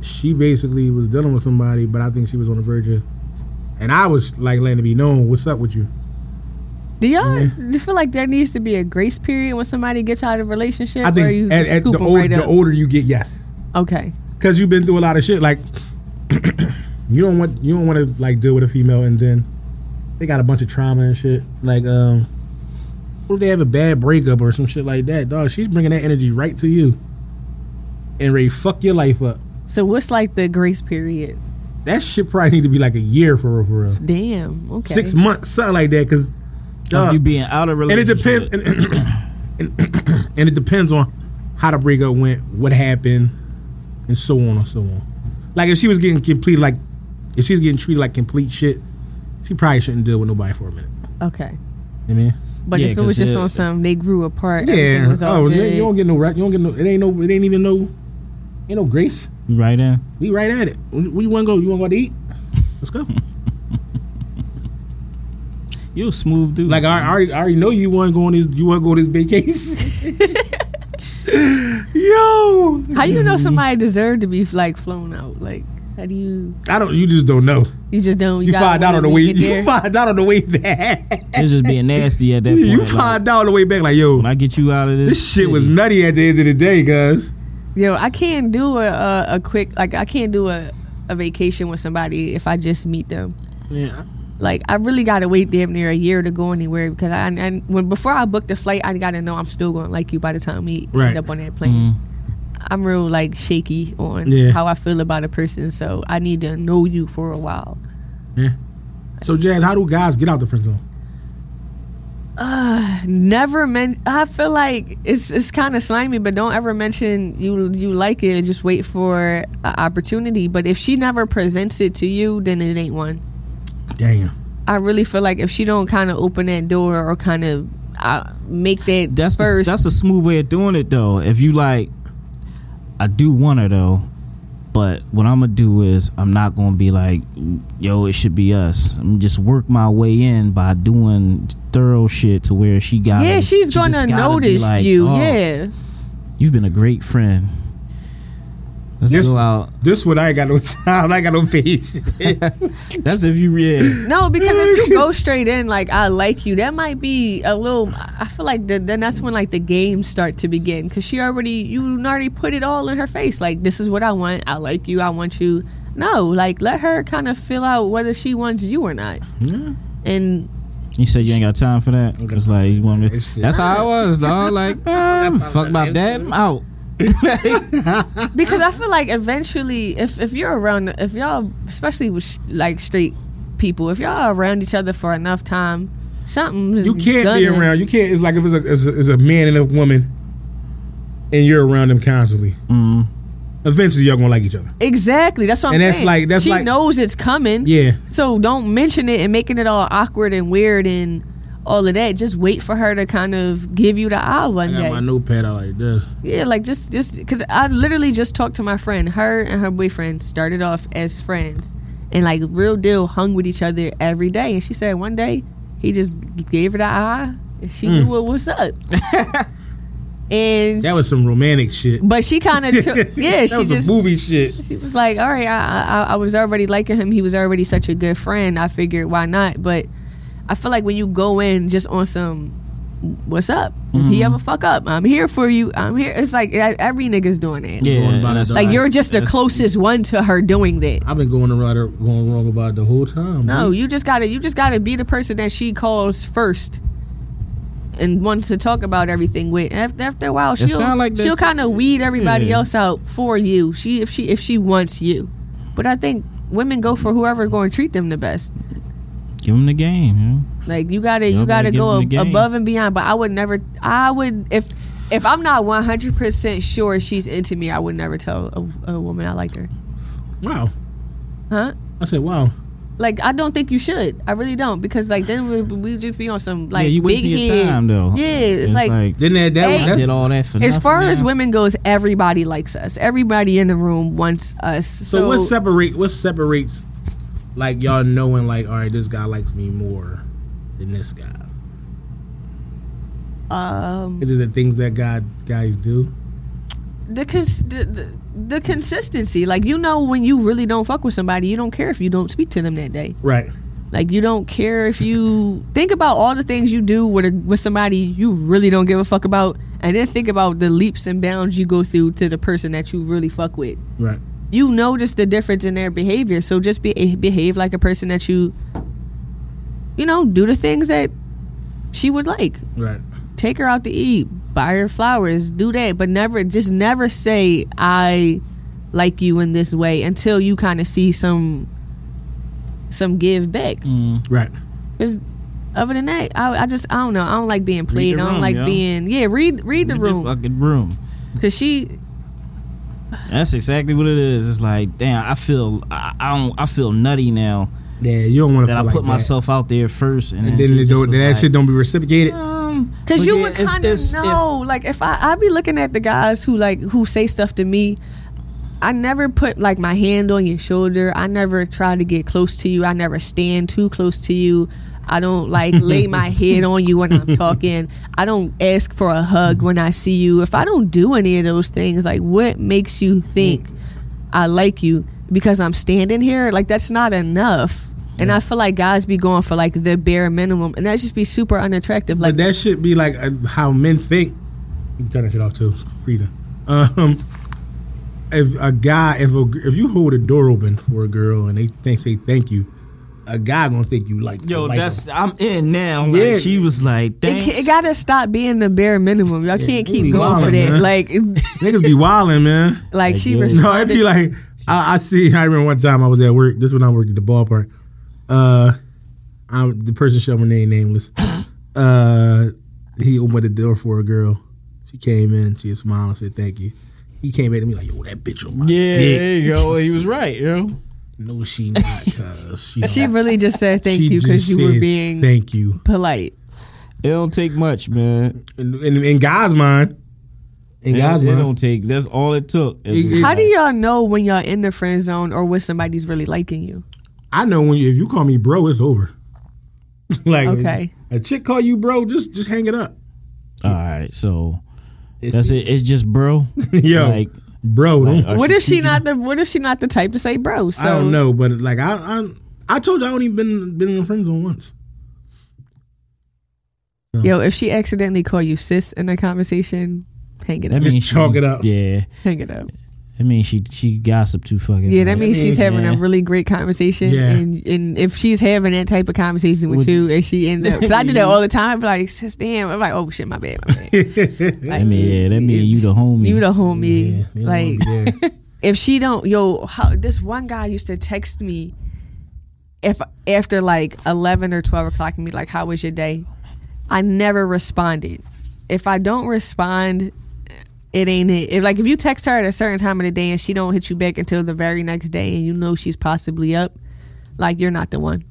Speaker 2: she basically was dealing with somebody, but I think she was on the verge of, and I was like letting it be known, "What's up with you?"
Speaker 3: Do y'all
Speaker 2: Mm-hmm.
Speaker 3: do you feel like there needs to be a grace period when somebody gets out of a relationship?
Speaker 2: I
Speaker 3: or
Speaker 2: think
Speaker 3: you
Speaker 2: at,
Speaker 3: just
Speaker 2: at
Speaker 3: scoop
Speaker 2: the,
Speaker 3: 'em
Speaker 2: old,
Speaker 3: right
Speaker 2: the
Speaker 3: up?
Speaker 2: older you get, yes.
Speaker 3: okay,
Speaker 2: because you've been through a lot of shit. Like you don't want you don't want to like deal with a female and then they got a bunch of trauma and shit. Like um, what if they have a bad breakup or some shit like that? Dog, she's bringing that energy right to you and ready to fuck your life up.
Speaker 3: so what's like the grace period?
Speaker 2: That shit probably need to be like a year for real, for real.
Speaker 3: Damn. Okay.
Speaker 2: Six months, something like that. Because
Speaker 4: Of you being out of
Speaker 2: and it
Speaker 4: relationship.
Speaker 2: depends and, and it depends on how the breakup went what happened and so on and so on like if she was getting complete like if she's getting treated like complete shit she probably shouldn't deal with nobody for a minute
Speaker 3: Okay.
Speaker 2: you know what
Speaker 3: But
Speaker 4: Yeah,
Speaker 3: if it was
Speaker 4: 'cause
Speaker 3: just
Speaker 4: it-
Speaker 3: on some, they grew apart.
Speaker 2: I mean
Speaker 3: everything
Speaker 2: yeah
Speaker 3: Was all
Speaker 2: oh yeah
Speaker 3: good.
Speaker 2: you don't get no rec- you don't get no it ain't no it ain't even no ain't no grace
Speaker 4: Right in.
Speaker 2: we right at it we, we want to go you want to go out to eat let's go
Speaker 4: You a smooth dude.
Speaker 2: like I, I, already, I already know you want to go on this you want to go on this vacation yo
Speaker 3: How you
Speaker 2: Mm-hmm.
Speaker 3: know somebody deserved to be like flown out? Like, how do you?
Speaker 2: I don't you just don't know
Speaker 3: You just don't.
Speaker 2: You
Speaker 3: gotta
Speaker 2: find out
Speaker 3: wait
Speaker 2: on the
Speaker 3: till
Speaker 2: way.
Speaker 3: get
Speaker 2: You
Speaker 3: there.
Speaker 2: find out on the way back.
Speaker 4: It's just being nasty at that point.
Speaker 2: You
Speaker 4: like,
Speaker 2: find out on the way back. Like yo,
Speaker 4: when I get you out of this.
Speaker 2: this shit
Speaker 4: city,
Speaker 2: was nutty at the end of the day, guys.
Speaker 3: Yo, I can't do a, a a quick like I can't do a a vacation with somebody if I just meet them.
Speaker 2: Yeah.
Speaker 3: Like I really gotta wait damn near a year to go anywhere because I and when before I book the flight, I gotta know I'm still gonna like you by the time we
Speaker 2: Right.
Speaker 3: end up on that plane.
Speaker 4: Mm-hmm.
Speaker 3: I'm real like shaky on
Speaker 2: Yeah.
Speaker 3: how I feel about a person, so I need to know you for a while.
Speaker 2: So Jazz, how do guys get out the friend zone?
Speaker 3: never men I feel like it's it's kind of slimy, but don't ever mention you you like it and just wait for an opportunity. But if she never presents it to you, then it ain't one.
Speaker 2: Damn.
Speaker 3: I really feel like if she don't kind of open that door or kind of uh, make that
Speaker 4: That's the-
Speaker 3: first,
Speaker 4: that's a smooth way of doing it though. If you like, I do want her though, but what I'm gonna do is I'm not gonna be like, yo, it should be us. I'm just work my way in by doing thorough shit to where she got.
Speaker 3: yeah, she's gonna notice you.
Speaker 2: oh.
Speaker 3: yeah,
Speaker 4: oh, you've been a great friend. Let's
Speaker 2: Yes.
Speaker 4: go out.
Speaker 2: This one I ain't got no time. I ain't got no patience.
Speaker 4: That's if you yeah.
Speaker 3: no, because if you go straight in like I like you, that might be a little. I feel like the, then that's when like the games start to begin because she already you already put it all in her face. Like this is what I want. I like you. I want you. No, like let her kind of feel out whether she wants you or not.
Speaker 2: Yeah.
Speaker 3: And
Speaker 4: You said you ain't got time for that. It's like you want me.
Speaker 2: That shit.
Speaker 4: That's how I was, dog. Like, man, fuck about that. I'm out.
Speaker 3: because I feel like eventually, if if you're around, if y'all, especially with sh- like straight people, if y'all are around each other for enough time, something
Speaker 2: You can't be around. You can't. It's like if it's a, it's a it's a man and a woman, and you're around them constantly.
Speaker 4: Mm.
Speaker 2: Eventually, y'all gonna like each other.
Speaker 3: Exactly. That's what I'm
Speaker 2: And that's
Speaker 3: saying.
Speaker 2: like- that's
Speaker 3: she
Speaker 2: like-
Speaker 3: knows it's coming.
Speaker 2: Yeah.
Speaker 3: So don't mention it and making it all awkward and weird and all of that. Just wait for her to kind of give you the eye one day.
Speaker 2: notepad out like this.
Speaker 3: Yeah, like just just because I literally just talked to my friend. Her and her boyfriend started off as friends and like real deal hung with each other every day. And she said one day he just gave her the eye and she knew what was up. and
Speaker 2: Hmm. That was some romantic shit.
Speaker 3: but she kind of took yeah.
Speaker 2: that
Speaker 3: she
Speaker 2: was
Speaker 3: just
Speaker 2: a movie shit.
Speaker 3: she was like, all right, I, I I was already liking him. He was already such a good friend. I figured why not. But I feel like when you go in just on some, what's up? If he ever fuck up, I'm here for you. I'm here. It's like e- every nigga's doing that.
Speaker 4: Yeah,
Speaker 2: Going by
Speaker 4: that's-
Speaker 2: the
Speaker 3: Like
Speaker 2: dime.
Speaker 3: you're just the closest one to her doing that.
Speaker 2: I've been going around her- going wrong about it the whole time.
Speaker 3: No,
Speaker 4: Mm-hmm.
Speaker 2: man.
Speaker 3: you just gotta you just gotta be the person that she calls first. And wants to talk about everything with. After, after a while, she'll
Speaker 4: sound like
Speaker 3: she'll
Speaker 4: that's-
Speaker 3: kind of weed everybody
Speaker 4: Yeah.
Speaker 3: else out for you. She if she if she wants you, but I think women go for whoever going to treat them the best.
Speaker 4: Give him the game. You know?
Speaker 3: Like you gotta
Speaker 4: Y'all
Speaker 3: you
Speaker 4: gotta
Speaker 3: gotta
Speaker 4: give
Speaker 3: go
Speaker 4: them the game.
Speaker 3: above and beyond. But I would never. I would if if I'm not 100 percent sure she's into me, I would never tell a, a woman I liked her.
Speaker 2: Wow.
Speaker 3: Huh?
Speaker 2: I said, wow.
Speaker 3: Like I don't think you should. I really don't because like then we we just be on some like
Speaker 4: yeah, you
Speaker 3: big
Speaker 4: wasting your
Speaker 3: head.
Speaker 4: time though.
Speaker 3: Yeah, it's, like,
Speaker 2: Then that that
Speaker 3: Hey.
Speaker 4: I did
Speaker 2: that's,
Speaker 4: all that for
Speaker 3: as far
Speaker 4: nothing,
Speaker 3: as
Speaker 4: man.
Speaker 3: women goes, everybody likes us. Everybody in the room wants us. So,
Speaker 2: so, what separate what separates like y'all knowing like all right this guy likes me more than this guy.
Speaker 3: um,
Speaker 2: Is it the things that guy guys do?
Speaker 3: the, cons- the, the the consistency, like you know, when you really don't fuck with somebody, you don't care if you don't speak to them that day.
Speaker 2: Right.
Speaker 3: Like you don't care if you think about all the things you do with a, with somebody you really don't give a fuck about, and then think about the leaps and bounds you go through to the person that you really fuck with.
Speaker 2: Right.
Speaker 3: you notice the difference in their behavior. So just be, behave like a person that you, you know, do the things that she would like.
Speaker 2: Right.
Speaker 3: Take her out to eat, buy her flowers, do that, but never, just never say I like you in this way until you kind of see some, some give back.
Speaker 4: Mm.
Speaker 2: Right.
Speaker 3: Because other than that, I, I just I don't know. I don't like being played.
Speaker 4: the
Speaker 3: I don't
Speaker 4: room,
Speaker 3: like
Speaker 4: yo.
Speaker 3: being yeah. Read read the
Speaker 4: Get
Speaker 3: room
Speaker 4: fucking room.
Speaker 3: because she
Speaker 4: That's exactly what it is. It's like, damn, I feel, I, I don't, I feel nutty now
Speaker 2: Yeah, you don't want to
Speaker 4: that I
Speaker 2: feel
Speaker 4: put
Speaker 2: like
Speaker 4: myself out there first, and,
Speaker 2: That. And then
Speaker 4: then, she
Speaker 2: it
Speaker 4: just
Speaker 2: don't,
Speaker 4: was
Speaker 2: then that
Speaker 4: like,
Speaker 2: shit don't be reciprocated.
Speaker 4: um,
Speaker 3: Cause
Speaker 4: but
Speaker 3: you
Speaker 4: yeah,
Speaker 3: would
Speaker 4: it's-
Speaker 3: kind of
Speaker 4: it's- if-
Speaker 3: know, like if I I be looking at the guys who like who say stuff to me, I never put like my hand on your shoulder. I never try to get close to you. I never stand too close to you. I don't like lay my head on you when I'm talking. I don't ask for a hug when I see you. If I don't do any of those things, like what makes you think I like you because I'm standing here? Like that's not enough. And I feel like guys be going for like the bare minimum, and that just be super unattractive. Like
Speaker 2: but that should be like uh, how men think. You can turn that shit off too. It's freezing. Um, if a guy, if a, if you hold a door open for a girl and they think say thank you, a guy gonna think you like.
Speaker 4: yo,
Speaker 2: like
Speaker 4: that's
Speaker 2: them.
Speaker 4: I'm in now. Like,
Speaker 2: Yeah.
Speaker 4: She was like,
Speaker 3: It,
Speaker 4: thanks.
Speaker 3: ca- it gotta stop being the bare minimum. Y'all can't
Speaker 2: we
Speaker 3: keep going for
Speaker 2: wildin',
Speaker 3: that.
Speaker 2: man.
Speaker 3: Like,
Speaker 2: niggas be wilding, man.
Speaker 3: like she
Speaker 4: yo.
Speaker 2: No, it'd
Speaker 3: responded.
Speaker 2: be like I, I see. I remember one time I was at work. This is when I worked at the ballpark. Uh, I'm the person showed my name nameless. Uh, he opened the door for a girl. She came in. She smiled and said thank you. He came at me like, yo, that bitch on my
Speaker 4: yeah,
Speaker 2: dick.
Speaker 4: there you go. He was right, yo.
Speaker 2: No, she not. Cause she,
Speaker 3: she really just said thank
Speaker 2: she
Speaker 3: you because
Speaker 2: just
Speaker 3: you were
Speaker 2: said
Speaker 3: being
Speaker 2: thank you.
Speaker 3: polite.
Speaker 4: It don't take much, man.
Speaker 2: In, in, in God's mind, in
Speaker 4: It,
Speaker 2: God's
Speaker 4: it
Speaker 2: mind,
Speaker 4: don't take. That's all it took. It
Speaker 2: It-
Speaker 4: was
Speaker 2: it-
Speaker 3: How
Speaker 4: like-
Speaker 3: do y'all know when y'all in the friend zone or when somebody's really liking you?
Speaker 2: I know when you, if you call me bro, it's over. like
Speaker 3: Okay.
Speaker 2: a chick call you bro, just just hang it up.
Speaker 4: All right, so that's it. It's just bro.
Speaker 2: Yo,
Speaker 4: Like,
Speaker 2: bro, don't-
Speaker 4: are
Speaker 3: What if she
Speaker 4: cheating?
Speaker 3: not the What if she not the type to say bro? So
Speaker 2: I don't know, but like I, I, I told you I only been been in a friend zone once.
Speaker 3: yo, if she accidentally call you sis in a conversation, hang it
Speaker 4: That
Speaker 3: up.
Speaker 4: means
Speaker 2: chalk
Speaker 4: she,
Speaker 2: it up.
Speaker 4: Yeah,
Speaker 3: Hang it up.
Speaker 4: that means she she gossiped too fucking.
Speaker 3: Yeah, that
Speaker 4: much.
Speaker 3: means she's having a
Speaker 4: Yeah.
Speaker 3: really great conversation,
Speaker 2: Yeah.
Speaker 3: and and if she's having that type of conversation with
Speaker 4: Would-
Speaker 3: you, and she ends up, because I do that all the time. Be like, sis, damn, I'm like, oh shit, my bad, my bad.
Speaker 4: I mean, yeah, that mean you the homie.
Speaker 3: You the homie.
Speaker 2: you don't wanna
Speaker 3: like,
Speaker 2: be there.
Speaker 3: if she don't, yo, how, this one guy used to text me if after like eleven or twelve o'clock and be like, "How was your day?" I never responded. If I don't respond, it ain't it. If like if you text her at a certain time of the day and she don't hit you back until the very next day, and you know she's possibly up, like you're not the one.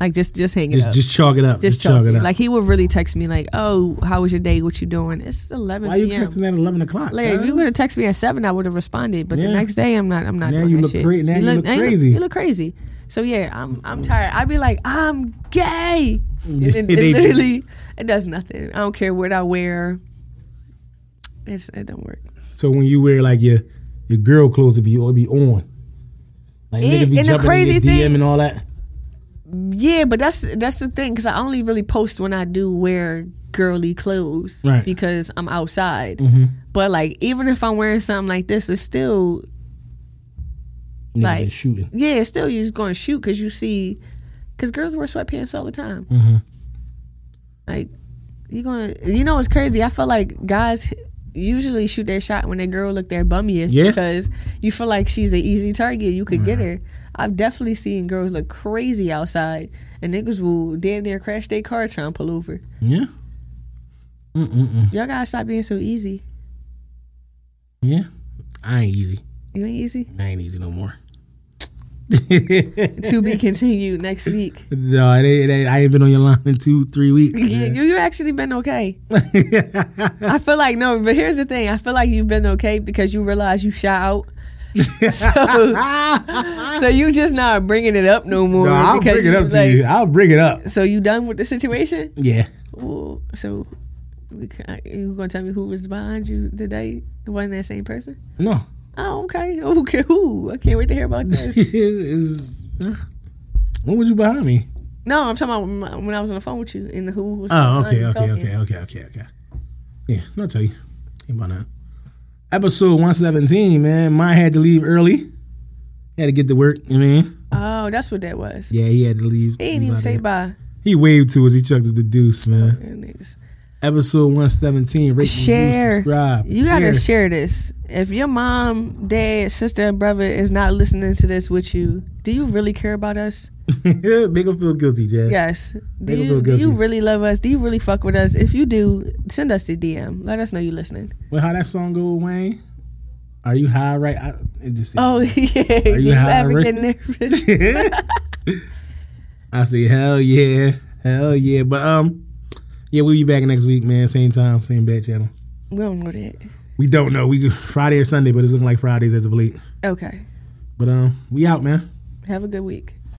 Speaker 3: like just just hang it
Speaker 2: just,
Speaker 3: up.
Speaker 2: just chalk it up. Just,
Speaker 3: Just
Speaker 2: chalk, it up.
Speaker 3: Like he would really text me like, "Oh, how was your day? What you doing?" It's eleven
Speaker 2: Why you
Speaker 3: p.m.
Speaker 2: texting at eleven o'clock?
Speaker 3: Like if
Speaker 2: cuz?
Speaker 3: you would have texted me at seven, I would have responded. But
Speaker 2: Yeah.
Speaker 3: the next day, I'm not. I'm not
Speaker 2: Now
Speaker 3: doing
Speaker 2: you
Speaker 3: that
Speaker 2: look
Speaker 3: shit.
Speaker 2: cra- now you look
Speaker 3: now
Speaker 2: crazy.
Speaker 3: You look crazy. So yeah, I'm. I'm tired. I'd be like, I'm gay. And then,
Speaker 2: Mm. They do.
Speaker 3: it literally, it does nothing. I don't care what I wear. It's, it don't work.
Speaker 2: So when you wear like your your girl clothes, it be it be on. Like
Speaker 3: It-
Speaker 2: niggas be
Speaker 3: and
Speaker 2: jumping
Speaker 3: the
Speaker 2: in
Speaker 3: crazy
Speaker 2: your
Speaker 3: thing-
Speaker 2: DM and all that.
Speaker 3: Yeah, but that's that's the thing because I only really post when I do wear girly clothes
Speaker 2: Right. Mm-hmm.
Speaker 3: because I'm outside. But like, even if I'm wearing something like this, it's still
Speaker 2: Niggas
Speaker 3: Like-
Speaker 2: is shooting.
Speaker 3: yeah, it's still you're going to shoot because you see because girls wear sweatpants all the time. Like you going, to you know, it's crazy. I feel like guys usually shoot their shot when their girl look their bummiest
Speaker 2: Yeah.
Speaker 3: because you feel like she's an easy target. You could get her. I've definitely seen girls look crazy outside, and niggas will damn near crash their car trying to pull over.
Speaker 2: Yeah. Mm-mm-mm.
Speaker 3: Y'all gotta stop being so easy.
Speaker 2: Yeah. I ain't easy.
Speaker 3: You ain't easy.
Speaker 2: I ain't easy no more.
Speaker 3: to be continued next week.
Speaker 2: No, it ain't, it ain't, I ain't been on your line in two, three weeks.
Speaker 3: Yeah, you you actually been okay. I feel like no, but here's the thing. I feel like you've been okay because you realize you shot out. so, so you just not bringing it up no more.
Speaker 2: No, I'll
Speaker 3: because
Speaker 2: bring it up to
Speaker 3: like-
Speaker 2: you. I'll bring it up.
Speaker 3: So you done with the situation?
Speaker 2: Yeah.
Speaker 3: Well, so we ca- you gonna tell me who was behind you today? It wasn't that same person?
Speaker 2: No.
Speaker 3: Oh, okay. Okay. Ooh, I can't wait to hear about this.
Speaker 2: It's- huh? what was you behind me?
Speaker 3: no, I'm talking about my- when I was on the phone with you and who was.
Speaker 2: Oh,
Speaker 3: behind
Speaker 2: okay,
Speaker 3: you
Speaker 2: okay,
Speaker 3: talking.
Speaker 2: okay, okay, okay, okay. Yeah, I'll tell you. Think about that. Episode 117, man. Mine had to leave early. He had to get to work, you know what I mean?
Speaker 3: Oh, that's what that was.
Speaker 2: Yeah, he had to leave.
Speaker 3: He didn't even say bye.
Speaker 2: He waved to us. He chucked us the deuce, man.
Speaker 3: Niggas.
Speaker 2: Episode 117. Rate, review,
Speaker 3: Share.
Speaker 2: subscribe.
Speaker 3: You gotta share this. If your mom, dad, sister, and brother is not listening to this with you, do you really care about us?
Speaker 2: Make him feel guilty, Jazz.
Speaker 3: Yes. Do
Speaker 2: They gonna
Speaker 3: you,
Speaker 2: feel
Speaker 3: do you
Speaker 2: guilty.
Speaker 3: really love us? Do you really fuck with us? If you do, send us the DM. Let us know you're listening.
Speaker 2: Well, how that song go, Wayne? Are you high right? I, it just
Speaker 3: Oh yeah. Do
Speaker 2: you
Speaker 3: you
Speaker 2: high
Speaker 3: ever
Speaker 2: already?
Speaker 3: get nervous?
Speaker 2: I say hell yeah, hell yeah. But um, yeah, we'll be back next week, man. Same time, same bad channel.
Speaker 3: we don't know that.
Speaker 2: We don't know. We Friday or Sunday, but it's looking like Fridays as of late.
Speaker 3: Okay.
Speaker 2: But um, we out, man.
Speaker 3: Have a good week.